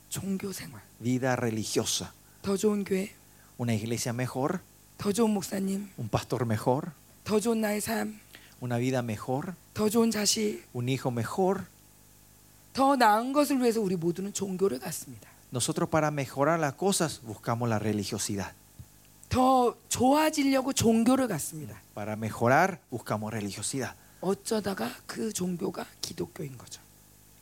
S1: 종교 생활.
S2: Vida religiosa.
S1: 더 좋은 교회,
S2: Una iglesia mejor,
S1: 더 좋은 목사님,
S2: un pastor mejor,
S1: 더 좋은 나의 삶,
S2: una vida mejor,
S1: 더 좋은 자식,
S2: un hijo mejor.
S1: 더 나은 것을 위해서 우리 모두는 종교를 갖습니다.
S2: Nosotros para mejorar las cosas buscamos la religiosidad.
S1: 더 좋아지려고 종교를 갖습니다.
S2: Para mejorar buscamos religiosidad.
S1: 어쩌다가 그 종교가 기독교인 거죠.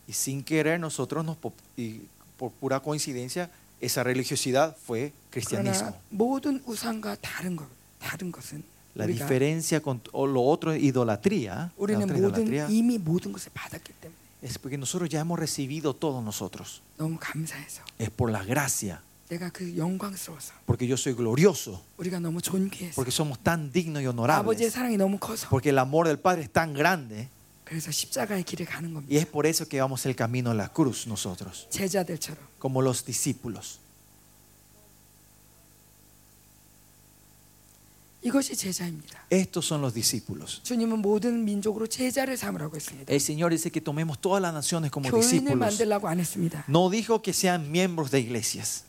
S2: Y sin querer nosotros, nos, pop- y por pura coincidencia, esa religiosidad fue cristianismo.
S1: 그러나 모든 우상과 다른 것, 다른 것은
S2: La
S1: 우리가
S2: diferencia con t- o lo otro es idolatría, la
S1: 우리는
S2: otra
S1: 모든
S2: idolatría
S1: 이미 모든 것을 받았기 때문에
S2: es porque nosotros ya hemos recibido todos nosotros.
S1: 너무 감사해서
S2: Es por la gracia,
S1: 내가 그 영광스러워서
S2: porque yo soy glorioso,
S1: 우리가 너무 존귀해서
S2: porque somos tan dignos y
S1: 아버지의
S2: honorables,
S1: 사랑이 너무 커서
S2: porque el amor del Padre es tan grande
S1: 그래서 십자가의 길을 가는 겁니다.
S2: y es por eso que vamos el camino a la cruz nosotros,
S1: 제자들처럼
S2: como los discípulos.
S1: 이것이 제자입니다.
S2: Estos son los discípulos.
S1: 주님은 모든 민족으로 제자를 삼으라고 했습니다.
S2: El Señor dice que tomemos todas las naciones como
S1: 교인을
S2: discípulos.
S1: 만들라고 안 했습니다.
S2: No dijo que sean miembros de iglesias.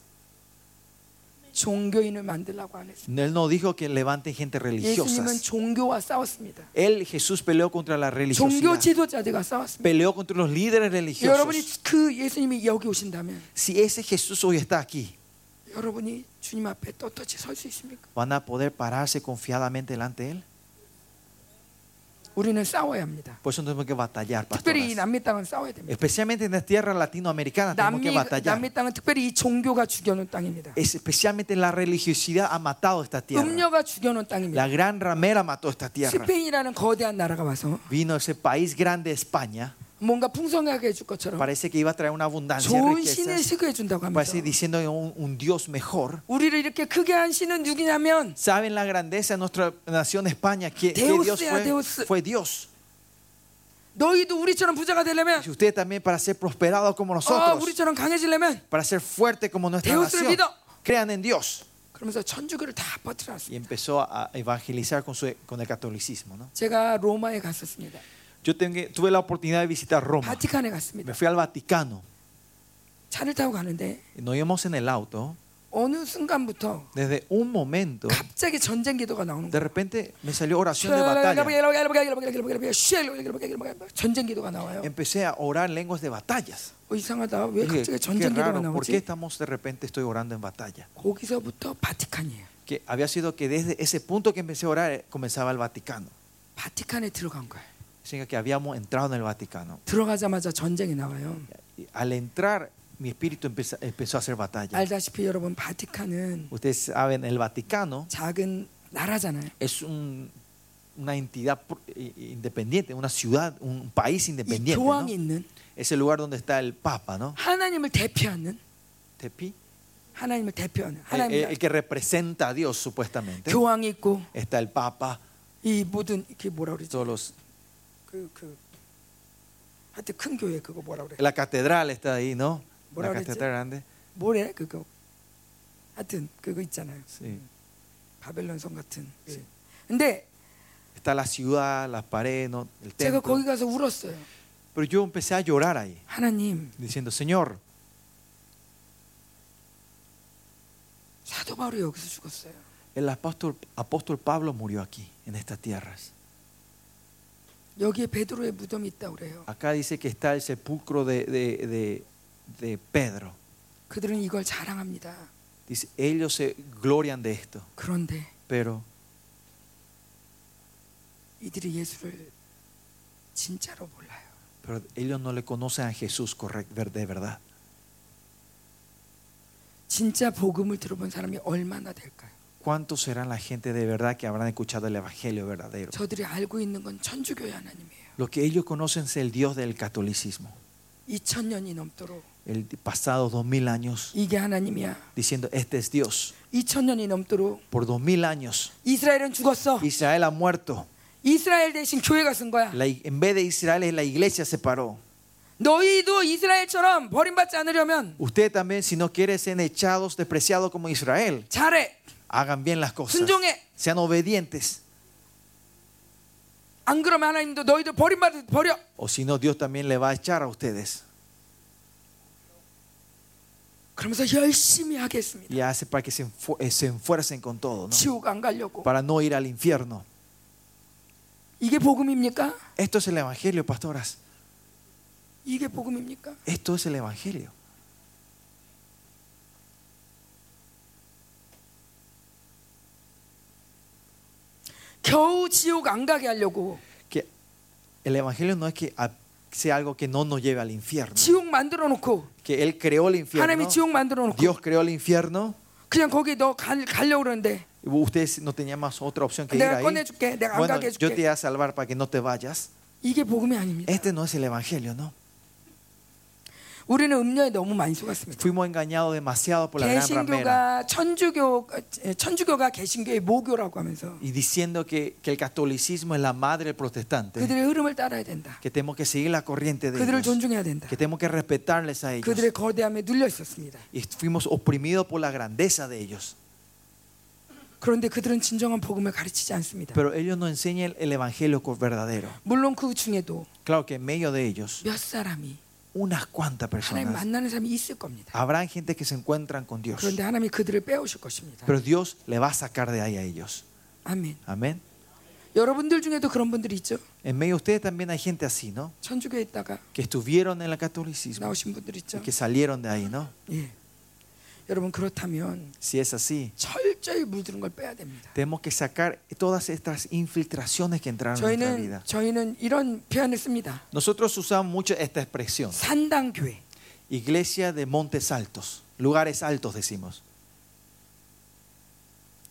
S1: 종교인을 만들라고 안 했습니다.
S2: Él no dijo que levanten gente religiosa.
S1: 예수님은 종교와 싸웠습니다.
S2: Él, Jesús, peleó contra la
S1: 종교
S2: religiosidad.
S1: 지도자들과 싸웠습니다.
S2: Peleó contra los líderes
S1: 여러분이
S2: religiosos.
S1: 그 예수님이 여기 오신다면
S2: Si ese Jesús hoy está aquí,
S1: 여러분이 주님 앞에 떳떳이 설 수 있습니까?
S2: ¿van a poder pararse confiadamente delante de Él?
S1: 우리는 싸워야 합니다.
S2: Por eso tenemos que batallar,
S1: 특별히 이
S2: pastoras.
S1: 남미 땅은 싸워야 됩니다.
S2: Especialmente en la tierra latinoamericana tenemos
S1: 남미,
S2: que batallar.
S1: 남미 땅은 특별히 이 종교가 죽여놓은 땅입니다.
S2: Es- Especialmente la religiosidad ha matado esta tierra.
S1: 음료가 죽여놓은
S2: La
S1: 땅입니다.
S2: gran ramera mató esta tierra.
S1: 스페인이라는 거대한 나라가 와서
S2: Vino ese país grande, España.
S1: 뭔가 풍성하게 해줄 것처럼
S2: Parece que iba a traer una abundancia de
S1: 좋은 신을
S2: riquezas.
S1: 시교해 준다고 합니다.
S2: Parece diciendo un, un Dios mejor.
S1: 우리를 이렇게 크게 한 신은 누구냐면
S2: ¿Saben la grandeza de nuestra nación España? ¿Qué, qué
S1: Deus
S2: Dios
S1: sea Deus.
S2: fue? Fue Dios.
S1: 너희도 우리처럼 부자가 되려면
S2: Y usted también para ser prosperado como
S1: 어,
S2: nosotros,
S1: 우리처럼 강해지려면
S2: para ser fuerte como nuestra
S1: Oh, Deus을
S2: nación,
S1: 믿어.
S2: crean en Dios.
S1: 그러면서 천주교를 다
S2: Y
S1: 퍼뜨렸습니다.
S2: empezó a evangelizar con, su- con el catolicismo. ¿no?
S1: 제가 로마에 갔었습니다.
S2: Yo tengo- tuve la oportunidad de visitar Roma.
S1: 바티칸에
S2: Me
S1: 갔습니다.
S2: fui al Vaticano.
S1: 차를 타고 가는데
S2: Y Nos íbamos en el auto.
S1: 어느 순간부터
S2: Desde un momento,
S1: 갑자기 전쟁 기도가 나오는
S2: de
S1: 거예요.
S2: repente me salió
S1: 네,
S2: oración de batalla.
S1: 전쟁 기도가 나와요.
S2: Empecé a orar lenguas de batallas.
S1: 어, 이상하다. 왜 갑자기
S2: Dije, qué
S1: 전쟁 기도가
S2: raro, ¿por qué
S1: 나오지?
S2: estamos de repente estoy orando en batalla?
S1: 거기서부터 바티칸이에요.
S2: Que había sido que desde ese punto que empecé a orar eh, comenzaba el Vaticano.
S1: 바티칸에 들어간 거예요.
S2: Significa que habíamos entrado en el Vaticano.
S1: 들어가자마자 전쟁이 나와요.
S2: Y Al entrar, mi espíritu empezó, empezó a hacer batalla.
S1: 알다시피 여러분 바티칸은
S2: Ustedes saben, el Vaticano
S1: 작은 나라잖아요.
S2: es un- una entidad pro- eh, independiente, una ciudad, un
S1: 이
S2: país independiente.
S1: 교황이
S2: ¿no?
S1: 있는
S2: Es el lugar donde está el Papa, ¿no?
S1: 하나님을 대표하는
S2: Tepi.
S1: 하나님을 대표하는
S2: El, el-
S1: 하나님
S2: el que representa a Dios, supuestamente.
S1: 교황이 있고
S2: Está el Papa,
S1: 이 모든 이게 뭐라 그러죠?
S2: todos los
S1: 그 그 하여튼 큰 교회 그거 뭐라 그래?
S2: La catedral está ahí, ¿no?
S1: Bueno,
S2: La
S1: ahorita-
S2: catedral grande.
S1: 뭐래 그거? 하여튼 그거 있잖아요.
S2: Sí.
S1: 바벨론 성 같은. 그. 근데
S2: Está la ciudad, las paredes, ¿no? el
S1: 제가
S2: templo.
S1: 거기 가서 울었어요.
S2: Pero yo empecé a llorar ahí,
S1: 하나님
S2: diciendo, Señor,
S1: 사도 바울이 여기서 죽었어요.
S2: el apóstol, apóstol Pablo murió aquí, en estas tierras.
S1: 여기에 베드로의 무덤이 있다고 그래요.
S2: Acá dice que está el sepulcro de, de- de- de Pedro.
S1: 그들은 이걸 자랑합니다.
S2: Dice, ellos se glorian de esto,
S1: 그런데
S2: pero
S1: 이들이 예수를 진짜로 몰라요.
S2: pero ellos no le conocen a Jesús correct, ver- de verdad.
S1: 진짜 복음을 들어본 사람이 얼마나 될까요?
S2: ¿Cuántos serán la gente de verdad que habrán escuchado el Evangelio verdadero?
S1: 저들이 알고 있는 건 천주교의 하나님이에요.
S2: Lo que ellos conocen es el Dios del catolicismo.
S1: 2000년이 넘도록
S2: el pasado 2000 años
S1: 이게 하나님이야.
S2: diciendo, este es Dios.
S1: 2000년이 넘도록
S2: Por 2000 años
S1: 이스라엘은 죽었어.
S2: Israel ha muerto.
S1: 이스라엘 대신 교회가 쓴 거야.
S2: La ig- en vez de Israel, la iglesia se paró.
S1: 너희도 이스라엘처럼 버림받지 않으려면
S2: Usted también, si no quiere ser echados, despreciados como Israel,
S1: 잘해.
S2: hagan bien las cosas.
S1: 순종해.
S2: Sean obedientes.
S1: 안 그러면 하나님도 너희도 버림받을 버려.
S2: O si no, Dios también le va a echar a ustedes.
S1: 그러면서 열심히 하겠습니다.
S2: Y hace para que se, enfu- eh, se enfuercen con todo, ¿no?
S1: 지옥 안 가려고.
S2: Para no ir al infierno.
S1: 이게 복음입니까?
S2: Esto es el Evangelio, pastoras.
S1: 이게 복음입니까?
S2: Esto es el Evangelio.
S1: 겨우 지옥 안 가게 하려고
S2: Que el Evangelio no es que a- sea algo que no nos lleve al infierno.
S1: 지옥 만들어 놓고
S2: Que Él creó
S1: 하나님이
S2: el infierno.
S1: 지옥 만들어 네. 놓고
S2: Dios creó el infierno.
S1: 그냥 거기 너 갈, 가려고 그러는데
S2: Ustedes no tenían más otra opción que ir
S1: 내가
S2: ahí.
S1: 꺼내줄게 내가 안
S2: Bueno,
S1: 가게
S2: yo te
S1: 해줄게
S2: voy a salvar para que no te vayas.
S1: 이게 복음이 아닙니다
S2: Este no es el evangelio, ¿no?
S1: 우리는 음료에 너무 많이 속았습니다
S2: Fuimos engañados demasiado por la gran ramera.
S1: 개신교가 천주교 천주교가 개신교의 모교라고 하면서
S2: Y diciendo que, que el catolicismo es la madre del protestante.
S1: 그들의 흐름을 따라야 된다
S2: Que tenemos que seguir la corriente de
S1: 그들을
S2: ellos.
S1: 존중해야 된다
S2: Que tenemos que respetarles a ellos.
S1: 그들의 거대함에 눌려 있었습니다
S2: Y fuimos oprimidos por la grandeza de ellos.
S1: 그런데 그들은 진정한 복음을 가르치지 않습니다
S2: Pero ellos no enseñan el, el evangelio co- verdadero.
S1: 물론 그 중에도
S2: Claro que en medio de ellos,
S1: 몇 사람이
S2: unas cuantas
S1: 하나님
S2: personas.
S1: 만나는 사람이 있을 겁니다
S2: Habrán gente que se encuentran con Dios.
S1: 그런데 하나님이 그들을 빼오실 것입니다
S2: Pero Dios le va a sacar de ahí a ellos.
S1: 아멘
S2: Amén.
S1: 여러분들 중에도 그런 분들이 있죠.
S2: En medio de ustedes también hay gente así, ¿no?
S1: 천주교에 있다가
S2: Que estuvieron en el catolicismo.
S1: 나오신 분들 있죠.
S2: y que salieron de ahí, ¿no?
S1: 예. 여러분 그렇다면
S2: Si es así,
S1: 철저히 물드는 걸 빼야 됩니다.
S2: tenemos que sacar todas estas infiltraciones que entraron en nuestra
S1: 저희는
S2: vida.
S1: 저희는 이런 표현을 씁니다.
S2: Nosotros usamos mucho esta expresión,
S1: 산당 교회.
S2: iglesia de montes altos, lugares altos decimos.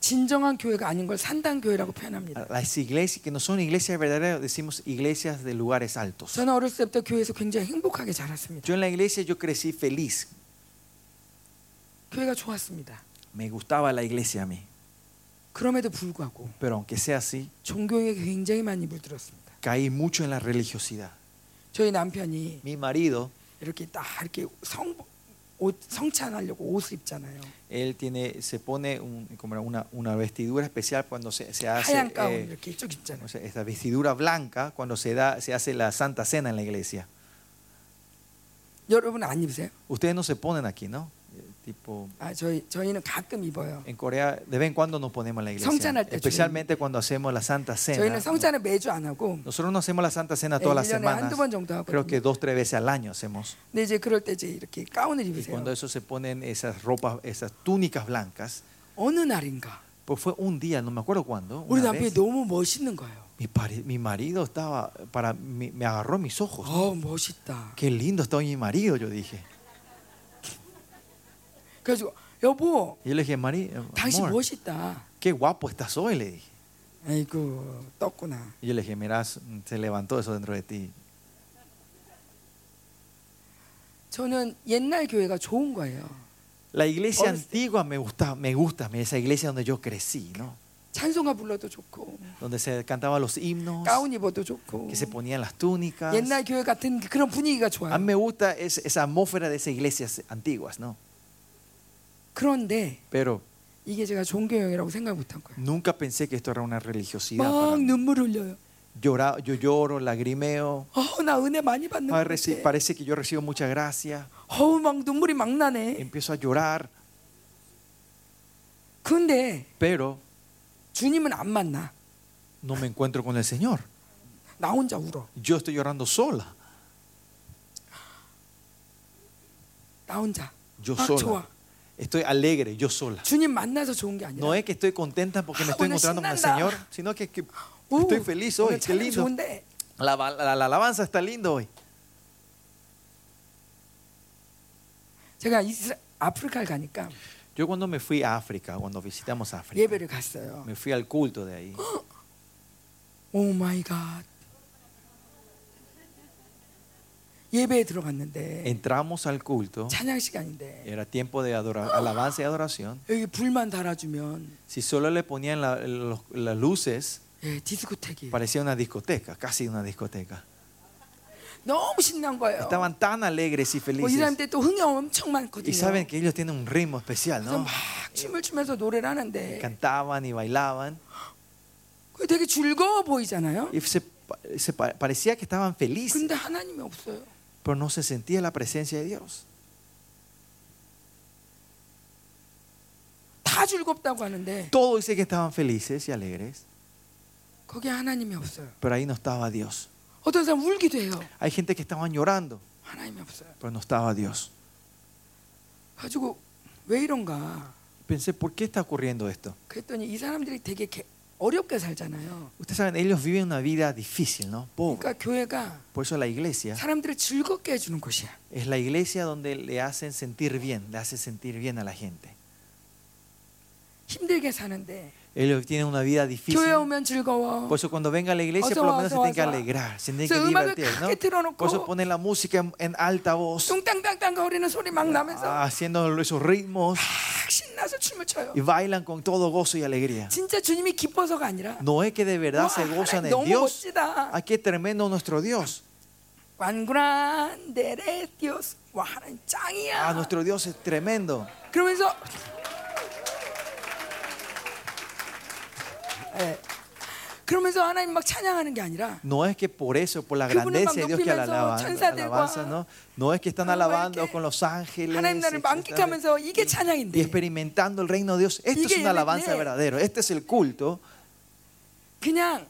S1: 진정한 교회가 아닌 걸 산당 교회라고 표현합니다.
S2: Las iglesias que no son iglesias verdaderas decimos iglesias de lugares altos.
S1: 저는 어렸을 때부터 교회에서 굉장히 행복하게 자랐습니다.
S2: Yo en la iglesia yo crecí feliz,
S1: 교회가 좋았습니다.
S2: me gustaba la iglesia a mí,
S1: 그럼에도 불구하고
S2: pero aunque sea así,
S1: 종교에 굉장히 많이 물들었습니다.
S2: caí mucho en la religiosidad.
S1: 저희 남편이
S2: Mi marido,
S1: 이렇게 딱 이렇게 성 옷, 성찬하려고 옷을 입잖아요.
S2: él tiene, se pone un- como era una, una vestidura especial cuando se, se hace
S1: 하얀 가운
S2: eh,
S1: 이렇게 쭉 입잖아요.
S2: O sea, esta vestidura blanca cuando se da se hace la Santa Cena en la iglesia.
S1: 여러분 안 입으세요?
S2: Ustedes no se ponen aquí, ¿no? Eh, Tipo
S1: 아 저희 저희는 가끔 입어요.
S2: en Corea de vez en cuando nos ponemos en la iglesia,
S1: 성찬할 때
S2: especialmente cuando hacemos la Santa Cena.
S1: 저희는 성찬을 매주 안 하고
S2: Nosotros no hacemos la Santa Cena todas las
S1: Eh, 일년에
S2: semanas.
S1: 한두 번 정도 하거든요.
S2: Creo que dos tres veces al año hacemos.
S1: 근데 이제 그럴 때 이제 이렇게 가운을
S2: Y
S1: 입으세요.
S2: cuando eso se ponen esas ropas, esas túnicas blancas,
S1: 어느 날인가
S2: pues fue un día, no me acuerdo cuándo.
S1: 우리
S2: una
S1: 남편이
S2: vez,
S1: 너무 멋있는 거예요.
S2: mi, pare- mi marido estaba para mi- me agarró mis ojos.
S1: 어 멋있다.
S2: Qué lindo está hoy mi marido, yo dije.
S1: 그래가지고 여보
S2: Y yo le dije, Mari, eh,
S1: 당신
S2: amor,
S1: 멋있다.
S2: qué guapo estás hoy, le dije.
S1: 아이고 떴구나.
S2: Y yo le dije, mirá, s- se levantó eso dentro de ti.
S1: 저는 옛날 교회가 좋은 거예요.
S2: La iglesia
S1: Hoy sí.
S2: antigua me gusta, me gusta, me- esa iglesia donde yo crecí, ¿no?
S1: 찬송가 불러도 좋고
S2: Donde se cantaban los himnos,
S1: 가운 입어도 좋고
S2: que se ponían las túnicas.
S1: 옛날 교회 같은 그런 분위기가
S2: A mí
S1: 좋아요.
S2: me gusta es- esa atmósfera de esas iglesias antiguas, ¿no?
S1: 그런데
S2: Pero
S1: 이게 제가 종교형이라고 생각 못한 거예요.
S2: nunca pensé que esto era una religiosidad. para
S1: 막
S2: mí.
S1: 눈물 흘려요.
S2: Llora- yo lloro, lagrimeo.
S1: 어, 나 은혜 많이 받는
S2: Ay,
S1: 것
S2: reci-
S1: 같아.
S2: parece que yo recibo mucha gracia.
S1: 어우 막 눈물이 막 나네.
S2: Empiezo a llorar,
S1: 근데
S2: pero
S1: 주님은 안 만나.
S2: no me encuentro con el Señor.
S1: 나 혼자 울어.
S2: Yo estoy llorando sola.
S1: 나 혼자.
S2: Yo
S1: 막
S2: sola.
S1: 좋아.
S2: Estoy alegre, yo sola.
S1: 주님 만나서 좋은 게 아니라.
S2: No es que estoy contenta porque me
S1: Ah,
S2: estoy
S1: una
S2: encontrando con el
S1: sinanda.
S2: Señor, sino que, que
S1: 우,
S2: estoy feliz hoy,
S1: 오늘
S2: qué
S1: 찬양
S2: lindo.
S1: 좋은데
S2: La, la- la- la alabanza está lindo hoy.
S1: 제가 이스라 아프리카를 가니까
S2: Yo cuando me fui a África, cuando visitamos África,
S1: 예배를 갔어요.
S2: me fui al culto de ahí.
S1: Oh 오 마이 갓. 예배에 들어갔는데
S2: Entramos al culto.
S1: 찬양 시간인데
S2: Era tiempo de adora- alabanza y adoración.
S1: 여기 불만 달아주면
S2: Si solo le ponían la- los- las luces,
S1: 예, 디스코텍이
S2: parecía una discoteca, casi una discoteca.
S1: 너무 신난 거예요.
S2: Estaban tan alegres y
S1: 뭐 이럴
S2: felices.
S1: 때또 흥이 엄청 많거든요.
S2: Y saben que ellos tienen un ritmo especial,
S1: 그래서
S2: ¿no?
S1: 막 춤을 추면서 노래를 하는데
S2: Cantaban y bailaban.
S1: 그 되게 즐거워 보이잖아요.
S2: Y se, pa- se pa- parecía que estaban felices,
S1: 근데 하나님이 없어요.
S2: pero no se sentía la presencia de Dios.
S1: 다 즐겁다고 하는데
S2: Todo dice que estaban felices y alegres,
S1: 거기에 하나님이 없어요.
S2: pero ahí no estaba Dios.
S1: 어떤 사람 울기도 해요.
S2: Hay gente que estaban llorando,
S1: 하나님이 없어요.
S2: pero no estaba Dios.
S1: 가지고 왜 이런가?
S2: Pensé, ¿por qué está ocurriendo esto?
S1: 그랬더니 이 사람들이 되게 개- 어렵게 살잖아요.
S2: Ustedes saben, ellos viven una vida difícil, ¿no? Pobre.
S1: 그러니까 교회가
S2: Por eso la iglesia
S1: 사람들을 즐겁게 해주는 곳이야.
S2: es la iglesia donde le hacen sentir bien, le hace sentir bien a la gente.
S1: 힘들게 사는데
S2: Ellos tienen una vida difícil.
S1: 교회 오면 즐거워.
S2: Por eso cuando venga a la iglesia,
S1: Oso,
S2: por lo menos se
S1: oso,
S2: tienen que
S1: oso.
S2: alegrar, se tienen
S1: Se
S2: que
S1: 음악을
S2: divertir,
S1: 크게 틀어놓고.
S2: ¿no? Por eso ponen la música en, en alta voz,
S1: 뚱땅땅땅 거리는 소리 막 나면서
S2: ah, haciendo esos ritmos
S1: 막 신나서 춤을 춰요.
S2: y bailan con todo gozo y alegría.
S1: 진짜 주님이 기뻐서가 아니라
S2: No es que de verdad
S1: 와,
S2: se
S1: 하나님
S2: gozan en
S1: 너무
S2: Dios.
S1: 멋지다.
S2: Ah, qué tremendo nuestro Dios.
S1: 완그란데레 디오스 와 하나님 짱이야.
S2: Ah, nuestro Dios es tremendo.
S1: 그러면서 예. 그러면서 하나님 막 찬양하는 게 아니라
S2: No es que por eso, por la
S1: 그분을 막
S2: grandeza de Dios que la
S1: 높이면서
S2: alabanza,
S1: 천사들과
S2: alabanza, ¿no? no es que están
S1: 하나님과
S2: alabando
S1: 이렇게
S2: con los ángeles
S1: 하나님 나를
S2: etcétera,
S1: 만끽하면서 이게
S2: y
S1: 찬양인데
S2: experimentando el reino de Dios. Esto es
S1: 이게
S2: una alabanza
S1: 예배인데.
S2: verdadero. Este es el culto.
S1: 그냥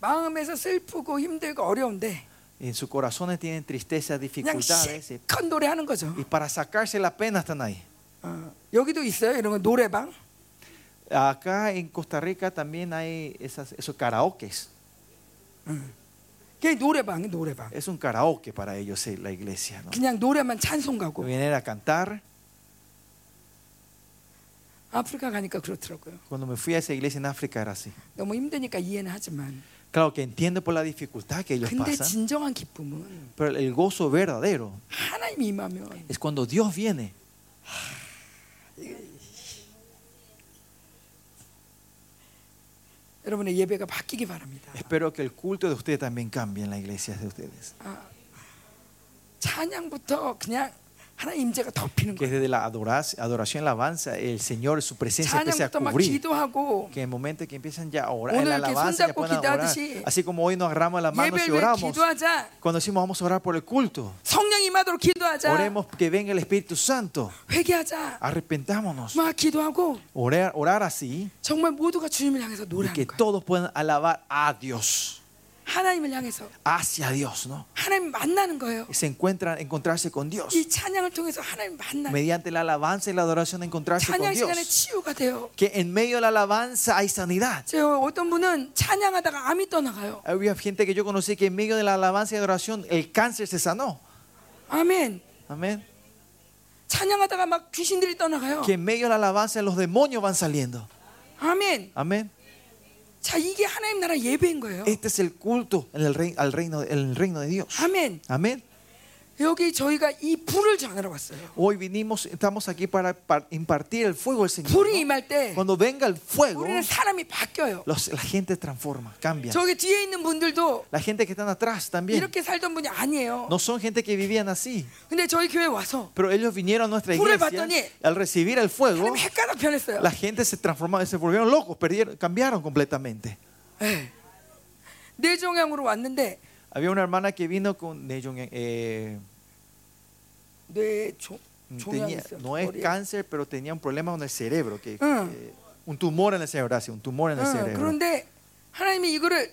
S1: 마음에서 슬프고 힘들고 어려운데
S2: En sus corazones tienen tristezas,
S1: 그냥
S2: dificultades. eh,
S1: 실컷 노래하는 거죠.
S2: Y para sacarse la pena están ahí.
S1: 어, 여기도 있어요. 이런 거 노래방.
S2: Acá en Costa Rica también hay esas- esos karaokes.
S1: 그게 노래방이 노래방.
S2: Es un karaoke para ellos eh, la iglesia. ¿no?
S1: 그냥 노래만 찬송 가고
S2: Vienen a cantar.
S1: 아프리카 가니까 그렇더라고요.
S2: Cuando me fui a esa iglesia en África era así.
S1: 너무 힘드니까 이해는 하지만
S2: Claro que entiendo por la dificultad que ellos
S1: 근데
S2: pasan.
S1: 진정한 기쁨은
S2: Pero el gozo verdadero
S1: 하나님이 임하면
S2: es cuando Dios viene.
S1: 여러분의 예배가 바뀌기 바랍니다.
S2: Espero que el culto de ustedes también cambie en la iglesia de ustedes.
S1: 찬양부터 그냥 하나님 임재가 덮이는
S2: Que
S1: 거예요.
S2: desde la adoraz- adoración, la alabanza, el Señor, su presencia empiece a
S1: 찬양부터 막
S2: cubrir.
S1: 기도하고
S2: Que en el momento que empiezan ya a orar, en
S1: 오늘
S2: la
S1: 이렇게
S2: alabanza ya
S1: 손잡고
S2: puedan orar.
S1: 기도하듯이
S2: Así como hoy nos agarramos las manos y
S1: 예배를 위해
S2: oramos.
S1: 기도하자.
S2: Cuando decimos vamos a orar por el culto,
S1: 성령 임하도록 기도하자.
S2: oremos que venga el Espíritu Santo.
S1: 회개하자.
S2: Arrepentámonos.
S1: 막 기도하고
S2: Orar, orar así
S1: 정말 모두가 주님을 향해서
S2: y
S1: 노래하는
S2: que
S1: 거예요.
S2: todos puedan alabar a Dios,
S1: 하나님을 향해서
S2: hacia Dios, ¿no?
S1: 하나님 만나는 거예요.
S2: Se encuentran, encontrarse con Dios.
S1: 이 찬양을 통해서 하나님 만나는
S2: mediante la alabanza y la adoración encontrarse con
S1: 찬양 시간에
S2: Dios.
S1: 치유가 돼요.
S2: Que en medio de la alabanza hay sanidad.
S1: 제 어떤 분은 찬양하다가 암이 떠나가요.
S2: Había gente que yo conocí que en medio de la alabanza y adoración el cáncer se sanó.
S1: 아멘.
S2: Amén.
S1: 찬양하다가 막 귀신들이 떠나가요.
S2: Que en medio de la alabanza los demonios van saliendo.
S1: 아멘.
S2: Amén.
S1: 자, 이게 하나님 나라 예배인 거예요.
S2: Este es el culto en el, rei- al reino, en el reino de Dios.
S1: 아멘.
S2: Amén.
S1: 여기 저희가 이 불을 전하러 왔어요.
S2: Hoy vinimos, estamos aquí para par- impartir el fuego del Señor.
S1: 불이
S2: ¿no?
S1: 임할 때
S2: Cuando venga el fuego,
S1: 우리는 사람이 바뀌어요.
S2: los- la gente transforma, cambia.
S1: 저기 뒤에 있는 분들도
S2: La gente que están atrás también.
S1: 이렇게 살던 분이 아니에요.
S2: No son gente que vivían así.
S1: 근데 저희 교회 와서
S2: Pero ellos vinieron a nuestra
S1: Puro el
S2: iglesia.
S1: batoni.
S2: Al recibir el fuego,
S1: 하나님 헷가닥 변했어요.
S2: la gente se transformó, se volvieron locos, perdieron, cambiaron completamente.
S1: 예. 뇌종양으로 왔는데
S2: Había una hermana que vino con Nejong, eh, 음,
S1: 뇌종양이
S2: Mm, tenía-
S1: 있어요.
S2: no es
S1: 머리에.
S2: cáncer, pero tenía un problema con el cerebro, que,
S1: Ah.
S2: eh, un tumor en el cerebro, así, un tumor en el
S1: 응,
S2: cerebro.
S1: 그런데 하나님이 이거를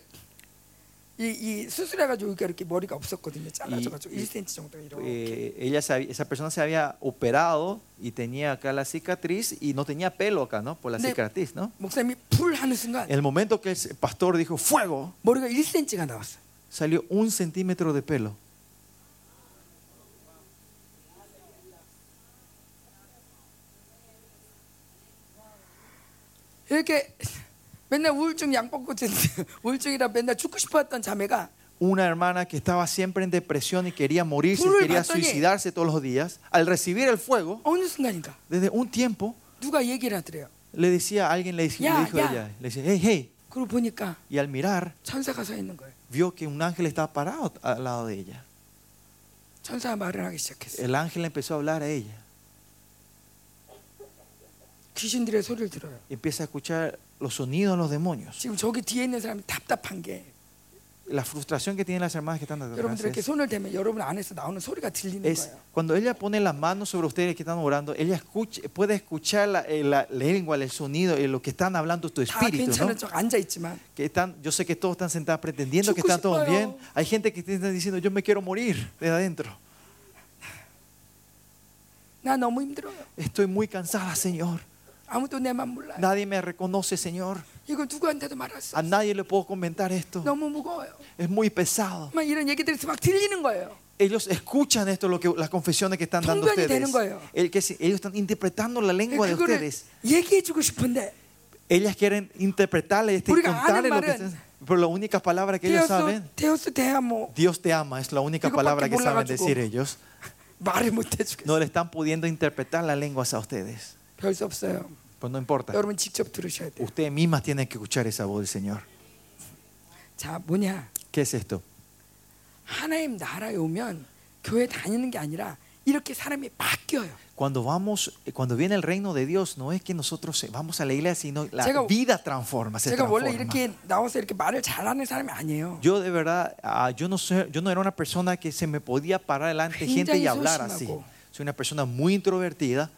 S1: 이, 이 수술해가지고 이렇게 이렇게 머리가 없었거든요. 잘라져가지고
S2: 이- 이-
S1: 1cm 정도 이렇게.
S2: Eh, ella se había- esa persona se había operado y tenía acá la cicatriz y no tenía pelo acá, ¿no? Por la
S1: Ne-
S2: cicatriz, ¿no?
S1: 목사님이 풀 하는 순간
S2: En el momento que el pastor dijo fuego,
S1: 머리가 1cm가 나왔어요.
S2: salió un centímetro de pelo.
S1: 이렇게 맨날 우울증 약 먹고 우울증이라 맨날 죽고 싶어했던 자매가
S2: una hermana que estaba siempre en depresión y quería morirse,
S1: 불을
S2: quería
S1: 봤더니-
S2: suicidarse todos los días, al recibir el fuego,
S1: 어느 순간인가
S2: desde un tiempo
S1: 누가 얘기를 하더래요.
S2: le decía a alguien, le, dice-
S1: Ya,
S2: le dijo
S1: ya.
S2: ella, le dice, hey, hey,
S1: 그러고 보니까
S2: y al mirar
S1: 천사가 서 있는 거예요.
S2: vio que un ángel estaba parado al lado de ella.
S1: 천사가 말을 하기 시작했어요.
S2: El ángel empezó a hablar a ella,
S1: 귀신들의 소리를 들어요.
S2: empieza a escuchar los sonidos de los demonios.
S1: 지금 저기 뒤에 있는 사람이 답답한 게
S2: La frustración que tienen las hermanas que están atrás
S1: 여러분들 이렇게
S2: es,
S1: 손을 대면 여러분 안에서 나오는 소리가 들리는
S2: es
S1: 거예요.
S2: cuando ella pone las manos sobre ustedes que están orando, ella escucha, puede escuchar la, eh, la lengua, el sonido, eh, lo que están hablando tu
S1: 다
S2: espíritu, ¿no?
S1: 괜찮은 척 앉아 있지만
S2: que están, yo sé que todos están sentados pretendiendo que
S1: Chucu,
S2: están todos
S1: chucu,
S2: bien.
S1: yo.
S2: Hay gente que te está diciendo, yo me quiero morir de adentro.
S1: 나 너무 힘들어요.
S2: Estoy muy cansada, Señor.
S1: 아무도 내 맘 몰라요.
S2: Nadie me reconoce, Señor.
S1: 이걸 누구한테도 말할 수
S2: A
S1: 없어요.
S2: nadie le puedo comentar esto.
S1: 너무 무거워요.
S2: Es muy pesado.
S1: 막 이런 얘기들이 막 들리는 거예요.
S2: Ellos escuchan esto, lo que, las confesiones que están dando
S1: Tung변이
S2: ustedes.
S1: 되는 거예요.
S2: El que, se- ellos están interpretando la lengua de
S1: 그거를
S2: ustedes.
S1: 얘기해주고 싶은데
S2: Ellas quieren interpretarle este, y
S1: 우리가
S2: contarle
S1: 아는
S2: lo que
S1: 말은
S2: están- Pero la única palabra que ellos
S1: 되었어
S2: saben,
S1: 되었어 돼야 뭐
S2: Dios te ama, es la única
S1: 이거밖에
S2: palabra que saben
S1: 몰라가지고.
S2: decir ellos.
S1: 말을 못 해주겠어.
S2: No le están pudiendo interpretar las lenguas a ustedes.
S1: 별수 없어요.
S2: Pues no importa.
S1: 여러분 직접 들으셔야 돼요.
S2: Ustedes mismas tienen que escuchar esa voz del Señor.
S1: 자 뭐냐
S2: ¿Qué es esto?
S1: 하나님 나라에 오면 교회 다니는 게 아니라 이렇게 사람이 바뀌어요.
S2: Cuando vamos, cuando viene el reino de Dios, no es que nosotros vamos a la iglesia, sino la
S1: Llega-
S2: vida transforma, se
S1: 제가 원래
S2: transforma.
S1: 이렇게 나와서 이렇게 말을 잘하는 사람이 아니에요.
S2: Yo de verdad, ah, yo no soy- yo no era una persona que se me podía parar delante de gente y
S1: 굉장히
S2: hablar
S1: 소심하고.
S2: así. Soy una persona muy introvertida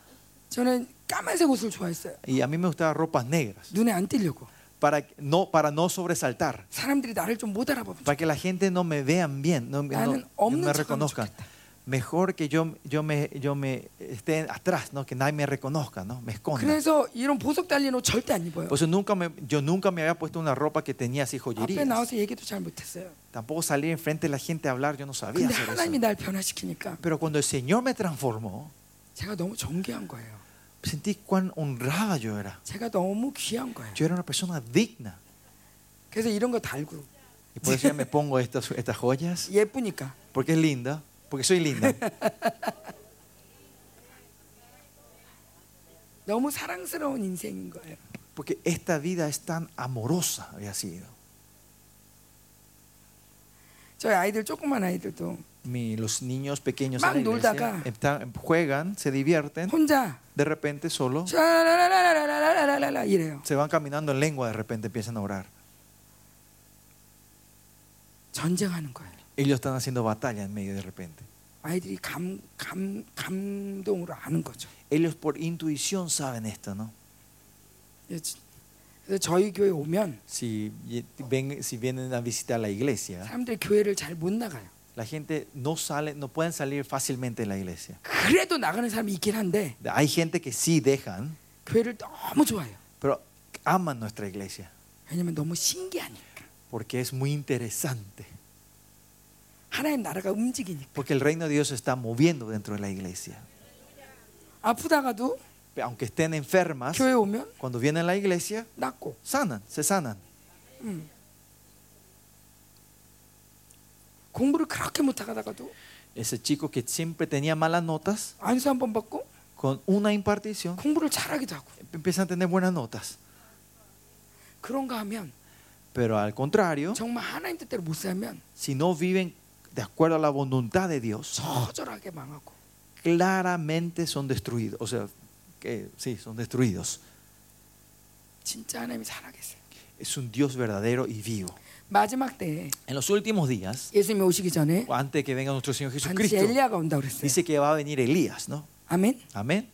S1: 저는 까만색 옷을 좋아했어요.
S2: y a mí me gustaban ropas negras
S1: 눈에 안 띄려고.
S2: para no para no sobresaltar,
S1: 사람들이 나를 좀 못 알아보면
S2: para que la gente no me vean bien, no, no-
S1: 나는
S2: no
S1: 없는
S2: me
S1: 척하면
S2: reconozcan.
S1: 좋겠다.
S2: Mejor que yo, yo me yo me esté atrás, no que nadie me reconozca, no, me esconda.
S1: 그래서 이런 보석 달린 옷 절대 안 입어요.
S2: Por eso nunca me, yo nunca me había puesto una ropa que tenía así
S1: 앞에
S2: joyería.
S1: 나와서 얘기도 잘 못했어요.
S2: Tampoco salir enfrente de la gente a hablar, yo no sabía
S1: 근데
S2: hacer
S1: 하나님이
S2: eso.
S1: 날 변화시키니까
S2: Pero cuando el Señor me transformó,
S1: 제가 너무 존귀한 거예요.
S2: sentí cuán honrada yo era.
S1: 제가 너무 귀한 거예요.
S2: Yo era una persona digna.
S1: 그래서 이런 거 달고
S2: Y por eso ya me pongo estas, estas joyas,
S1: 예쁘니까
S2: porque es linda, porque soy linda.
S1: 너무 사랑스러운 인생인 거예요.
S2: Porque esta vida es tan amorosa, había sido.
S1: 저희 아이들 조그만 아이들도
S2: Mi- los niños pequeños
S1: 막
S2: en la iglesia
S1: 놀다가.
S2: están- juegan, se divierten,
S1: 혼자
S2: de repente solo
S1: 샤라라라라라라라라 이래요.
S2: se van caminando en lengua, de repente empiezan a orar.
S1: 전쟁하는 거예요.
S2: Ellos están haciendo batalla en medio de repente.
S1: 아이들이 감, 감, 감동으로 아는 거죠.
S2: Ellos por intuición saben esto, ¿no?
S1: 예, 그래서 저희 교회 오면
S2: Si, y- ven- si vienen a visitar la iglesia,
S1: 사람들이 교회를 잘 못 나가요.
S2: la gente no sale, no pueden salir fácilmente de la iglesia.
S1: 그래도 나가는 사람이 있긴 한데
S2: Hay gente que sí dejan,
S1: 교회를 너무 좋아해요.
S2: pero aman nuestra iglesia
S1: 왜냐면 너무 신기하니까.
S2: porque es muy interesante.
S1: 하나님 나라가 움직이니까.
S2: Porque el reino de Dios se está moviendo dentro de la iglesia.
S1: 아프다가도
S2: Aunque estén enfermas,
S1: 교회 오면
S2: cuando vienen a la iglesia,
S1: 낫고.
S2: sanan, se sanan.
S1: 음. 공부를 그렇게 못하다가도
S2: Ese chico que siempre tenía malas notas,
S1: 안수 한 번 받고
S2: con una impartición,
S1: 공부를 잘하기도 하고
S2: empiezan a tener buenas notas.
S1: 그런가 하면
S2: Pero al contrario,
S1: 정말 하나님 뜻대로 못 살면
S2: si no viven de acuerdo a la voluntad de Dios,
S1: 어. 처절하게 망하고
S2: claramente son destruidos. O sea, que, sí, son destruidos.
S1: 진짜 하나님이 살아계세요.
S2: Es un Dios verdadero y vivo.
S1: 마지막 때에
S2: En los últimos días,
S1: 예수님이 오시기 전에
S2: antes que venga nuestro Señor
S1: 반드시
S2: Jesucristo,
S1: 엘리야가 온다 그랬어요.
S2: dice que va a venir Elías, ¿no?
S1: 아멘.
S2: Amén.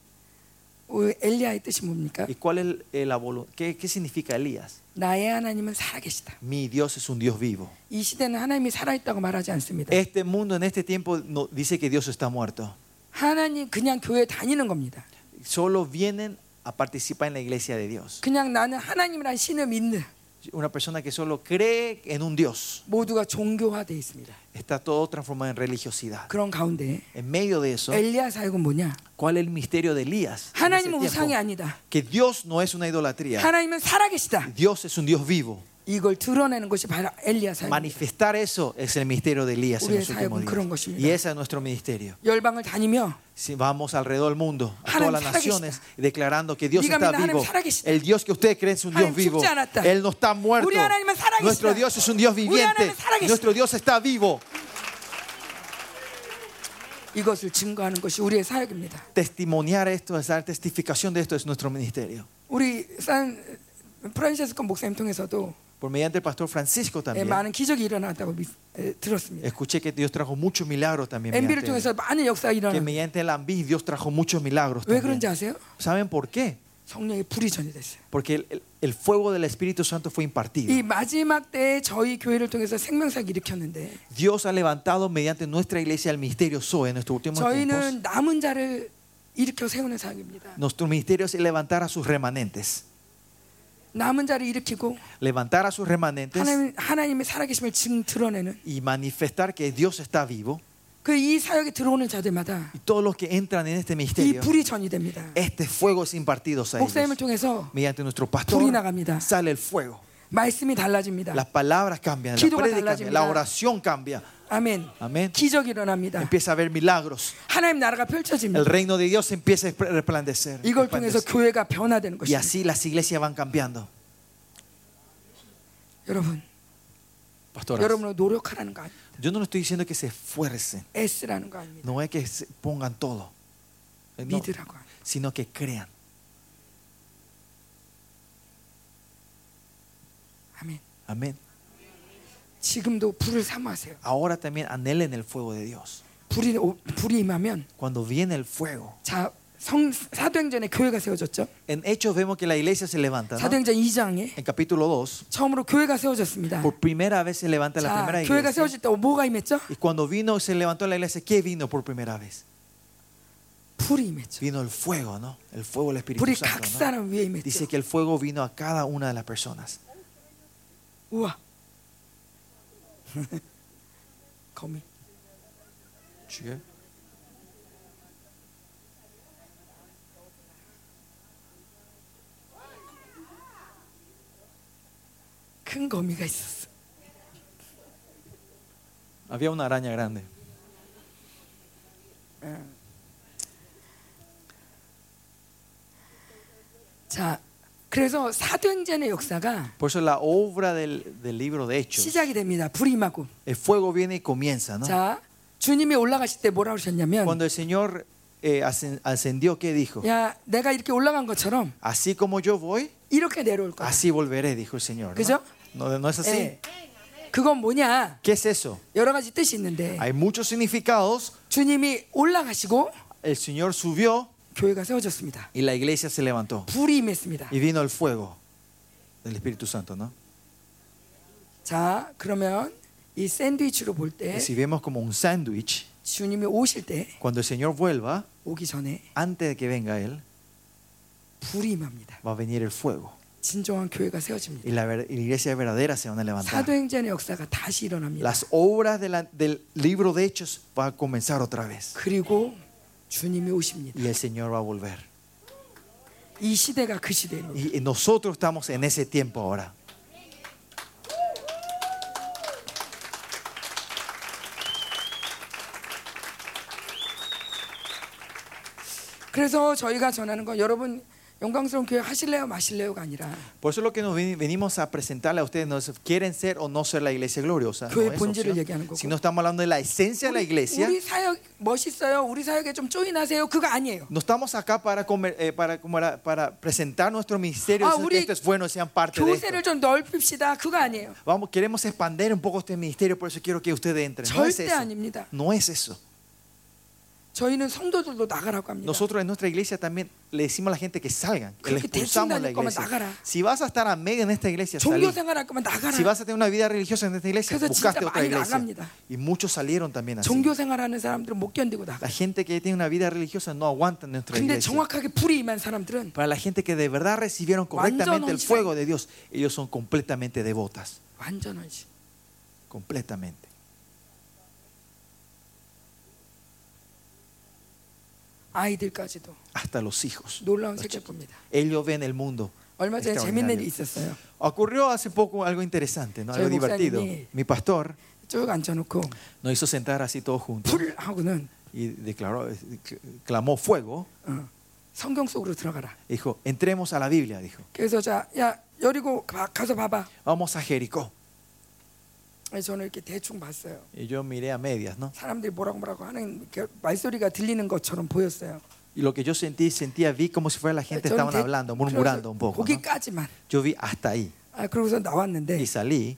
S1: 어, 엘리야의 뜻이 뭡니까?
S2: ¿Y cuál es el- la volu- qué, qué significa Elías?
S1: 나의 하나님은 살아계시다.
S2: Mi Dios es un Dios vivo.
S1: 이 시대는 하나님이 살아있다고 말하지 않습니다.
S2: Este mundo en este tiempo no- dice que Dios está muerto.
S1: 하나님 그냥 교회 다니는 겁니다.
S2: Solo vienen a participar en la iglesia de Dios.
S1: 그냥 나는 하나님이란 신을 믿는
S2: Una persona que solo cree en un Dios.
S1: 모두가 종교화되어 있습니다.
S2: Está todo transformado en religiosidad.
S1: 그런 가운데
S2: En medio de eso,
S1: 엘리야 사역은 뭐냐?
S2: ¿cuál es el misterio de Elías? en ese
S1: 하나님은
S2: tiempo?
S1: 우상이 아니다.
S2: Que Dios no es una idolatría.
S1: 하나님은 살아계시다.
S2: Dios es un Dios vivo.
S1: 이걸 드러내는 것이 바로 엘리야 삶.
S2: Manifestar eso es el misterio de Elías en
S1: 우리의
S2: los últimos
S1: 사역은 그런
S2: días.
S1: 것입니다.
S2: Y ese es nuestro ministerio.
S1: 열방을 다니며
S2: Si vamos alrededor del mundo, a
S1: 하나님
S2: todas las naciones,
S1: 살아계시다.
S2: declarando que Dios
S1: 네가
S2: está
S1: 믿는 하나님
S2: vivo.
S1: 살아계시다.
S2: El Dios que usted cree es un
S1: 하나님
S2: Dios vivo.
S1: 죽지 않았다.
S2: Él no está muerto.
S1: 우리 하나님은 살아계시다.
S2: Nuestro Dios es un Dios
S1: 우리
S2: viviente.
S1: 하나님은 살아계시다.
S2: Nuestro Dios está vivo.
S1: 이것을 증거하는 것이 우리의 사역입니다.
S2: Testimoniar esto, es dar testificación de esto es nuestro ministerio.
S1: 우리 산 프란시스코 목사님 통해서도
S2: Por mediante el pastor Francisco
S1: 예,
S2: también.
S1: 많은 기적이 일어났다고 미- 예, 들었습니다.
S2: Escuché que Dios trajo muchos milagros también.
S1: MB를
S2: mediante él.
S1: 통해서 많은 역사가
S2: Que
S1: 일어났는데
S2: mediante el AMBI Dios trajo muchos milagros.
S1: 왜
S2: también.
S1: 그런지 아세요?
S2: ¿Saben por qué?
S1: 성령의 불이 전이됐어요.
S2: Porque el, el- el fuego del Espíritu Santo fue impartido.
S1: 이 마지막 때에 저희 교회를 통해서 생명사역 일으켰는데
S2: Dios ha levantado mediante nuestra iglesia el misterio Zoe en nuestros últimos tiempos.
S1: 저희는 남은 자를 일으켜 세우는 사역입니다.
S2: Nuestro ministerio es levantar a sus remanentes.
S1: 남은 자를 일으키고
S2: Levantar a sus remanentes
S1: 하나님, 하나님의 살아계심을 증 드러내는
S2: y manifestar que Dios está vivo.
S1: 그 이 사역에 들어오는 자들마다
S2: Y todos los que entran en este
S1: 이
S2: misterio,
S1: 불이 전이됩니다.
S2: este fuego es impartido a ellos.
S1: 목사님을 통해서
S2: Mediante nuestro
S1: 불이
S2: pastor
S1: 나갑니다.
S2: sale el fuego.
S1: 말씀이 달라집니다.
S2: Las palabras cambian, la
S1: 기도가
S2: prédica cambia, la
S1: 달라집니다.
S2: oración cambia.
S1: 아멘.
S2: 아멘.
S1: 기적이 일어납니다.
S2: Empieza a haber milagros.
S1: 하나님 나라가
S2: El
S1: 펼쳐집니다.
S2: reino de Dios empieza a espl- resplandecer.
S1: 이걸 통해서
S2: resplandecer.
S1: 교회가 변화되는
S2: Y
S1: 것입니다.
S2: así las iglesias van cambiando.
S1: 여러분,
S2: Pastoras,
S1: 여러분을 노력하라는 거 아닙니다.
S2: yo no le estoy diciendo que se esfuercen,
S1: 애쓰라는 거 아닙니다.
S2: no es que se pongan todo, eh, No,
S1: 믿으라고 합니다.
S2: sino que crean.
S1: 아멘.
S2: Amén.
S1: 지금도 불을 사모하세요.
S2: Ahora también anhelen el fuego de Dios.
S1: 불이 오- 불이 임하면
S2: Cuando viene el fuego,
S1: 자, 성 사도행전에 교회가 세워졌죠.
S2: en Hechos vemos que la iglesia se levanta. ¿no?
S1: 사도행전 2장에
S2: En capítulo 2,
S1: 처음으로 교회가 세워졌습니다.
S2: por primera vez se levanta la
S1: 자,
S2: primera
S1: 교회가
S2: iglesia.
S1: 세워질 때 뭐가 임했죠?
S2: Y cuando vino, se levantó la iglesia, ¿qué vino por primera vez?
S1: 불이 임했죠.
S2: Vino el fuego, ¿no? El fuego del Espíritu
S1: 불이 각
S2: Santo. ¿no?
S1: 사람 위에 임했죠.
S2: Dice que el fuego vino a cada una de las personas.
S1: 우와. 거미.
S2: ¿eh?
S1: 큰 거미가 있었어.
S2: Había una araña grande.
S1: 자, 그래서 사도행전의 역사가
S2: Por eso la obra del, del libro de Hechos,
S1: 시작이 됩니다. 불이 임하고.
S2: el fuego viene y comienza, ¿no?
S1: 자, 주님이 올라가실 때 뭐라고 하셨냐면
S2: Cuando el Señor eh, ascen- ascendió, ¿qué dijo?
S1: 야, 내가 이렇게 올라간 것처럼
S2: Así como yo voy,
S1: 이렇게 내려올 거야.
S2: así volveré, dijo el Señor.
S1: ¿Qué Eh. yo?
S2: ¿No, no, no es así?
S1: 예. 그건 뭐냐?
S2: ¿Qué es eso?
S1: 여러 가지 아, 뜻이 있는데
S2: Hay muchos significados.
S1: 주님이 올라가시고
S2: El Señor subió
S1: 교회가 세워졌습니다.
S2: y la iglesia se levantó.
S1: 불이 임했습니다.
S2: Y vino el fuego del Espíritu Santo, ¿no?
S1: 자, 그러면 이 샌드위치로 볼 때
S2: Y si vemos como un sándwich,
S1: 주님이 오실 때
S2: cuando el Señor vuelva,
S1: 오기 전에
S2: antes de que venga Él,
S1: 불이 임합니다.
S2: va a venir el fuego.
S1: 진정한 교회가
S2: Y
S1: 세워집니다.
S2: la, ver- y la iglesia verdadera se van a levantar.
S1: 사도행전의 역사가 다시 일어납니다.
S2: Las obras de la- del libro de Hechos van a comenzar otra vez.
S1: 그리고 주님이 오십니다.
S2: Y el Señor va a volver.
S1: 이 시대가 그 시대입니다.
S2: Y y nosotros estamos en ese tiempo ahora.
S1: 그래서 저희가 전하는 건 여러분 영광스러운 교회 하실래요 마실래요가 아니라
S2: Por eso lo que nos ven- venimos a presentarle a ustedes no es quieren ser o no ser la iglesia gloriosa. No
S1: 교회
S2: es
S1: 본질을
S2: opción.
S1: 얘기하는 거고.
S2: Si no estamos hablando de la esencia de la iglesia,
S1: 우리 사역 멋있어요 우리 사역에 좀 조인하세요 그거 아니에요.
S2: no estamos acá para, comer- eh, para, como era- para presentar nuestro ministerio.
S1: Ah,
S2: decir,
S1: 우리
S2: esto es bueno, sean parte de esto.
S1: 교세를 좀 넓힙시다 그거 아니에요.
S2: Vamos, queremos expandir un poco este ministerio, por eso quiero que ustedes entren. No es
S1: 절대
S2: eso.
S1: 아닙니다.
S2: No es eso.
S1: 저희는 성도들도 나가라고 합니다.
S2: Nosotros en nuestra iglesia también le decimos a la gente que salgan, que les
S1: 그렇게
S2: expulsamos de la
S1: 대충 다닐 거면
S2: iglesia.
S1: 나가라.
S2: Si vas a estar a medio en esta iglesia,
S1: 종교
S2: salí.
S1: 생활할 거면 나가라.
S2: Si vas a tener una vida religiosa en esta iglesia,
S1: 그래서
S2: buscaste
S1: 진짜
S2: otra
S1: 많이
S2: iglesia.
S1: 나갑니다.
S2: Y muchos salieron también así.
S1: 종교 생활하는 사람들은 못 견디고 나가.
S2: La gente que tiene una vida religiosa no aguanta en nuestra
S1: 근데
S2: iglesia.
S1: 정확하게 불이 임한 사람들은
S2: Para la gente que de verdad recibieron correctamente el
S1: onchi.
S2: fuego de Dios, ellos son completamente devotas.
S1: 완전 헌신.
S2: Completamente.
S1: 아이들까지도
S2: Hasta los hijos.
S1: 놀라운 세계를 봅니다.
S2: Ellos ven el mundo.
S1: 얼마 전에
S2: extraordinario.
S1: 재밌는 일이 있었어요.
S2: Ocurrió hace poco algo interesante, ¿no? algo
S1: 저희
S2: divertido.
S1: 목사님이-
S2: Mi pastor
S1: 쭉 앉혀놓고
S2: nos hizo sentar así todos juntos
S1: 불 하고는
S2: y declaró, clamó fuego.
S1: 어, 성경 속으로 들어가라.
S2: Dijo, entremos a la Biblia, dijo.
S1: 그래서 자야 여리고 가- 가서 봐봐.
S2: Vamos a Jericó.
S1: 그래서 저는 이렇게 대충 봤어요.
S2: Y yo miré a medias, ¿no?
S1: 사람들이 뭐라고 뭐라고 하는 이렇게 말소리가 들리는 것처럼 보였어요.
S2: Y lo que yo sentí, sentía, vi como si fuera la gente
S1: 저는
S2: estaban
S1: 대-
S2: hablando, murmurando un poco. ¿no?
S1: 거기까지만.
S2: Yo vi hasta ahí
S1: 아, 그러고서 나왔는데
S2: y salí.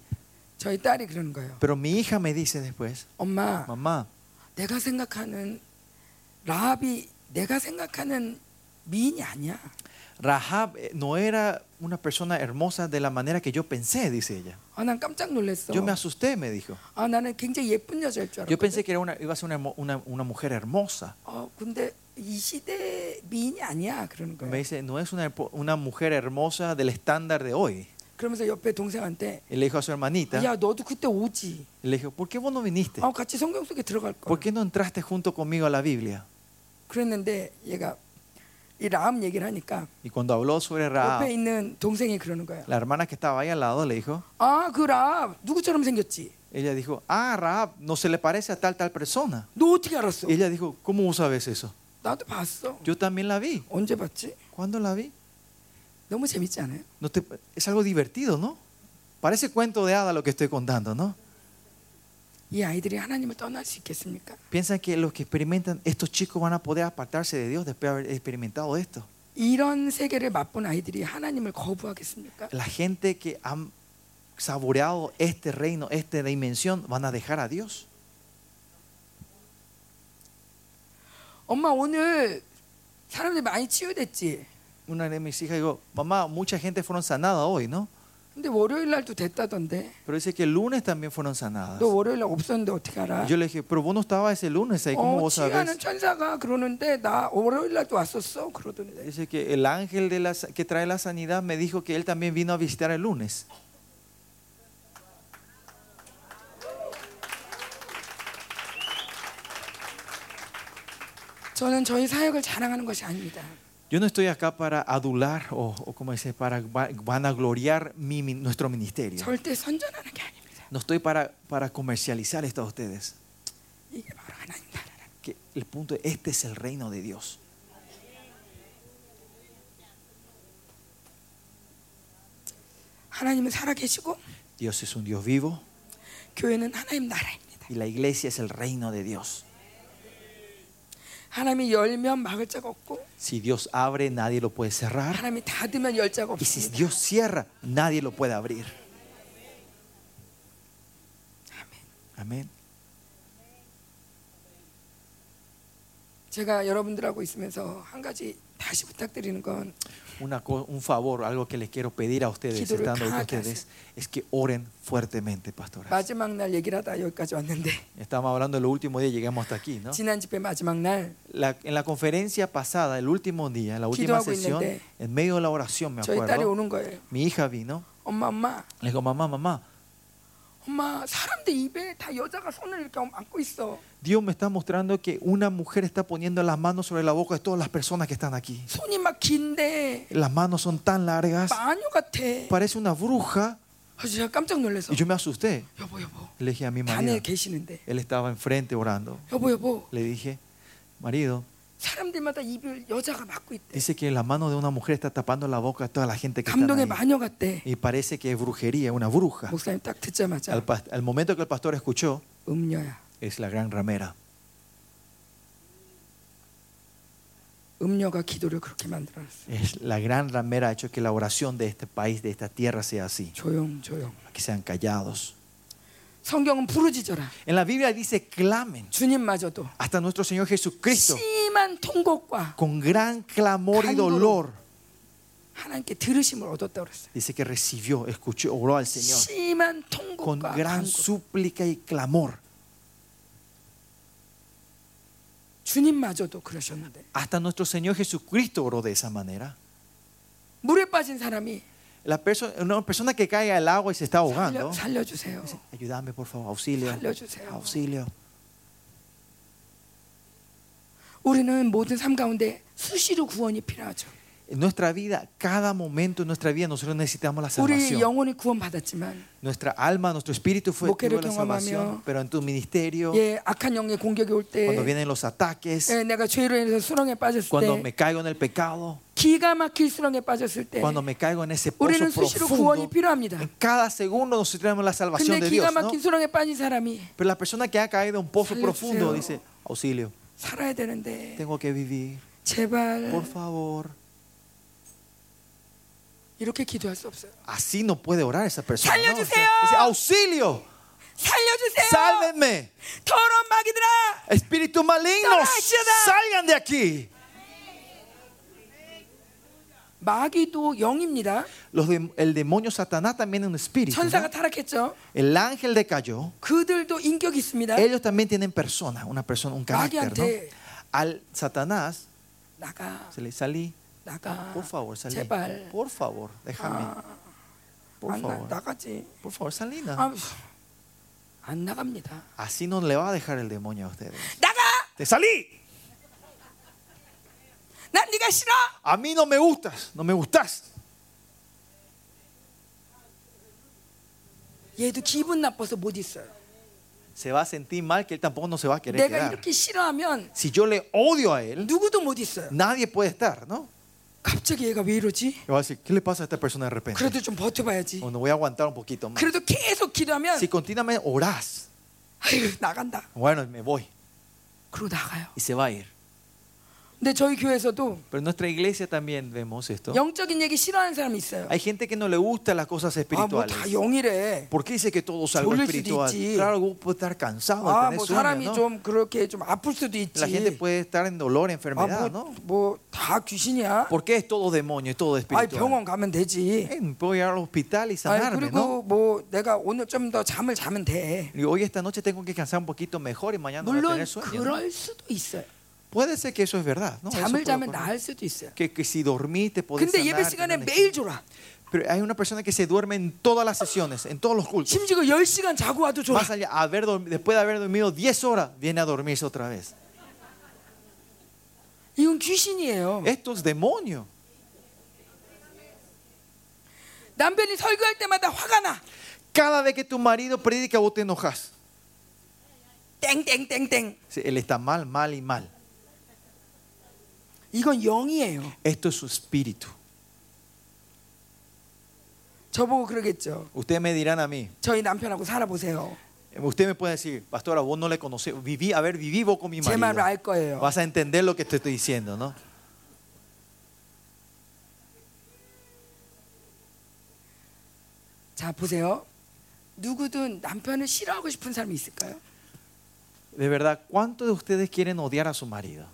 S1: 저희 딸이 그러는 거예요.
S2: Pero mi hija me dice después,
S1: 엄마,
S2: mamá,
S1: 내가 생각하는 라합이 내가 생각하는 미인이 아니야.
S2: Rahab eh, no era una persona hermosa de la manera que yo pensé, dice ella.
S1: 아, 난 깜짝 놀랐어.
S2: Yo me asusté, me dijo.
S1: 아, 나는 굉장히 예쁜 여자일 줄
S2: Yo pensé
S1: 알았거든.
S2: que era una, iba a ser una, hermo- una- una mujer hermosa.
S1: 어, 근데 이 시대 미인이 아니야 그러는
S2: Me
S1: 거예요.
S2: dice, no es una, herpo- una mujer hermosa del estándar de hoy.
S1: 그러면서 옆에 동생한테
S2: Y le dijo a su hermanita,
S1: 야, 너도 그때 오지.
S2: y le dijo, ¿por qué vos no viniste?
S1: 아, 같이 성경 속에 들어갈 걸.
S2: ¿Por qué no entraste junto conmigo a la Biblia?
S1: 그랬는데 얘가 이 라합 얘기를 하니까
S2: Y cuando habló sobre Rahab,
S1: 옆에 있는 동생이 그러는 거예요.
S2: la hermana que estaba ahí al lado le dijo,
S1: 아, 그 라합 누구처럼 생겼지?
S2: ella dijo, ah, Rahab, no se le parece a tal tal persona.
S1: 너 어떻게 알았어?
S2: Y ella dijo, ¿cómo vos sabes eso?
S1: 나도 봤어.
S2: Yo también la vi.
S1: 언제 봤지?
S2: ¿Cuándo la vi?
S1: 너무 재밌지 않아요?
S2: No te- es algo divertido, ¿no? Parece cuento de hada lo que estoy contando, ¿no?
S1: 이 아이들이 하나님을 떠날 수 있겠습니까?
S2: Piensan que los que experimentan, estos chicos van a poder apartarse de Dios después de haber experimentado esto.
S1: 이런 세계를 맛본 아이들이 하나님을 거부하겠습니까?
S2: La gente que han saboreado este reino, esta dimensión, van a dejar a Dios.
S1: 엄마 오늘 사람들이 많이 치유됐지.
S2: Una de mis hijas dijo, mamá, mucha gente fueron sanada hoy, ¿no?
S1: 근데 월요일 날도 됐다던데.
S2: Pero dice que el lunes también fueron sanadas.
S1: 너 월요일 날 없었는데 어떻게 알아?
S2: Y yo le dije, pero vos no estabas ese lunes ahí, ¿cómo
S1: 어,
S2: vos
S1: 치유하는
S2: sabés?
S1: 천사가 그러는데 나 월요일 날도 왔었어 그러던데.
S2: Dice que el ángel de la sa- que trae la sanidad me dijo que él también vino a visitar el lunes.
S1: 저는 저희 사역을 자랑하는 것이 아닙니다.
S2: Yo no estoy acá para adular o, o como dice, para va- vanagloriar mi, mi- nuestro ministerio.
S1: 절대 선전하는 게 아닙니다.
S2: No estoy para, para comercializar esto a ustedes.
S1: 이게 바로 하나님 나라라는.
S2: Que el punto es, este es el reino de Dios.
S1: 하나님은 살아계시고
S2: Dios es un Dios vivo
S1: 교회는 하나님 나라입니다.
S2: y la iglesia es el reino de Dios.
S1: 하나님이 열면 막을 자가 없고
S2: Si Dios abre, nadie lo puede cerrar.
S1: 하나님이 닫으면 열 자가
S2: Y si
S1: 없습니다.
S2: Dios cierra, nadie lo puede abrir.
S1: 아멘.
S2: Amén.
S1: 제가 여러분들하고 있으면서 한 가지 다시 부탁드리는 건
S2: Una co- un favor, algo que les quiero pedir a ustedes,
S1: 기도를
S2: estando con
S1: 강하게
S2: ustedes, es que oren fuertemente, pastoras.
S1: 마지막 날 얘기를 하다 여기까지 왔는데
S2: Estábamos hablando del último día, llegamos hasta aquí, ¿no?
S1: 지난 집회 마지막 날
S2: La- en la conferencia pasada, el último día, en la última
S1: Gido하고
S2: sesión,
S1: 있는데,
S2: en medio de la oración, me
S1: 저희 딸이
S2: acuerdo,
S1: 오는 거예요.
S2: mi hija vino,
S1: 엄마 엄마
S2: le digo, mamá, mamá,
S1: 엄마 사람들 입에 다 여자가 손을 이렇게 안고 있어.
S2: Dios me está mostrando que una mujer está poniendo las manos sobre la boca de todas las personas que están aquí.
S1: 손이 막 긴데
S2: Las manos son tan largas,
S1: 마녀 같아.
S2: parece una bruja.
S1: 아주 제가 깜짝 놀라서
S2: Y yo me asusté.
S1: 여보 여보
S2: Le dije a mi
S1: 단에
S2: marido,
S1: 계시는데
S2: él estaba enfrente orando.
S1: 여보 여보
S2: Le dije, marido,
S1: 사람들마다 입을 여자가 막고 있대.
S2: dice que la mano de una mujer está tapando la boca a toda la gente que está
S1: 감동의
S2: ahí.
S1: 마녀 같대.
S2: Y parece que es brujería, una bruja.
S1: 목사님 딱
S2: Al,
S1: 듣자마자
S2: pas- al momento que el pastor escuchó,
S1: 음녀야
S2: es la gran ramera.
S1: 음녀가 기도를 그렇게 만들어놨어.
S2: Es la gran ramera ha hecho que la oración de este país, de esta tierra, sea así.
S1: 조용 조용.
S2: Que sean callados.
S1: 성경은 부르짖어라.
S2: En la Biblia dice, clamen.
S1: 주님마저도
S2: Hasta nuestro Señor Jesucristo,
S1: 심한 통곡과
S2: con gran clamor y dolor,
S1: 하나님께 들으심을 얻었다 그랬어요.
S2: dice que recibió, escuchó, oró al Señor.
S1: 심한
S2: Con
S1: 통곡과
S2: gran
S1: 간구.
S2: súplica y clamor.
S1: 주님마저도 그러셨는데
S2: Hasta nuestro Señor Jesucristo oró de esa manera.
S1: 물에 빠진 사람이
S2: La perso- una persona que cae al agua y se está ahogando,
S1: 살려, 살려주세요.
S2: ayúdame por favor, auxilio,
S1: 살려주세요.
S2: auxilio.
S1: 우리는 모든 삶 가운데 수시로 구원이 필요하죠.
S2: En nuestra vida, cada momento en nuestra vida, nosotros necesitamos la
S1: 우리
S2: salvación.
S1: 영혼이 구원받았지만
S2: Nuestra alma, nuestro espíritu fue
S1: 목회를
S2: activo de la
S1: 경험하며,
S2: salvación, pero en tu ministerio,
S1: 예, 악한 영의 공격이 올 때,
S2: cuando vienen los ataques,
S1: 예, 내가 죄로 인해서 수렁에 빠졌을
S2: cuando
S1: 때,
S2: me caigo en el pecado,
S1: 기가 막힐 수렁에 빠졌을 때,
S2: cuando me caigo en ese pozo
S1: 우리는 수시로 구원이
S2: profundo,
S1: 필요합니다.
S2: en cada segundo nosotros tenemos la
S1: 근데
S2: salvación de
S1: 기가
S2: Dios. ¿no?
S1: 막힌 수렁에 빠진 사람이
S2: Pero la persona que ha caído en un pozo
S1: Salud,
S2: profundo
S1: Señor.
S2: dice, auxilio,
S1: 살아야 되는데,
S2: tengo que vivir,
S1: 제발
S2: por favor.
S1: 이렇게 기도할 수 없어요.
S2: Así no puede orar esa persona. ¿no?
S1: Salud,
S2: O sea,
S1: Señor.
S2: dice, auxilio,
S1: 살려주세요.
S2: sálvenme.
S1: 더러운 마귀들아,
S2: Espíritus malignos,
S1: Sarayada.
S2: salgan de aquí.
S1: 마귀도 영입니다.
S2: Los dem- el demonio Satanás también es un espíritu. ¿no?
S1: 천사가 타락했죠.
S2: El ángel decayó.
S1: 그들도 인격이 있습니다.
S2: Ellos también tienen persona, una persona, un carácter. ¿no?
S1: Maguiante.
S2: Al Satanás
S1: 나가,
S2: se le salí,
S1: 나가.
S2: por favor, salí.
S1: 제발.
S2: Por favor, déjame.
S1: 아,
S2: Por
S1: 안 나,
S2: favor,
S1: 나가지.
S2: por favor, salina.
S1: 아, 안 나갑니다.
S2: Así no le va a dejar el demonio a ustedes.
S1: 나가!
S2: ¡Te salí!
S1: 난 네가 싫어.
S2: A mí no me gustas, no me gustas.
S1: 얘도 기분 나빠서 못 있어요.
S2: Se va a sentir mal que él tampoco no se va a querer
S1: 내가
S2: quedar.
S1: 이렇게 싫어하면
S2: Si yo le odio a él,
S1: 누구도 못 있어요.
S2: nadie puede estar, ¿no?
S1: 갑자기 얘가 왜 이러지?
S2: Y va a decir, ¿qué le pasa a esta persona de repente?
S1: 그래도 좀 버텨봐야지.
S2: Bueno, voy a aguantar un poquito más.
S1: 그래도 계속 기도하면
S2: Si continuamente orás,
S1: 아유 나간다.
S2: bueno, me voy.
S1: 그러고 나가요.
S2: Y se va a ir.
S1: 근데 저희 교회에서도
S2: Pero en nuestra iglesia también vemos
S1: 어?
S2: esto.
S1: 영적인 얘기 싫어하는 사람이 있어요.
S2: Hay gente que no le gustan las cosas
S1: 아 뭐 다
S2: espirituales.
S1: 영이래.
S2: ¿Por qué dice que todo es algo
S1: Solil
S2: espiritual?
S1: sudo 있지.
S2: Claro, uno puede estar cansado,
S1: 아
S2: tener
S1: 뭐
S2: sueño,
S1: 사람이
S2: ¿no?
S1: 좀 그렇게 좀 아플 수도 있지. 아, 뭐,
S2: La gente puede estar en dolor, enfermedad, ¿no?
S1: 아뭐뭐다 귀신이야.
S2: ¿Por qué es todo demonio, es todo
S1: 아
S2: espiritual?
S1: 병원 가면 되지.
S2: Eh, puedo ir al hospital
S1: 아
S2: y sanarme,
S1: 그리고
S2: ¿no?
S1: 뭐 내가 오늘 좀 더 잠을 자면 돼.
S2: Y hoy esta noche tengo que cansar un poquito mejor y mañana voy a
S1: 물론
S2: tener sueño. ¿no?
S1: 그럴 수도 있어요.
S2: Puede ser que eso es verdad, ¿no? Eso
S1: 잠을
S2: puede
S1: 자면
S2: ocurrir.
S1: 나을 수도 있어요.
S2: que, que si dormís te podés
S1: 근데 예배
S2: sanar,
S1: 시간에
S2: tener
S1: 매일
S2: energía.
S1: 졸아.
S2: Pero hay una persona que se duerme en todas las sesiones, en todos los cultos.
S1: 심지어 10시간 자고 와도 졸아.
S2: Más allá, haber dorm- después de haber dormido 10 horas, viene a dormirse otra vez.
S1: 이건 귀신이에요.
S2: Esto es demonio.
S1: 남편이 설교할 때마다 화가 나.
S2: Cada vez que tu marido predica, vos te enojas.
S1: 땡땡땡땡.
S2: Sí, Él está mal, mal y mal.
S1: 이건 영이에요.
S2: Esto es su espíritu.
S1: 저보고 그러겠죠.
S2: Ustedes me dirán a mí,
S1: 저희 남편하고 살아보세요.
S2: usted me puede decir, pastora, vos no le conocés, viví, a ver, viví vos con mi
S1: 제 말을 알
S2: marido.
S1: 거예요.
S2: Vas a entender lo que te estoy diciendo, ¿no?
S1: 자, 보세요. 누구든 남편을 싫어하고 싶은 사람이 있을까요?
S2: De verdad, ¿cuántos de ustedes quieren odiar a su marido?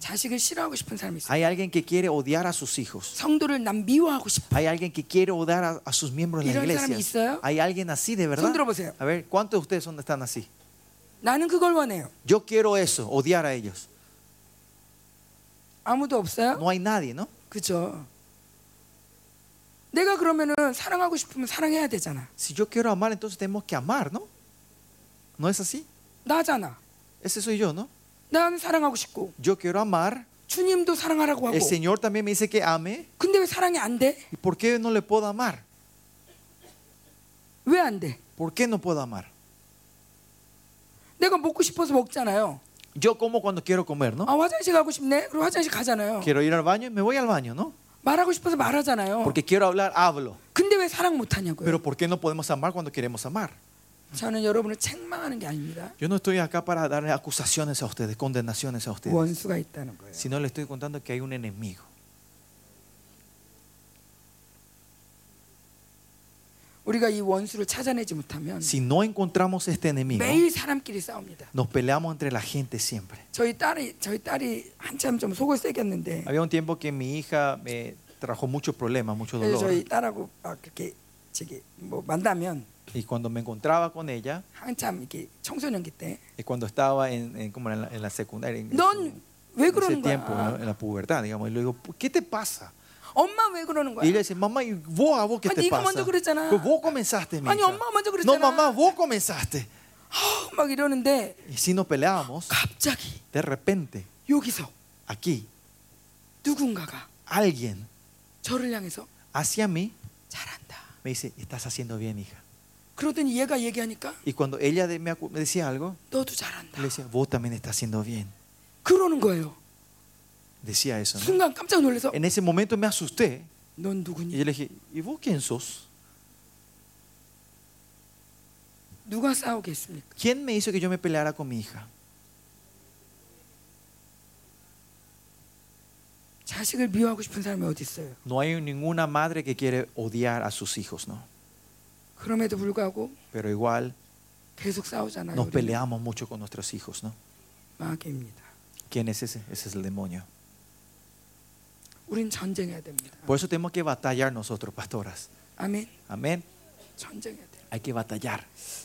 S1: 자식을 싫어하고 싶은 사람이 있어요.
S2: Hay alguien que quiere odiar a sus hijos.
S1: 성도를 남 미워하고 싶어.
S2: Hay alguien que quiere odiar a, a sus miembros de la
S1: ¿Iron 사람이
S2: iglesia.
S1: 있어요?
S2: Hay alguien así de
S1: 손
S2: verdad.
S1: 들어보세요.
S2: A ver, ¿cuántos de ustedes son, están así?
S1: 나는 그걸 원해요.
S2: Yo quiero eso, odiar a ellos.
S1: 아무도 없어요?
S2: No hay nadie, ¿no?
S1: 그죠. 내가 그러면은 사랑하고 싶으면 사랑해야 되잖아.
S2: Si yo quiero amar, entonces tenemos que amar, ¿no? ¿No es así?
S1: 나잖아.
S2: Ese soy yo, ¿no?
S1: 나는 사랑하고 싶고
S2: Yo quiero amar.
S1: 주님도 사랑하라고 하고.
S2: El Señor también me dice que ame.
S1: 근데 왜 사랑이 안 돼?
S2: ¿Y por qué no le puedo amar?
S1: 왜 안 돼?
S2: ¿Por qué no puedo amar?
S1: 내가 먹고 싶어서 먹잖아요.
S2: Yo como cuando quiero comer,
S1: 아
S2: ¿no?
S1: 화장실 가고 싶네. 그럼 화장실 가잖아요.
S2: Quiero ir al baño y me voy al baño, ¿no?
S1: 말하고 싶어서 말하잖아요.
S2: Porque quiero hablar, hablo.
S1: 근데 왜 사랑 못 하냐고요?
S2: Pero ¿por qué no podemos amar cuando queremos amar?
S1: 저는 여러분을 책망하는 게 아닙니다.
S2: Yo no estoy acá para darle acusaciones a ustedes, condenaciones a ustedes,
S1: 원수가 있다는 거예요.
S2: sino le estoy contando que hay un enemigo.
S1: 우리가 이 원수를 찾아내지 못하면
S2: Si no encontramos este enemigo,
S1: 매일 사람끼리 싸웁니다.
S2: nos peleamos entre la gente siempre.
S1: 저희 딸이 저희 딸이 한참 좀 속을 새겼는데
S2: Había un tiempo que mi hija me trajo muchos problemas, mucho
S1: 그래서
S2: dolor.
S1: 저희 딸하고 막 그렇게 저기 뭐 만나면
S2: Y cuando me encontraba con ella,
S1: 한참 이렇게 청소년기
S2: y cuando estaba en, en- como en la, en la secundaria, en,
S1: 때
S2: en
S1: 넌 왜
S2: ese
S1: 그러는
S2: tiempo, ¿no?
S1: 거야?
S2: en la pubertad, digamos, y le digo, "¿Por ¿qué te pasa?
S1: 엄마 왜 그러는
S2: Y
S1: 거야?
S2: ella dice, mamá, ¿y vos a vos qué
S1: Ay,
S2: te
S1: diga,
S2: pasa?
S1: 먼저 그랬잖아.
S2: Pues vos comenzaste, mi
S1: Ay,
S2: hija.
S1: 엄마 먼저
S2: No,
S1: 그랬잖아.
S2: mamá, vos comenzaste.
S1: 아우, 막 이러는데
S2: Y si nos peleábamos,
S1: 갑자기
S2: de repente,
S1: 여기서
S2: aquí,
S1: 누군가가
S2: alguien
S1: 저를 향해서
S2: hacia mí,
S1: 잘한다.
S2: me dice, estás haciendo bien, hija.
S1: 그러더니 얘가 얘기하니까
S2: Y cuando ella de- me acu- me decía algo,
S1: 너도
S2: yo
S1: 잘한다.
S2: le decía, vos también estás haciendo bien.
S1: 그러는 거예요.
S2: Decía eso. ¿no?
S1: 순간 깜짝 놀라서
S2: En ese momento me asusté
S1: 넌
S2: y
S1: 누구니?
S2: yo le dije, ¿y vos quién sos?
S1: 누가 싸우겠습니까?
S2: ¿Quién me hizo que yo me peleara con mi hija?
S1: 자식을 미워하고 싶은 사람이 어디 있어요?
S2: No hay ninguna madre que quiere odiar a sus hijos, ¿no?
S1: 그럼에도 불구하고
S2: Pero igual
S1: 계속 싸우잖아요.
S2: nos
S1: 우리는.
S2: peleamos mucho con nuestros hijos, ¿no?
S1: 마귀입니다.
S2: ¿Quién es ese? Ese es el demonio.
S1: 우린 전쟁해야 됩니다.
S2: Por eso tenemos que batallar nosotros, pastoras.
S1: 아멘.
S2: Amén.
S1: 전쟁해야 돼요.
S2: Hay que batallar.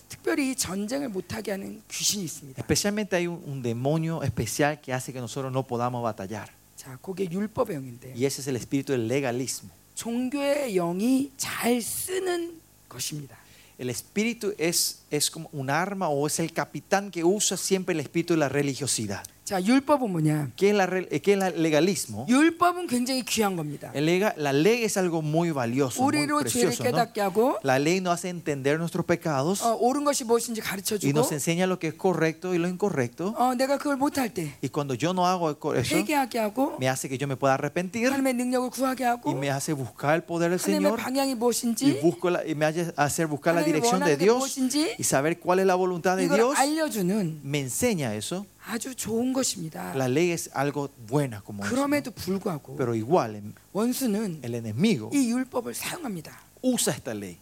S1: 특별히 이 전쟁을 못하게 하는 귀신이 있습니다.
S2: Especialmente hay un, un demonio especial que hace que nosotros no podamos batallar.
S1: 자, 그게 율법의 영인데요.
S2: Y ese es el espíritu del legalismo.
S1: 종교의 영이 잘 쓰는 것입니다.
S2: El espíritu es, es como un arma o es el capitán que usa siempre el espíritu de la religiosidad.
S1: 자, 율법은 뭐냐?
S2: ¿Qué es, la re- eh, qué es la- el legalismo?
S1: 율법은 굉장히 귀한 겁니다.
S2: El lega- la ley es algo muy valioso, muy
S1: 우리로 죄를
S2: precioso. ¿no?
S1: 깨닫게 하고
S2: La ley nos hace entender nuestros pecados
S1: 어, 옳은 것이 무엇인지 가르쳐
S2: y
S1: 주고
S2: nos enseña lo que es correcto y lo incorrecto.
S1: 어, 내가 그걸 못할 때
S2: Y cuando yo no hago eco- eso,
S1: 회개하게 하고
S2: me hace que yo me pueda arrepentir
S1: 하나님의 능력을 구하게
S2: y
S1: 하고
S2: me hace buscar el poder del
S1: 하나님의
S2: Señor
S1: 방향이
S2: y,
S1: 무엇인지
S2: busco la- y me hace hacer buscar la
S1: 하나님이
S2: dirección de
S1: 원하는 게
S2: Dios
S1: 무엇인지
S2: y saber cuál es la voluntad de
S1: 이걸
S2: Dios.
S1: 알려주는
S2: Me enseña eso.
S1: 아주 좋은 것입니다.
S2: La ley es algo buena como eso, ¿no?
S1: 그럼에도 불구하고
S2: Pero igual em-
S1: 원수는
S2: el enemigo
S1: 이 율법을 사용합니다.
S2: usa esta ley.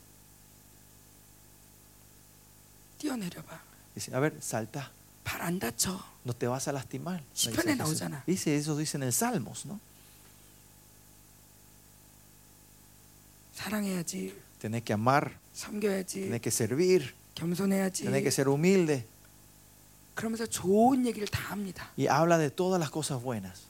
S1: 뛰어내려봐.
S2: Dice, a ver, salta,
S1: 발 안 다쳐.
S2: no te vas a lastimar. me dice
S1: 시편에
S2: Jesús.
S1: 나오잖아.
S2: Dice eso, dice en el Salmos, ¿no?
S1: 사랑해야지.
S2: Tenés que amar,
S1: 섬겨야지.
S2: tenés que servir,
S1: 겸손해야지.
S2: tenés que ser humilde.
S1: 그러면서 좋은 얘기를 다 합니다.
S2: Y habla de todas las cosas buenas.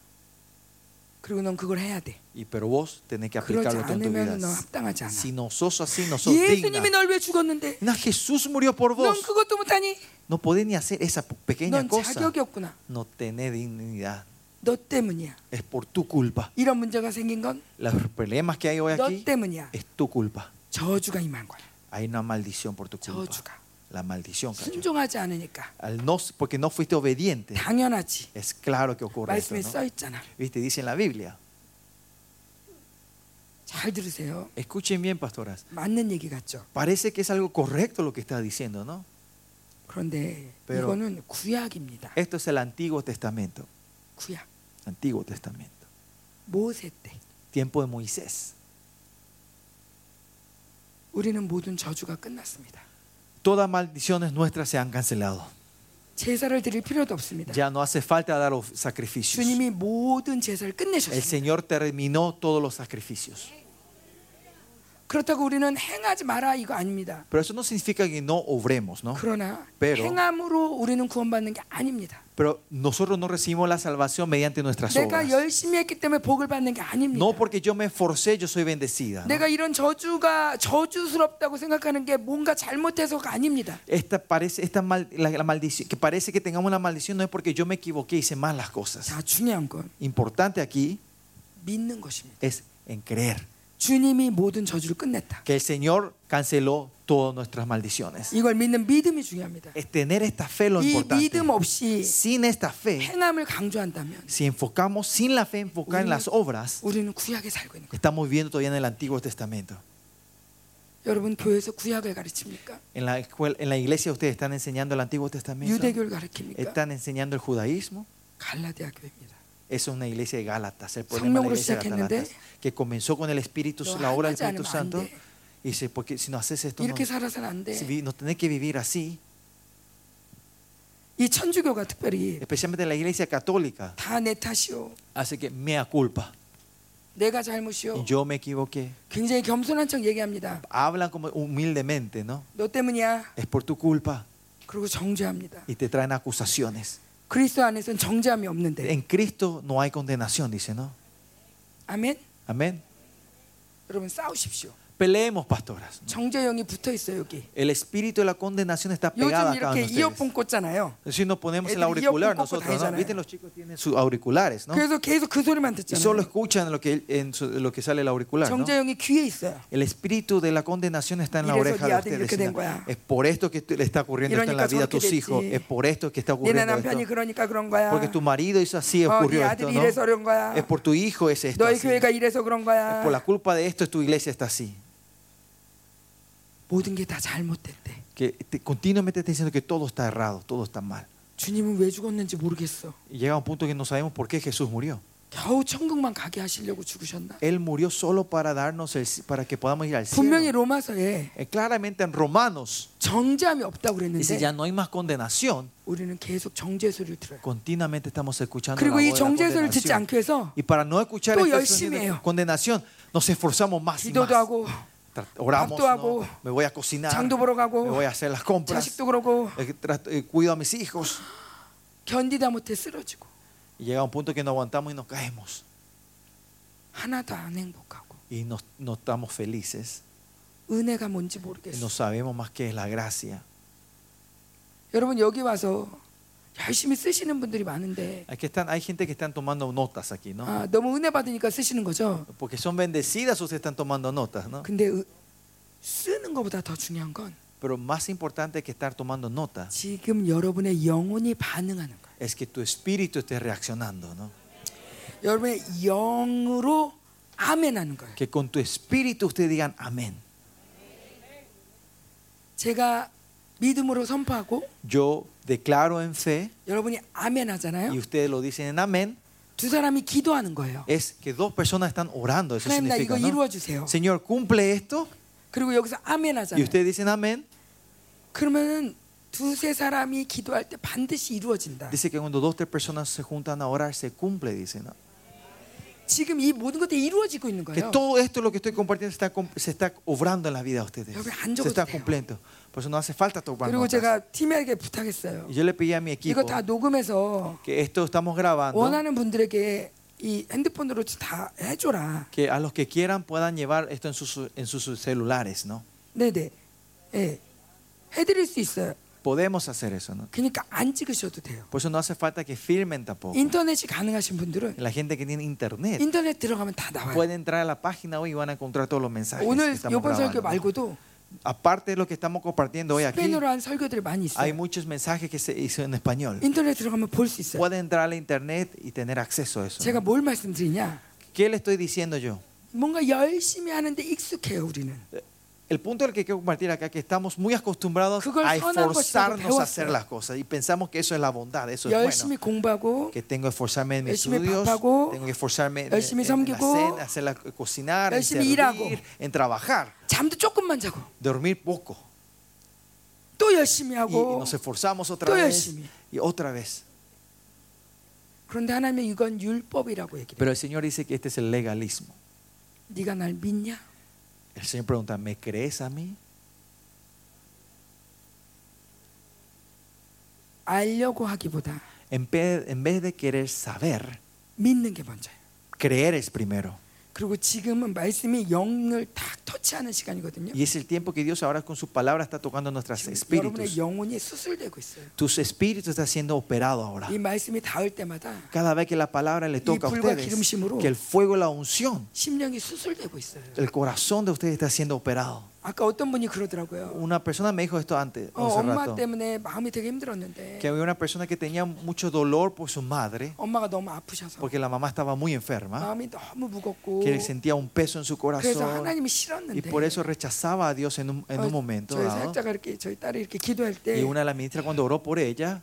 S1: 그리고 넌 그걸 해야 돼.
S2: Y, pero vos tenés que
S1: 그러지
S2: aplicarlo en tu vida.
S1: 않으면 넌 합당하지 않아.
S2: Si no sos así, no sos digna.
S1: 예수님이 널 왜 죽었는데?
S2: No, Jesús murió por
S1: 넌
S2: vos.
S1: 그것도 못하니?
S2: No podés ni hacer esa po- pequeña
S1: 넌
S2: cosa.
S1: 자격이 없구나.
S2: No tenés dignidad.
S1: 너 때문이야.
S2: Es por tu culpa.
S1: 이런 문제가 생긴 건
S2: Los problemas que hay hoy
S1: 너
S2: aquí
S1: 때문이야.
S2: es tu culpa.
S1: 저주가 임한 거야.
S2: Hay una maldición por tu culpa.
S1: 저주가.
S2: La maldición cayó.
S1: 순종하지 않으니까
S2: Al no, porque no fuiste obediente.
S1: 당연하지.
S2: Es claro que ocurre esto,
S1: 말씀에
S2: ¿no?
S1: 써 있잖아.
S2: Viste, dice en la Biblia.
S1: 잘 들으세요.
S2: Escuchen bien, pastoras.
S1: 맞는 얘기 같죠.
S2: Parece que es algo correcto lo que está diciendo, ¿no?
S1: 그런데
S2: Pero-
S1: 이거는 구약입니다.
S2: Esto es el Antiguo Testamento.
S1: 구약
S2: Antiguo Testamento.
S1: 모세 때
S2: Tiempo de Moisés.
S1: 우리는 모든 저주가 끝났습니다.
S2: Todas maldiciones nuestras se han cancelado.
S1: 제사를 드릴 필요도 없습니다.
S2: Ya no hace falta dar of- sacrificios.
S1: 주님이 모든 제사를
S2: El
S1: 끝내셨습니다.
S2: Señor terminó todos los sacrificios.
S1: 그렇다고 우리는 행하지 마라 이거 아닙니다.
S2: Pero eso no significa que no obremos, ¿no?
S1: 그러나
S2: Pero-
S1: 행함으로 우리는 구원받는 게 아닙니다.
S2: Pero nosotros no recibimos la salvación mediante nuestras
S1: 내가
S2: obras.
S1: 열심히 했기 때문에 복을 받는 게 아닙니다.
S2: No porque yo me esforcé, yo soy bendecida. ¿no?
S1: 내가 이런 저주가 저주스럽다고 생각하는 게 뭔가 잘못해서가 아닙니다.
S2: Esta parece, esta mal- la, la maldición, que parece que tengamos la maldición no es porque yo me equivoqué, hice mal las cosas.
S1: 자 중요한 건
S2: Importante aquí
S1: 믿는 것입니다.
S2: es en creer
S1: 주님이 모든 저주를 끝냈다.
S2: que el Señor canceló todas nuestras maldiciones.
S1: 이걸 믿는 믿음이 중요합니다.
S2: Es tener esta fe lo
S1: 이
S2: importante.
S1: 믿음 없이
S2: Sin esta fe,
S1: 행함을 강조한다면
S2: si enfocamos sin la fe, enfocar en las obras,
S1: 우리는 구약에 살고 있는 거예요.
S2: estamos viviendo todavía en el Antiguo Testamento.
S1: 여러분 교회에서 구약을 가르칩니까?
S2: En la, escuela- en la iglesia ustedes están enseñando el Antiguo Testamento.
S1: 유대교를 가르칩니까?
S2: Están enseñando el judaísmo.
S1: 갈라디아 교회입니다.
S2: Eso es una iglesia de Gálatas, el problema de
S1: Sangmyeong으로
S2: la iglesia de
S1: 시작했는데,
S2: Gálatas, que comenzó con el Espíritu,
S1: 너
S2: la obra del
S1: 하나지
S2: Espíritu
S1: 않으면 안
S2: Santo.
S1: 돼.
S2: Y dice, porque si no haces esto, no,
S1: 이렇게 살아서는 안
S2: si
S1: 돼.
S2: vi- no tenés que vivir así.
S1: 이 천주교가 특별히
S2: Especialmente la iglesia católica
S1: 다 내 탓이요.
S2: hace que mea culpa.
S1: 내가 잘못이요.
S2: Yo me equivoqué.
S1: 굉장히 겸손한 척 얘기합니다.
S2: Hablan como humildemente, ¿no?
S1: 너 때문이야.
S2: Es por tu culpa.
S1: 그리고 정죄합니다.
S2: Y te traen acusaciones.
S1: 그리스도 안에서는 정죄함이 없는데.
S2: En Cristo no hay condenación, dice, ¿no?
S1: 아멘.
S2: Amén.
S1: 여러분 싸우십시오.
S2: peleemos, pastoras.
S1: 정죄형이 붙어 있어요 여기.
S2: El espíritu de la condenación está pegada
S1: 요즘
S2: a cada uno
S1: 이렇게
S2: de ustedes.
S1: 이어폰 꽂잖아요.
S2: Si nos ponemos el
S1: Ellos
S2: auricular
S1: poco
S2: nosotros, ¿no?
S1: dañan,
S2: Viste,
S1: eh.
S2: los chicos tienen sus auriculares, ¿no?
S1: 그래서 계속 그 소리만
S2: Y solo
S1: 듣잖아요.
S2: escuchan lo que, en su- lo que sale el auricular, ¿no?
S1: 정죄형이 귀에 있어요.
S2: El espíritu de la condenación está en la
S1: Mira,
S2: oreja de
S1: eso ya tiene
S2: ustedes.
S1: que ah.
S2: Señor.
S1: tener,
S2: Es por esto que te- le está ocurriendo esto en la
S1: Irónica,
S2: vida a
S1: ¿por qué
S2: tus hijos.
S1: decís?
S2: Es por esto que está
S1: 얘네
S2: ocurriendo
S1: 남편이
S2: esto.
S1: 그러니까 그런 거야.
S2: Porque tu marido hizo así,
S1: 어, 네
S2: ocurrió esto,
S1: 아들이
S2: ¿no?
S1: 이래서 그런 거야.
S2: Es por tu hijo es esto.
S1: 너희
S2: así.
S1: 교회가 이래서 그런 거야.
S2: Por la culpa de esto, tu iglesia está así.
S1: 모든 게 다 잘못됐대.
S2: Que te- continuamente está diciendo que todo está errado, todo está mal.
S1: 주님은 왜 죽었는지 모르겠어.
S2: Y llega un punto que no sabemos por qué Jesús murió.
S1: 겨우 천국만 가게 하시려고 죽으셨나?
S2: Él murió solo para darnos el, para que podamos ir al
S1: 분명히
S2: cielo.
S1: 로마서에
S2: Eh, claramente en Romanos
S1: 정죄함이 없다고
S2: dice
S1: 그랬는데
S2: ya no hay más condenación.
S1: 우리는 계속 정죄 소리를 들어요.
S2: Continuamente estamos escuchando la
S1: 그리고
S2: voz de
S1: 이
S2: la
S1: 정죄 소리를 듣지
S2: condenación.
S1: 않기 위해서
S2: Y para no escuchar
S1: 또
S2: esta
S1: 열심히 해요.
S2: condenación, nos esforzamos más y más.
S1: 기도도 하고
S2: Tra- Oramos,
S1: 밥도 하고,
S2: ¿no? me voy a cocinar,
S1: 장도 보러
S2: me
S1: 가고
S2: voy a hacer las compras,
S1: 자식도 그러고
S2: eh, trato- eh, cuido a mis hijos.
S1: 견디다 못해 쓰러지고
S2: Y llega un punto que no aguantamos y nos caemos.
S1: 하나도 안 행복하고
S2: Y no, no estamos felices.
S1: 은혜가 뭔지
S2: Y no
S1: 모르겠어.
S2: sabemos más qué es la gracia.
S1: 여러분 여기 와서 열심히 쓰시는 분들이 많은데
S2: Aquí están, hay gente que están tomando notas aquí, ¿no?
S1: 아, 너무 은혜 받으니까 쓰시는 거죠.
S2: Porque son bendecidas, ustedes están tomando notas, ¿no?
S1: 근데 으- 쓰는 것보다 더 중요한 건
S2: Pero más importante que estar tomando notas
S1: 지금 여러분의 영혼이 반응하는 거예요.
S2: es que tu espíritu esté reaccionando, ¿no?
S1: 여러분의 영으로 아멘하는 거예요.
S2: Que con tu espíritu ustedes digan amén.
S1: 제가 믿음으로 선포하고
S2: Yo declaro en fe
S1: 여러분이 아멘
S2: y
S1: 하잖아요.
S2: ustedes lo dicen en amén,
S1: 두 사람이 기도하는 거예요.
S2: es que dos personas están orando. Eso
S1: 하나님 나 이거
S2: significa, ¿no?
S1: 이루어 주세요.
S2: Señor, cumple esto
S1: 그리고 여기서 아멘
S2: y
S1: 하잖아요.
S2: ustedes dicen amén.
S1: 그러면은 두세 사람이 기도할 때 반드시 이루어진다.
S2: Dice que cuando dos o tres personas se juntan a orar, se cumple, dice. ¿no?
S1: 지금 이 모든 것들이 이루어지고 있는
S2: Que
S1: 거예요.
S2: todo esto lo que estoy compartiendo se está, com- se está obrando en la vida de ustedes.
S1: Yo creo que 안
S2: Se está
S1: 적어도 돼요.
S2: cumpliendo. Por eso no hace falta tomar
S1: 그리고
S2: notas.
S1: 제가 팀에게 부탁했어요.
S2: Y yo le pedí a mi equipo
S1: 이거 다 녹음해서
S2: que esto estamos grabando,
S1: 원하는 분들에게 이 핸드폰으로 다 해줘라.
S2: que a los que quieran puedan llevar esto en sus, en sus celulares, ¿no?
S1: 네네. 예. 해드릴 수 있어요.
S2: Podemos hacer eso, ¿no?
S1: 그러니까 안 찍으셔도 돼요.
S2: Por eso no hace falta que firmen
S1: 어.
S2: tampoco.
S1: 인터넷이 가능하신 분들은
S2: La gente que tiene internet
S1: 인터넷 들어가면 다 나와요.
S2: puede entrar a la página hoy y van a encontrar todos los mensajes. que
S1: 오늘
S2: estamos
S1: 요번 설교
S2: grabando, ¿no?
S1: 말고도
S2: Aparte de lo que estamos compartiendo hoy aquí,
S1: 스페인어로 한 설교들이 많이 뭐.
S2: hay
S1: 있어요.
S2: muchos mensajes que se hizo en español.
S1: 인터넷 들어가면 볼 수 있어요.
S2: Puede entrar a la internet y tener acceso a eso.
S1: 제가
S2: ¿no?
S1: 뭘 말씀드리냐?
S2: ¿Qué le estoy diciendo yo?
S1: 뭔가 열심히 하는데 익숙해요, 우리는.
S2: El punto del que quiero compartir acá es que estamos muy acostumbrados
S1: 그걸
S2: a
S1: 선한
S2: esforzarnos
S1: 것이라고
S2: a hacer
S1: 배웠어요.
S2: las cosas y pensamos que eso es la bondad, eso es
S1: 열심히
S2: bueno.
S1: 공부하고
S2: Que tengo que esforzarme en mis
S1: 열심히
S2: estudios,
S1: 밥하고,
S2: tengo que esforzarme en,
S1: 열심히
S2: en- en la
S1: 섬기고,
S2: cena, hacer la- cocinar, en
S1: 열심히
S2: servir,
S1: 일하고.
S2: en trabajar,
S1: 잠도 조금만 자고
S2: dormir poco.
S1: 또 열심히
S2: y
S1: 하고
S2: nos esforzamos otra
S1: 또
S2: vez
S1: 열심히.
S2: y otra vez.
S1: 그런데 하나님은 이건 율법이라고 얘기해요.
S2: Pero el Señor dice que este es el legalismo.
S1: 네가 날 믿냐?
S2: El Señor pregunta, ¿me crees a mí?
S1: 알려고 하기보다
S2: En vez, en vez de querer saber,
S1: 믿는 게 먼저예요.
S2: creer es primero.
S1: 그리고 지금은 말씀이 영을 딱 터치하는 시간이거든요.
S2: Y es el tiempo que Dios ahora con su palabra está tocando nuestros
S1: 지금 여러분의
S2: espíritus.
S1: 영혼이 수술되고 있어요.
S2: Tus espíritus está siendo operado ahora.
S1: 이 말씀이 닿을 때마다
S2: Cada vez que la palabra le toca a
S1: 불과
S2: ustedes,
S1: 기름심으로
S2: que el fuego, la unción,
S1: 심령이 수술되고 있어요.
S2: el corazón de ustedes está siendo operado.
S1: 아까 어떤 분이 그러더라고요.
S2: Una persona me dijo esto antes,
S1: 어,
S2: hace
S1: 엄마
S2: rato,
S1: 때문에 마음이 되게 힘들었는데
S2: que había una persona que tenía mucho dolor por su madre,
S1: 엄마가 너무 아프셔서
S2: porque la mamá estaba muy enferma.
S1: 마음이 너무 무겁고
S2: que él sentía un peso en su
S1: 그래서
S2: corazón
S1: 하나님이
S2: y
S1: 싫었는데
S2: por eso rechazaba a Dios en un, en
S1: 어,
S2: un momento
S1: 저희
S2: dado.
S1: 사역자가 이렇게 저희 딸이 이렇게 기도할 때
S2: Y una de las ministras cuando oró por ella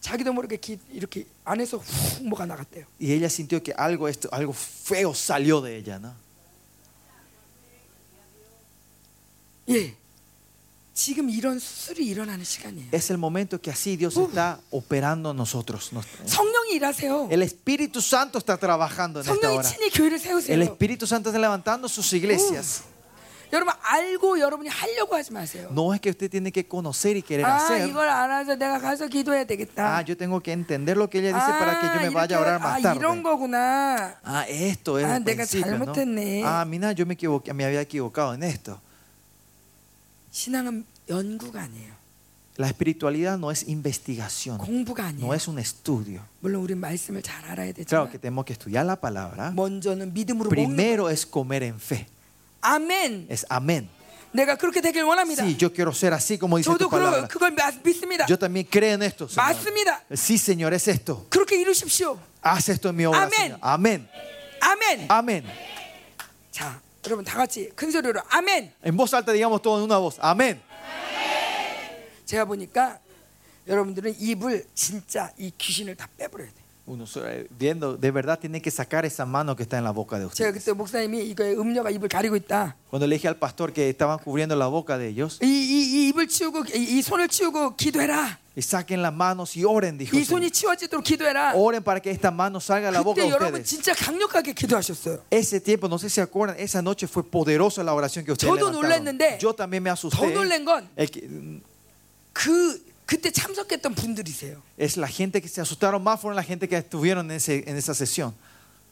S1: 자기도 모르게 기, 이렇게 안에서 훅 뭐가 나갔대요.
S2: y ella sintió que algo, esto, algo feo salió de ella, ¿no?
S1: 예. 지금 이런 수술이 일어나는 시간이에요.
S2: Es el momento que así Dios está operando en nosotros. nos-
S1: 성령이 일하세요.
S2: El Espíritu Santo está trabajando en esta
S1: 성령이
S2: hora.
S1: 친히 교회를
S2: El
S1: 세우세요.
S2: Espíritu Santo está levantando sus iglesias.
S1: 여러분 알고 여러분이 하려고 하지 마세요.
S2: No es que usted tiene que conocer y querer
S1: 아
S2: hacer.
S1: 이걸 알아서 내가 가서 기도해야 되겠다.
S2: Ah, yo tengo que entender lo que ella dice para
S1: Ah,
S2: que yo me vaya a orar
S1: 아
S2: más tarde.
S1: 이런 거구나.
S2: Ah, esto es
S1: Ah,
S2: el
S1: 내가
S2: principio, ¿no?
S1: 잘못했네.
S2: Ah, mira, yo me, equivoqué, me había equivocado en esto.
S1: 신앙은 연구가 아니에요.
S2: La espiritualidad no es investigación,
S1: 공부가 아니에요.
S2: no es un estudio.
S1: 물론 우리 말씀을 잘 알아야 되지만
S2: Claro que tenemos que estudiar la palabra.
S1: 먼저는 믿음으로 예. 먹는 거.
S2: Primero es comer en fe.
S1: 아멘.
S2: Es amén.
S1: 내가 그렇게 되길 원합니다.
S2: Sí, yo quiero ser así como dice tu
S1: 저도 그,
S2: palabra.
S1: 그걸 마- 믿습니다.
S2: Yo también creo en esto. Señor.
S1: 맞습니다.
S2: Sí, Señor, es esto.
S1: 그렇게 이루십시오.
S2: Haz esto en mi obra.
S1: Amén.
S2: Señor. Amén.
S1: 아멘.
S2: Amén.
S1: 자, 여러분 다 같이 큰 소리로 아멘.
S2: En voz alta digamos todo en una voz. Amén.
S1: 제가 보니까 여러분들은 입을 진짜 이 귀신을 다 빼버려야 돼.
S2: Uno eh, viendo, de verdad tiene que sacar esa mano que está en la boca de
S1: 제가
S2: usted.
S1: 그때 목사님이 이거 음녀가 입을 가리고 있다.
S2: Cuando le dije al pastor que estaban cubriendo la boca de ellos,
S1: 이, 이, 이 입을 치우고 이, 이 손을 치우고 기도해라.
S2: y saquen las manos y oren, dijo.
S1: 이
S2: el Señor.
S1: 손이 치워지도록 기도해라.
S2: Oren para que esta mano salga de la boca
S1: 그때
S2: de
S1: 여러분
S2: ustedes.
S1: 진짜 강력하게 기도하셨어요.
S2: Ese tiempo, no sé si se acuerdan, esa noche fue poderosa la oración que ustedes
S1: 저도
S2: levantaron.
S1: 놀랐는데,
S2: Yo también me
S1: 더
S2: asusté.
S1: 놀란 건
S2: El que-
S1: 그 그때 참석했던 분들이세요.
S2: Es la gente que se asustaron más fueron la gente que estuvieron en, ese- en esa sesión.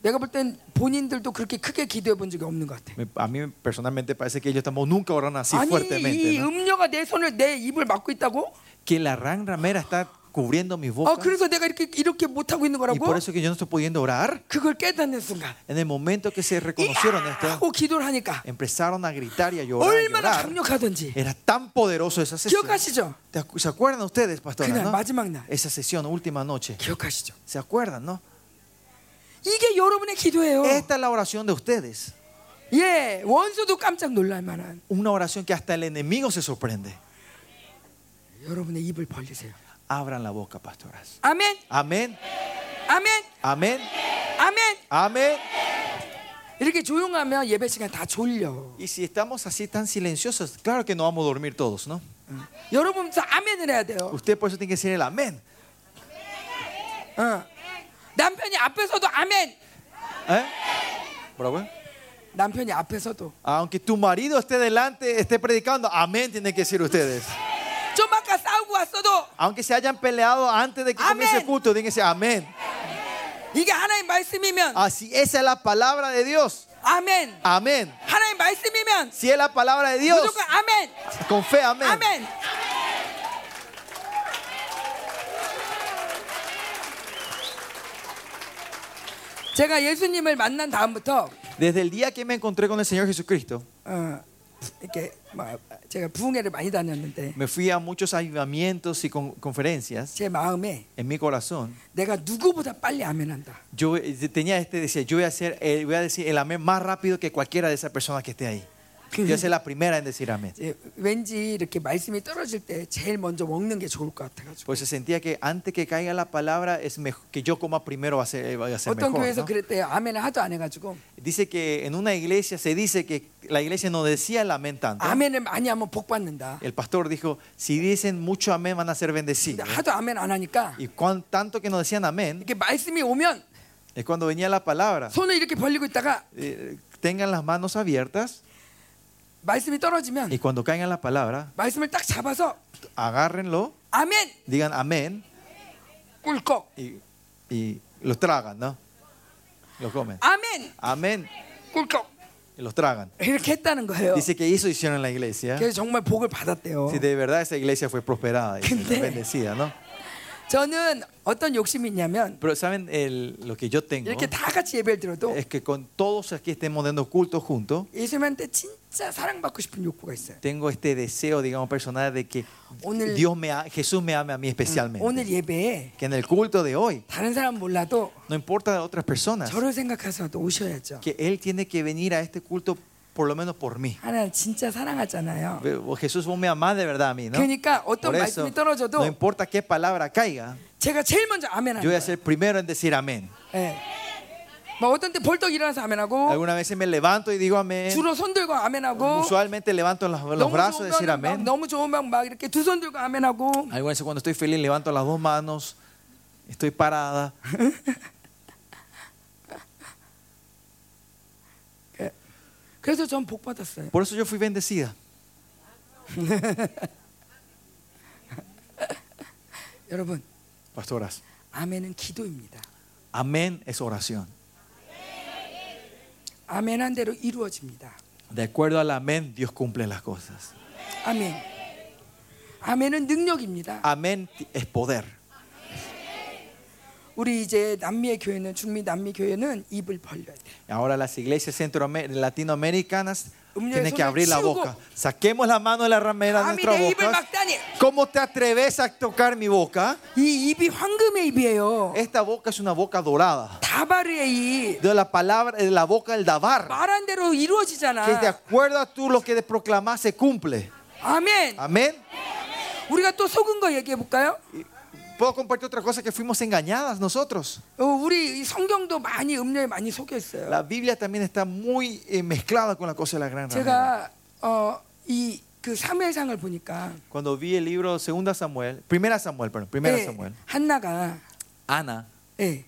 S1: 내가 볼 땐 본인들도 그렇게 크게 기도해 본 적이 없는 것 같아.
S2: Me- A mí personalmente parece que ellos tampoco nunca oraron así
S1: 아니
S2: fuertemente.
S1: 이
S2: ¿no?
S1: 음녀가 내 손을 내 입을 막고 있다고?
S2: Que la gran ramera está cubriendo mi
S1: 아
S2: boca
S1: 그래서 내가 이렇게 이렇게 못 하고 있는
S2: y
S1: 거라고?
S2: por eso que yo no estoy pudiendo orar.
S1: 그걸 깨닫는 순간
S2: En el momento que se
S1: 어,
S2: reconocieron esto,
S1: 하고 기도를 하니까
S2: empezaron a gritar y a llorar. y
S1: 얼마나
S2: llorar.
S1: 강력하던지
S2: Era tan poderoso esa sesión.
S1: 기억하시죠?
S2: ¿Te acu- ¿Se acuerdan ustedes, pastor?
S1: 그날 마지막 날.
S2: Esa sesión, última noche.
S1: 기억하시죠?
S2: ¿Se acuerdan, no?
S1: 이게 여러분의 기도예요.
S2: Esta es la oración de ustedes.
S1: 예, 원수도 깜짝 놀랄 만한
S2: Una oración que hasta el enemigo se sorprende.
S1: 여러분의 입을 벌리세요.
S2: Abran la boca, pastoras.
S1: 아멘,
S2: Amén,
S1: 아멘,
S2: amén,
S1: 아멘.
S2: amén.
S1: 이렇게 조용하면 예배 시간 다 졸려.
S2: Y si estamos así tan silenciosos, claro que no vamos a dormir todos, ¿no?
S1: 여러분도 아멘을 해야 돼요.
S2: Usted por eso tiene que decir el amén.
S1: 어. 남편이 앞에서도 아멘.
S2: ¿Eh? ¿Bravo?
S1: 남편이 앞에서도
S2: Aunque tu marido esté delante, esté predicando, amén, tienen que decir ustedes.
S1: 좀 아까 싸우고 왔어도
S2: Aunque se hayan peleado antes de que comience el
S1: Amén.
S2: culto, tienen que decir amén.
S1: 이게 하나님 말씀이면
S2: Así, esa es la palabra de Dios.
S1: 아멘.
S2: Amén.
S1: 하나님 말씀이면
S2: Si es la palabra de Dios,
S1: 무조건 아멘.
S2: con fe, amén.
S1: 아멘. 제가 예수님을 만난 다음부터
S2: Desde el día que me encontré con el Señor Jesucristo,
S1: 어, 이렇게 뭐 제가 부흥회를 많이 다녔는데
S2: me fui a muchos avivamientos y con- conferencias.
S1: 제 마음에
S2: En mi corazón,
S1: 내가 nuku보다 빨리 아멘한다.
S2: yo eh, tenía este deseo, yo voy a, hacer, eh, voy a decir el amén más rápido que cualquiera de esas personas que esté ahí. Yo voy a ser la primera en decir amén.
S1: 이제 왠지 이렇게 말씀이 떨어질 때 제일 먼저 먹는 게 좋을 것 같아가지고
S2: Pues se sentía que antes que caiga la palabra, es mejor, que yo coma primero va a ser, eh, va a ser
S1: 어떤
S2: mejor.
S1: 교회에서 네.
S2: ¿no?
S1: 그랬대요. 아멘을 하도 안 해가지고
S2: Dice que en una iglesia se dice que la iglesia no decía el amén tanto.
S1: 아멘을 많이 하면 복 받는다.
S2: El pastor dijo, si dicen mucho amén van a ser
S1: 근데
S2: bendecidos.
S1: 하도 아멘 안 하니까
S2: Y cuan- tanto que no decían amén,
S1: 이렇게 말씀이 오면
S2: es cuando venía la palabra.
S1: 손을 이렇게 벌리고 있다가
S2: eh, tengan las manos abiertas
S1: 말씀이 떨어지면
S2: y cuando caigan la palabra,
S1: 말씀을 딱 잡아서
S2: agárrenlo,
S1: 아멘
S2: digan amén
S1: 꿀꺽
S2: y, y los tragan, ¿no? Los comen.
S1: 아멘
S2: Amén
S1: 꿀꺽
S2: y los tragan.
S1: 이렇게 했다는 거예요.
S2: Dice que eso hicieron en la iglesia.
S1: 그래서 정말 복을 받았대요.
S2: Si de verdad esa iglesia fue prosperada, y
S1: Gente.
S2: bendecida, ¿no?
S1: 저는 어떤 욕심이 있냐면
S2: Pero saben el- lo que yo tengo
S1: 이렇게 다 같이 예배를 드려도
S2: es que con todos aquí estemos dando culto juntos.
S1: 예수님한테 진짜 사랑받고 싶은 욕구가 있어요.
S2: Tengo este deseo, digamos, personal de que
S1: 오늘-
S2: Dios me, a- Jesús me ame a mí especialmente.
S1: 오늘 예배에
S2: que en el culto de hoy,
S1: 다른 사람 몰라도
S2: no importa de otras personas,
S1: 저를 생각해서도 오셔야죠.
S2: que Él tiene que venir a este culto por lo menos por mí.
S1: 하나님 진짜 사랑하잖아요.
S2: Ve- vos, Jesús, vos me amás de verdad a mí, ¿no?
S1: 그러니까 어떤
S2: Por eso,
S1: 말씀이 떨어져도
S2: no importa qué palabra caiga,
S1: 제가 제일 먼저
S2: yo
S1: 아멘하는
S2: voy a
S1: 거예요.
S2: ser primero en decir amén.
S1: 예. 뭐 어떤 때 벌떡 일어나서 아멘하고 어,
S2: Algunas veces me levanto y digo amén.
S1: 주로 손 들고 아멘하고
S2: Usualmente levanto los, los
S1: 너무
S2: brazos y decir
S1: 좋으면 막,
S2: amén.
S1: 너무 좋으면 막 이렇게 두 손 들고 아멘하고
S2: Algunas veces cuando estoy feliz levanto las dos manos, estoy parada.
S1: 그래서 전 복 받았어요.
S2: Por eso yo fui bendecida.
S1: 여러분,
S2: Pastoras,
S1: 아멘은 기도입니다.
S2: amén es oración.
S1: 아멘한 대로 이루어집니다.
S2: De acuerdo al amén, Dios cumple las cosas.
S1: 아멘. 아멘은 능력입니다.
S2: Amén es poder.
S1: 우리 이제 남미의 교회는 중미 남미 교회는 입을 벌려야 돼.
S2: Ahora las iglesias centroamer- latinoamericanas
S1: 음료의
S2: tienen que
S1: 손을
S2: abrir la
S1: 치우고.
S2: boca. Saquemos la mano de la ramera de
S1: 감히
S2: nuestra
S1: 내 입을
S2: boca.
S1: 막다니.
S2: ¿Cómo te atreves a tocar mi boca?
S1: 이 입이 황금의 입이에요.
S2: Esta boca es una boca dorada.
S1: 다바르의 입.
S2: De la palabra, de la boca del davar.
S1: 말한 대로
S2: Que de
S1: 이루어지잖아.
S2: acuerdo a tú lo que proclamas se cumple.
S1: 아멘.
S2: Amén.
S1: 우리가 또 속은 거 얘기해 볼까요?
S2: Puedo compartir otra cosa que fuimos engañadas nosotros.
S1: 어, 우리 이 성경도 많이 음료에 많이 속여 있어요.
S2: La Biblia también está muy eh, mezclada con la cosa de la gran ramera.
S1: 제가 어, 이그 사무엘상을 보니까
S2: Cuando vi el libro Segunda Samuel, Primera Samuel, perdón, Primera
S1: 예,
S2: Samuel,
S1: 한나가
S2: Ana
S1: 예,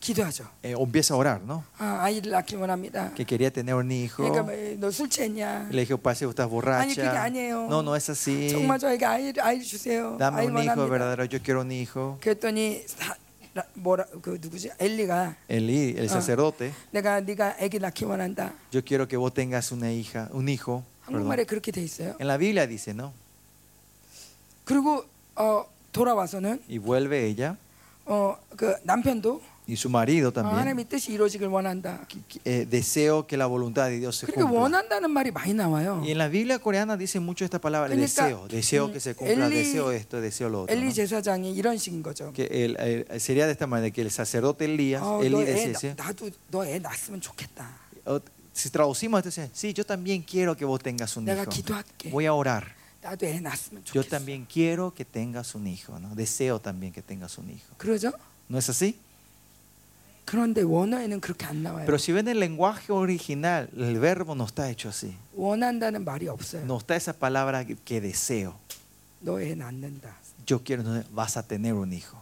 S1: 기도하죠.
S2: eh, empieza a orar, ¿no?
S1: 아, 아이를 낳기 원합니다.
S2: Que quería tener un hijo.
S1: 그러니까 너 술 취했냐?
S2: Y le dijo, pase, estás
S1: Ani, 그게
S2: borracha.
S1: 아니에요.
S2: No, no es así.
S1: 정말 저에게 아이를 아이 주세요.
S2: Dame
S1: 아이
S2: un hijo
S1: 원합니다.
S2: verdadero, yo quiero un hijo.
S1: 그랬더니 사, 라, 뭐라 그 누구지? 엘리가
S2: Eli, el
S1: Ah.
S2: sacerdote,
S1: 내가 네가 아기 낳기 원한다.
S2: yo quiero que vos tengas una hija, un hijo. perdón.
S1: 한국말에 그렇게 돼 있어요.
S2: En la Biblia dice, ¿no?
S1: 그리고 어, 돌아와서는
S2: Y vuelve ella
S1: 어, 그 남편도
S2: y su marido
S1: 어,
S2: también.
S1: 하나님의 뜻이 이루어지길 원한다.
S2: Eh, deseo que la voluntad de Dios se
S1: 그렇게
S2: cumpla.
S1: 원한다는 말이 많이 나와요.
S2: Y en la Biblia coreana dice mucho esta palabra,
S1: 그러니까,
S2: deseo, deseo que se cumpla,
S1: Eli-
S2: deseo esto, deseo lo otro.
S1: 엘리
S2: ¿no?
S1: 제사장이 이런 식인 거죠.
S2: Que el- el- sería de esta manera, que el sacerdote Elías,
S1: 어,
S2: Eli
S1: 너애
S2: decía,
S1: 나도 너 애 낳았으면 좋겠다.
S2: O- Si traducimos esto, dice, sí, yo también quiero que vos tengas un
S1: 내가
S2: hijo.
S1: 기도할게.
S2: Voy a orar.
S1: 나도 애 낳았으면
S2: Yo
S1: 좋겠어.
S2: también quiero que tengas un hijo. ¿no? Deseo también que tengas un hijo.
S1: 그러죠?
S2: ¿No es así?
S1: 그런데 원어에는 그렇게 안 나와요.
S2: Pero si ven el lenguaje original, el verbo no está hecho así.
S1: 원한다는 말이 없어요.
S2: No está esa palabra que- que deseo.
S1: 너 애 낳는다.
S2: Yo quiero, no, vas a tener un hijo.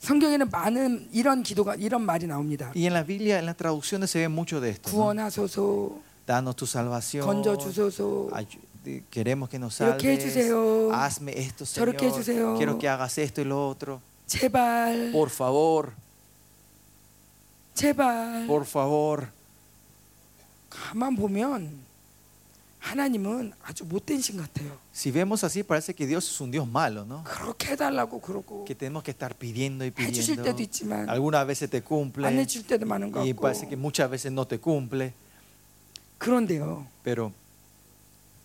S1: 성경에는 많은 이런 기도가 이런 말이 나옵니다.
S2: Y en la Biblia, en las traducciones se ve mucho de esto. ¿no?
S1: 구원하소서,
S2: Danos tu salvación.
S1: 건져 주소서.
S2: Ayu- de- Queremos que nos
S1: 이렇게
S2: salves.
S1: 해주세요.
S2: Hazme esto, Señor.
S1: 저렇게 해주세요.
S2: Quiero que hagas esto y lo otro.
S1: 제발,
S2: Por favor.
S1: 제발.
S2: Por favor.
S1: 가만 보면 하나님은 아주 못된 신 같아요.
S2: Si vemos así, parece que Dios es un Dios malo, ¿no?
S1: 그렇게 해달라고 그러고
S2: Que tenemos que estar pidiendo y
S1: 해주실
S2: pidiendo.
S1: 때도 있지만
S2: Algunas veces te cumple
S1: 안 해줄 때도 많은 것
S2: y parece que
S1: 같고
S2: muchas veces no te cumple.
S1: 그런데요
S2: Pero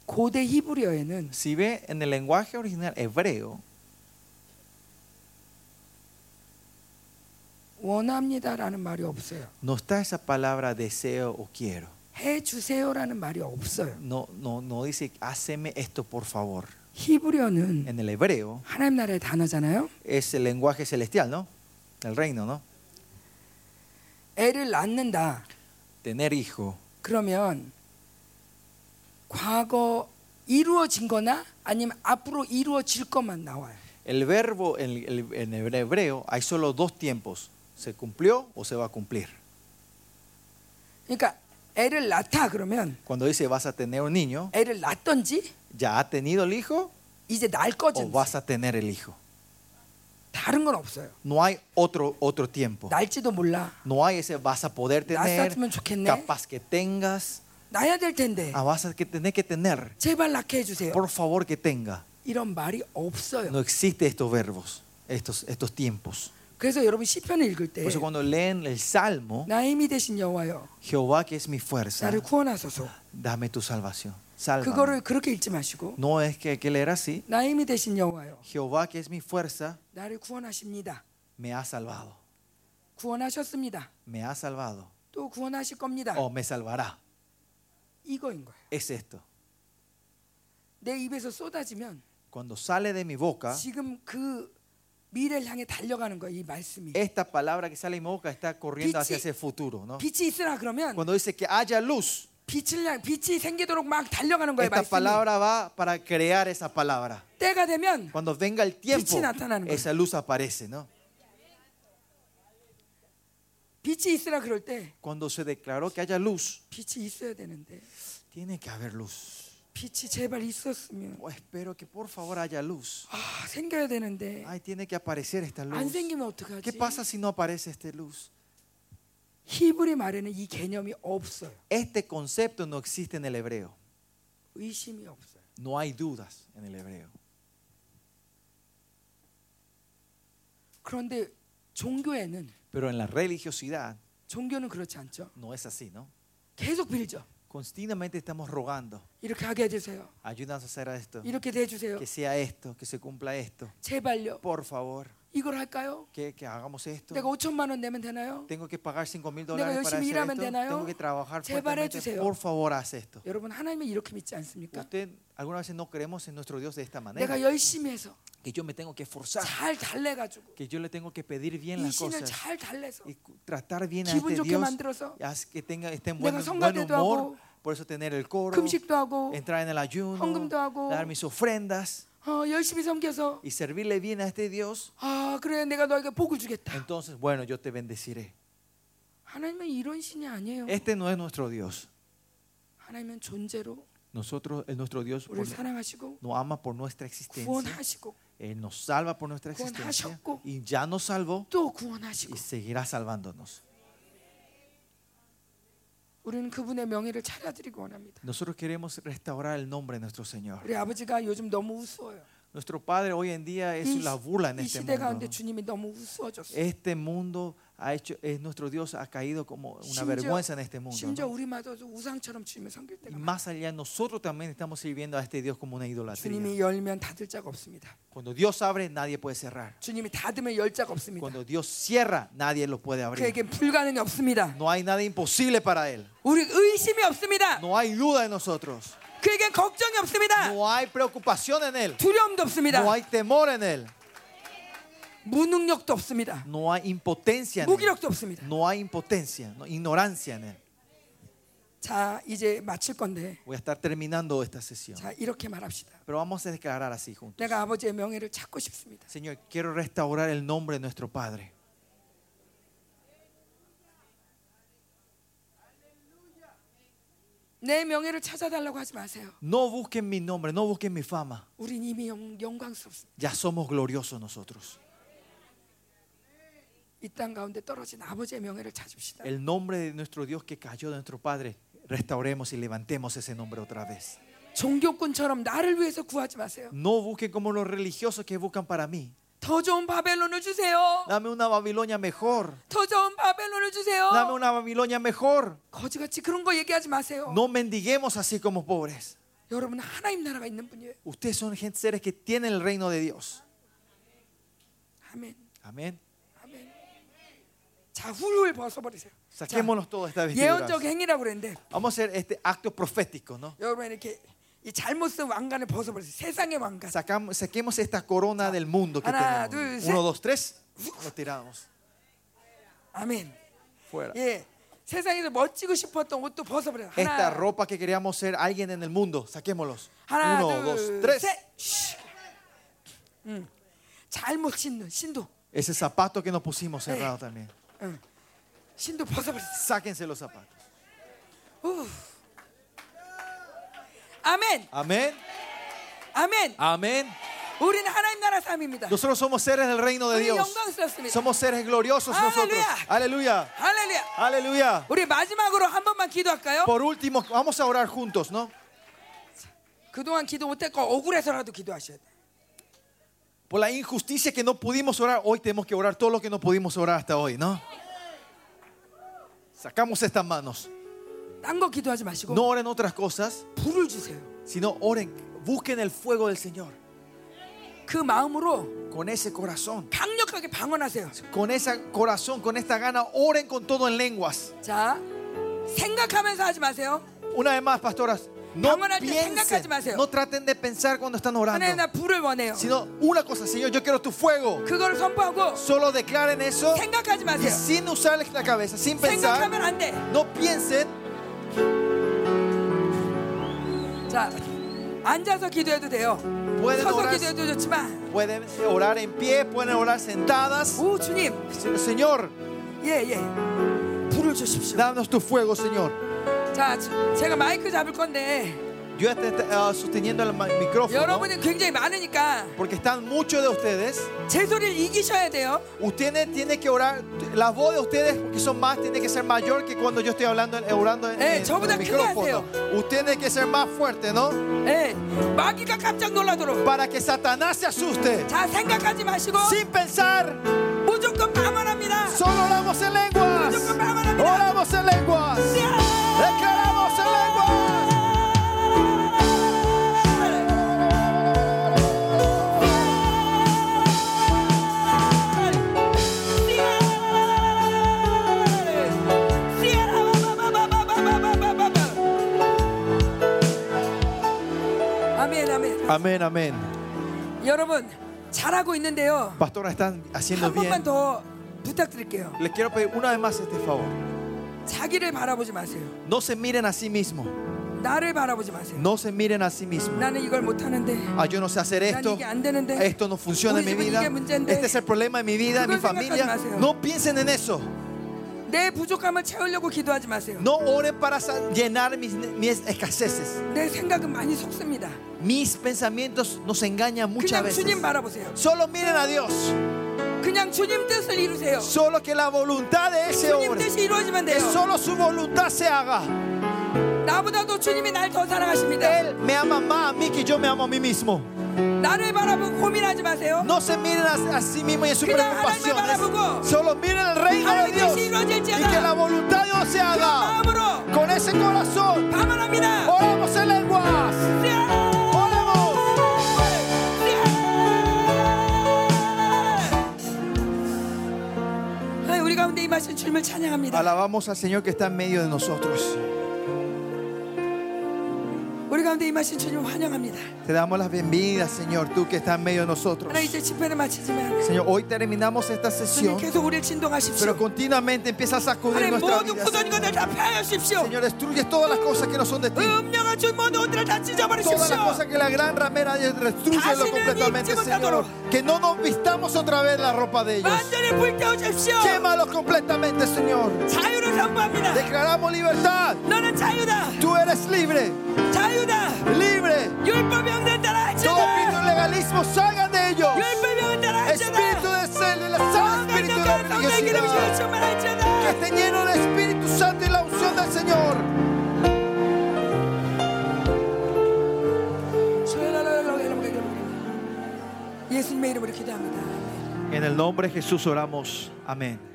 S1: 고대 히브리어에는
S2: si ve en el lenguaje original hebreo,
S1: 원합니다라는 말이 없어요.
S2: no está esa palabra deseo o quiero.
S1: 해주세요라는 말이 없어요.
S2: No, no, no dice haceme esto por favor.
S1: 히브리어는
S2: En el hebreo
S1: 하나님 나라의 단어잖아요.
S2: es el lenguaje celestial, ¿no? El reino, ¿no?
S1: 애를 낳는다.
S2: Tener hijo.
S1: 그러면 과거 이루어진 거나 아니면 앞으로 이루어질 것만 나와요.
S2: El verbo en el- en el hebreo hay solo dos tiempos. ¿Se cumplió o se va a cumplir?
S1: 그러니까 애를 낳다 그러면
S2: Cuando dice vas a tener un niño,
S1: 애를 낳던지
S2: ¿ya ha tenido el hijo
S1: 이제 낳을
S2: o
S1: 거든지
S2: vas a tener el hijo?
S1: 다른 건 없어요.
S2: No hay otro, otro tiempo.
S1: 날지도 몰라.
S2: No hay ese vas a poder tener,
S1: Nasatmen 좋겠네.
S2: capaz que tengas,
S1: 낳아야 될 텐데
S2: ah, vas a que tener que tener.
S1: 제발 낳게 해주세요.
S2: Por favor que tenga.
S1: 이런 말이
S2: No
S1: 없어요.
S2: existe estos verbos, estos, estos tiempos.
S1: 그래서 여러분 시편을 읽을 때
S2: Por eso cuando leen el Salmo,
S1: 나 힘이 되신 여호와여
S2: Jehová que es mi fuerza,
S1: 나를 구원하소서.
S2: dame tu salvación. Sálvame.
S1: 그거를 그렇게 읽지 마시고
S2: No es que, que leer así,
S1: 나 힘이 되신 여호와여
S2: Jehová que es mi fuerza,
S1: 나를 구원하십니다.
S2: me ha salvado,
S1: 구원하셨습니다.
S2: me ha salvado
S1: 또 구원하실 겁니다.
S2: o me salvará.
S1: 이거인 거예요.
S2: Es esto.
S1: 내 입에서 쏟아지면
S2: cuando sale de mi boca,
S1: 지금 그 미래를 향해 달려가는 거예요. 이 말씀이
S2: esta palabra que sale de mi boca está corriendo hacia
S1: Pichi.
S2: ese futuro, ¿no?
S1: 빛이 있으라 그러면
S2: Cuando dice que haya luz,
S1: 빛을 향 빛이 생기도록 막 달려가는 거예요.
S2: esta
S1: 말씀이
S2: palabra va para crear esa palabra.
S1: 때가 되면
S2: Cuando venga el tiempo,
S1: Pichi 나타나는 거예요.
S2: esa luz aparece, ¿no?
S1: 빛이 있으라 그럴 때
S2: Cuando se declaró que haya luz,
S1: 빛이 있어야 되는데
S2: tiene que haber luz.
S1: 빛이 제발 있었으면
S2: Oh, espero que por favor haya luz.
S1: 아, 생겨야 되는데
S2: Ay, tiene que aparecer esta
S1: 안
S2: luz.
S1: 생기면
S2: ¿Qué
S1: 어떡하지?
S2: pasa si no aparece esta luz?
S1: 히브리 말에는 이 개념이 없어요.
S2: Este concepto no existe en el hebreo.
S1: 의심이 없어요.
S2: No hay dudas en el hebreo.
S1: 그런데 종교에는
S2: Pero en la religiosidad
S1: 종교는 그렇지 않죠.
S2: no es así, ¿no?
S1: 계속 빌죠.
S2: Continuamente estamos rogando.
S1: 이렇게 하게 해주세요.
S2: Ayúdanos a hacer esto.
S1: 이렇게 대주세요.
S2: Que sea esto, que se cumpla esto.
S1: 제발요.
S2: Por favor,
S1: 이걸 할까요?
S2: que, que hagamos esto.
S1: 내가 5천만 원 내면 되나요?
S2: Tengo que pagar 5 mil
S1: Tengo que
S2: dólares para hacer
S1: 열심히
S2: esto.
S1: 일하면 되나요?
S2: Tengo que trabajar
S1: 제발
S2: fuertemente.
S1: 해주세요.
S2: Por favor, haz esto.
S1: 여러분 하나님을 이렇게 믿지 않습니까?
S2: Usted, alguna vez no creemos en nuestro Dios de esta manera.
S1: 내가 열심히 해서
S2: Que yo me tengo que esforzar.
S1: 잘 달래가지고
S2: Que yo le tengo que pedir bien
S1: 이
S2: las
S1: 신을
S2: cosas.
S1: 잘 달래서
S2: Y cu- tratar bien a
S1: 기분
S2: este
S1: 좋게
S2: Dios.
S1: 만들어서 네.
S2: haz que tenga, esté en
S1: 내가
S2: buen, buen
S1: 성가대도
S2: humor.
S1: 하고,
S2: Por eso tener el coro.
S1: 금식도 하고
S2: Entrar en el ayuno.
S1: 헌금도 하고,
S2: Dar mis ofrendas.
S1: 어, 열심히 섬겨서
S2: Y servirle bien a este Dios.
S1: 아 그래 내가 너에게 복을 주겠다.
S2: Entonces, bueno, yo te bendeciré.
S1: 하나님은 이런 신이 아니에요.
S2: Este no es nuestro Dios.
S1: 하나님은 존재로
S2: Nosotros, el nuestro Dios
S1: 우리를
S2: por-
S1: 사랑하시고
S2: nos ama por nuestra existencia.
S1: 구원하시고
S2: Él nos salva por nuestra existencia
S1: 구원하셨고,
S2: y ya nos salvó
S1: 또
S2: y
S1: 구원하시고
S2: seguirá salvándonos.
S1: 우리는 그분의 명예를 찾아드리고 원합니다.
S2: Nosotros queremos restaurar el nombre de nuestro Señor.
S1: 우리 아버지가 요즘 너무 우스워요.
S2: Nuestro Padre hoy en día es
S1: 이,
S2: la burla en
S1: 이
S2: este
S1: 시대
S2: mundo.
S1: 가운데 예,
S2: ¿no?
S1: 주님이 너무 우스워졌어요.
S2: Este mundo ha hecho, es nuestro Dios ha caído como una
S1: 심지어-
S2: vergüenza en este mundo.
S1: 심지어
S2: ¿no?
S1: 우리마저도 우상처럼 주님을 섬길
S2: Y
S1: 때가 많아요.
S2: más allá nosotros también estamos sirviendo a este Dios como una idolatría.
S1: 주님이 열면 닫을 자가 없습니다.
S2: Cuando Dios abre, nadie puede cerrar.
S1: 주님이 닫으면 열 자가 없습니다.
S2: Cuando Dios cierra, nadie lo puede abrir.
S1: 그에겐 불가능이 없습니다.
S2: No hay nada imposible para Él.
S1: 우리 의심이 없습니다.
S2: No hay duda en nosotros.
S1: 그에겐 걱정이 없습니다.
S2: No hay preocupación en Él.
S1: 두려움도 없습니다.
S2: No hay temor en Él.
S1: 무능력도 없습니다.
S2: No hay impotencia en Él.
S1: 무기력도 없습니다.
S2: No hay impotencia, no, ignorancia en Él.
S1: 자, 이제 마칠 건데.
S2: Voy a estar terminando esta sesión.
S1: 자, 이렇게 말합시다.
S2: Pero vamos a declarar así juntos.
S1: 내가 아버지의 명예를 찾고 싶습니다.
S2: Señor, quiero restaurar el nombre de nuestro Padre.
S1: 내 명예를 찾아달라고 하지 마세요.
S2: No busquen mi nombre, no busquen mi fama.
S1: 우린 이미 영, 영광스럽습니다.
S2: Ya somos gloriosos nosotros.
S1: 이 땅 가운데 떨어진 아버지의 명예를 찾읍시다.
S2: El nombre de nuestro Dios que cayó de nuestro Padre, restauremos y levantemos ese nombre otra vez.
S1: 종교꾼처럼 나를 위해서 구하지 마세요.
S2: No busquen como los religiosos que buscan para mí.
S1: 더 좋은 바벨론을 주세요.
S2: Dame una Babilonia mejor.
S1: 더 좋은 바벨론을 주세요.
S2: Dame una Babilonia mejor.
S1: 거지같이 그런 거 얘기하지 마세요.
S2: No mendiguemos así como pobres.
S1: 여러분 하나님 나라가 있는 분이에요.
S2: Ustedes son gente- seres que tienen el reino de Dios.
S1: 아멘.
S2: Amén.
S1: 아멘. 자 훌훌 벗어버리세요. 자,
S2: Saquémonos todas estas vestiduras.
S1: 예언적 행위라고 그랬는데
S2: Vamos a hacer este acto profético, ¿no?
S1: 여러분 이렇게 이 잘못 쓴 왕관을 벗어버리세요. 세상의 왕관.
S2: Sacamos, saquemos esta corona del mundo que
S1: Haná,
S2: tenemos.
S1: dulce.
S2: Uno, dos, tres. Lo tiramos
S1: 아멘.
S2: fuera.
S1: 예. 세상에서 멋지고 싶었던 옷도 벗어버려.
S2: Esta
S1: 하나,
S2: ropa que queríamos ser alguien en el mundo, saquémoslos.
S1: 하나,
S2: Uno, dos,
S1: 둘,
S2: tres.
S1: 셋. 쉬. 음. 잘못 신는 신도,
S2: Ese zapato que nos pusimos cerrado también.
S1: 신도 벗어버렸어.
S2: Sáquense los zapatos.
S1: 우. 아멘,
S2: Amén.
S1: 아멘.
S2: Amén.
S1: 우리는 하나님 나라 삶입니다.
S2: Nosotros somos seres del reino de
S1: 우리
S2: Dios.
S1: 영광스럽습니다.
S2: Somos seres gloriosos nosotros. Aleluya.
S1: 할렐루야.
S2: Aleluya.
S1: 우리 마지막으로 한 번만 기도할까요?
S2: Por último, vamos a orar juntos, ¿no?
S1: 그동안 기도 못했고 억울해서라도 기도하셔야 돼.
S2: Por la injusticia que no pudimos orar, hoy tenemos que orar todo lo que no pudimos orar hasta hoy, ¿no? Sacamos estas manos.
S1: 딴거 기도하지 마시고
S2: No oren otras cosas,
S1: 불을 주세요.
S2: sino oren, busquen el fuego del Señor.
S1: 그 마음으로
S2: Con ese corazón,
S1: 강력하게 방언하세요.
S2: con ese corazón, con esta gana, oren con todo en lenguas.
S1: 자, 생각하면서 하지 마세요.
S2: Una vez más, pastoras, no
S1: Vamos a orar,
S2: piensen,
S1: 생각하지 마세요.
S2: no traten de pensar cuando están
S1: 하나님
S2: orando,
S1: 나 불을 원해요.
S2: sino una cosa, Señor, yo quiero tu fuego.
S1: 그걸 선포하고
S2: Solo declaren eso
S1: 생각하지
S2: y
S1: 마세요.
S2: sin usar la cabeza, sin pensar,
S1: 생각하면 안 돼.
S2: no piensen.
S1: 자, 앉아서 기도해도 돼요.
S2: Pueden
S1: 서서
S2: orar.
S1: 기도해도 좋지만,
S2: Pueden orar en pie, pueden orar sentadas.
S1: 오 주님,
S2: Se- Señor,
S1: 예 예, 불을 주십시오.
S2: Danos tu fuego, Señor.
S1: 자, 저- 제가 maik 잡을 건데
S2: Yo ya te- te- ah, sosteniendo el ma- micrófono.
S1: 여러분이 굉장히 많으니까
S2: Porque están muchos de ustedes.
S1: 제 소리를 이기셔야 돼요.
S2: Ustedes tienen que orar. La voz de ustedes, que son más, tiene que ser mayor que cuando yo estoy hablando, eh, orando en,
S1: Eh,
S2: en
S1: 저보다
S2: el micrófono. Ustedes tienen que ser más fuertes, ¿no?
S1: 예, 마귀가 깜짝 놀라도록.
S2: Para que Satanás se asuste.
S1: 자, 생각하지 마시고
S2: Sin pensar,
S1: 무조건 방언합니다.
S2: solo oramos en lenguas.
S1: 무조건 방언합니다.
S2: Oramos en lenguas. Declaramos en lenguas.
S1: 아멘, 아멘.
S2: Amén, amén.
S1: 여러분 잘하고 있는데요.
S2: Pastora, están haciendo
S1: 한 번만
S2: bien.
S1: 더 부탁드릴게요.
S2: Les quiero pedir una vez más este favor.
S1: 자기를 바라보지 마세요.
S2: No se miren a sí mismos.
S1: 나를 바라보지 마세요.
S2: No se miren a sí mismos.
S1: 나는 이걸 못하는데
S2: Ah, yo no sé hacer
S1: 난
S2: esto.
S1: 이게 안 되는데
S2: Esto no funciona en mi vida. Este es el problema de mi vida, de mi familia. No piensen en eso.
S1: 내 부족함을 채우려고 gido하지 마세요.
S2: No oren para sa- llenar mis, mis escaseces.
S1: 내 생각은 많이 속습니다.
S2: Mis pensamientos nos engañan muchas
S1: 그냥
S2: veces.
S1: 주님 바라보세요.
S2: Solo miren a Dios.
S1: 그냥 주님 뜻을 이루세요.
S2: Solo que la voluntad de ese
S1: 주님
S2: hombre,
S1: 뜻이 이루어지면
S2: que
S1: 돼요.
S2: solo su voluntad se haga.
S1: 나보다도 주님이 날 더 사랑하십니다.
S2: Él me ama más a mí que yo me amo a mí mismo.
S1: 나를 바라보고 고민하지 마세요.
S2: No se miren a, a sí mismos y en sus
S1: Mira, ahora me
S2: preocupaciones.
S1: parabuco.
S2: Solo miren el reino
S1: Ahora
S2: de
S1: me
S2: Dios
S1: sí, no, ya, ya,
S2: y
S1: ya.
S2: que la voluntad de Dios se haga.
S1: 마음으로
S2: Con ese corazón,
S1: 방언합니다.
S2: oramos en lenguas. Oremos.
S1: 하나님, 우리 가운데 임하신 주님을 찬양합니다.
S2: Alabamos al Señor que está en medio de nosotros.
S1: 우리 가운데 임하신 주님 환영합니다.
S2: Te damos las bienvenidas, Señor, tú que estás en medio de nosotros.
S1: 하나 이제 집회를 마치지만
S2: Señor, hoy terminamos esta
S1: 주님
S2: sesión,
S1: 계속 우리를 진동하십시오.
S2: pero continuamente empieza a sacudir
S1: 하나님
S2: nuestra
S1: 모든
S2: vida.
S1: 굳은 것들 다 펴주십시오.
S2: Señor, destruye todas las cosas que no son de ti.
S1: 음녀가 준 모든 옷들을 다
S2: Todas las
S1: 찢어버리십시오.
S2: cosas que la gran ramera destruyelo
S1: Dase는
S2: completamente,
S1: 입지
S2: Señor.
S1: 못하도록.
S2: Que no nos vistamos otra vez la ropa de ellos.
S1: 완전히 불태우십시오.
S2: Quémalos completamente, Señor.
S1: 자유를 선포합니다.
S2: Declaramos libertad.
S1: 너는 자유다.
S2: Tú eres libre,
S1: 자유다.
S2: libre.
S1: 율법이 없는 나라
S2: Todo espíritu de
S1: 할지다.
S2: legalismo salga de ellos.
S1: 율법이 없는 나라
S2: Espíritu
S1: 할지다.
S2: de cel, de la sal, espíritu de la
S1: 성령께서 성령의 기름이
S2: religiosidad. Que
S1: 충만할지다.
S2: estén llenos del Espíritu Santo y la unción del Señor.
S1: 예수님의 이름으로 기도합니다.
S2: En el nombre de Jesús oramos. Amén.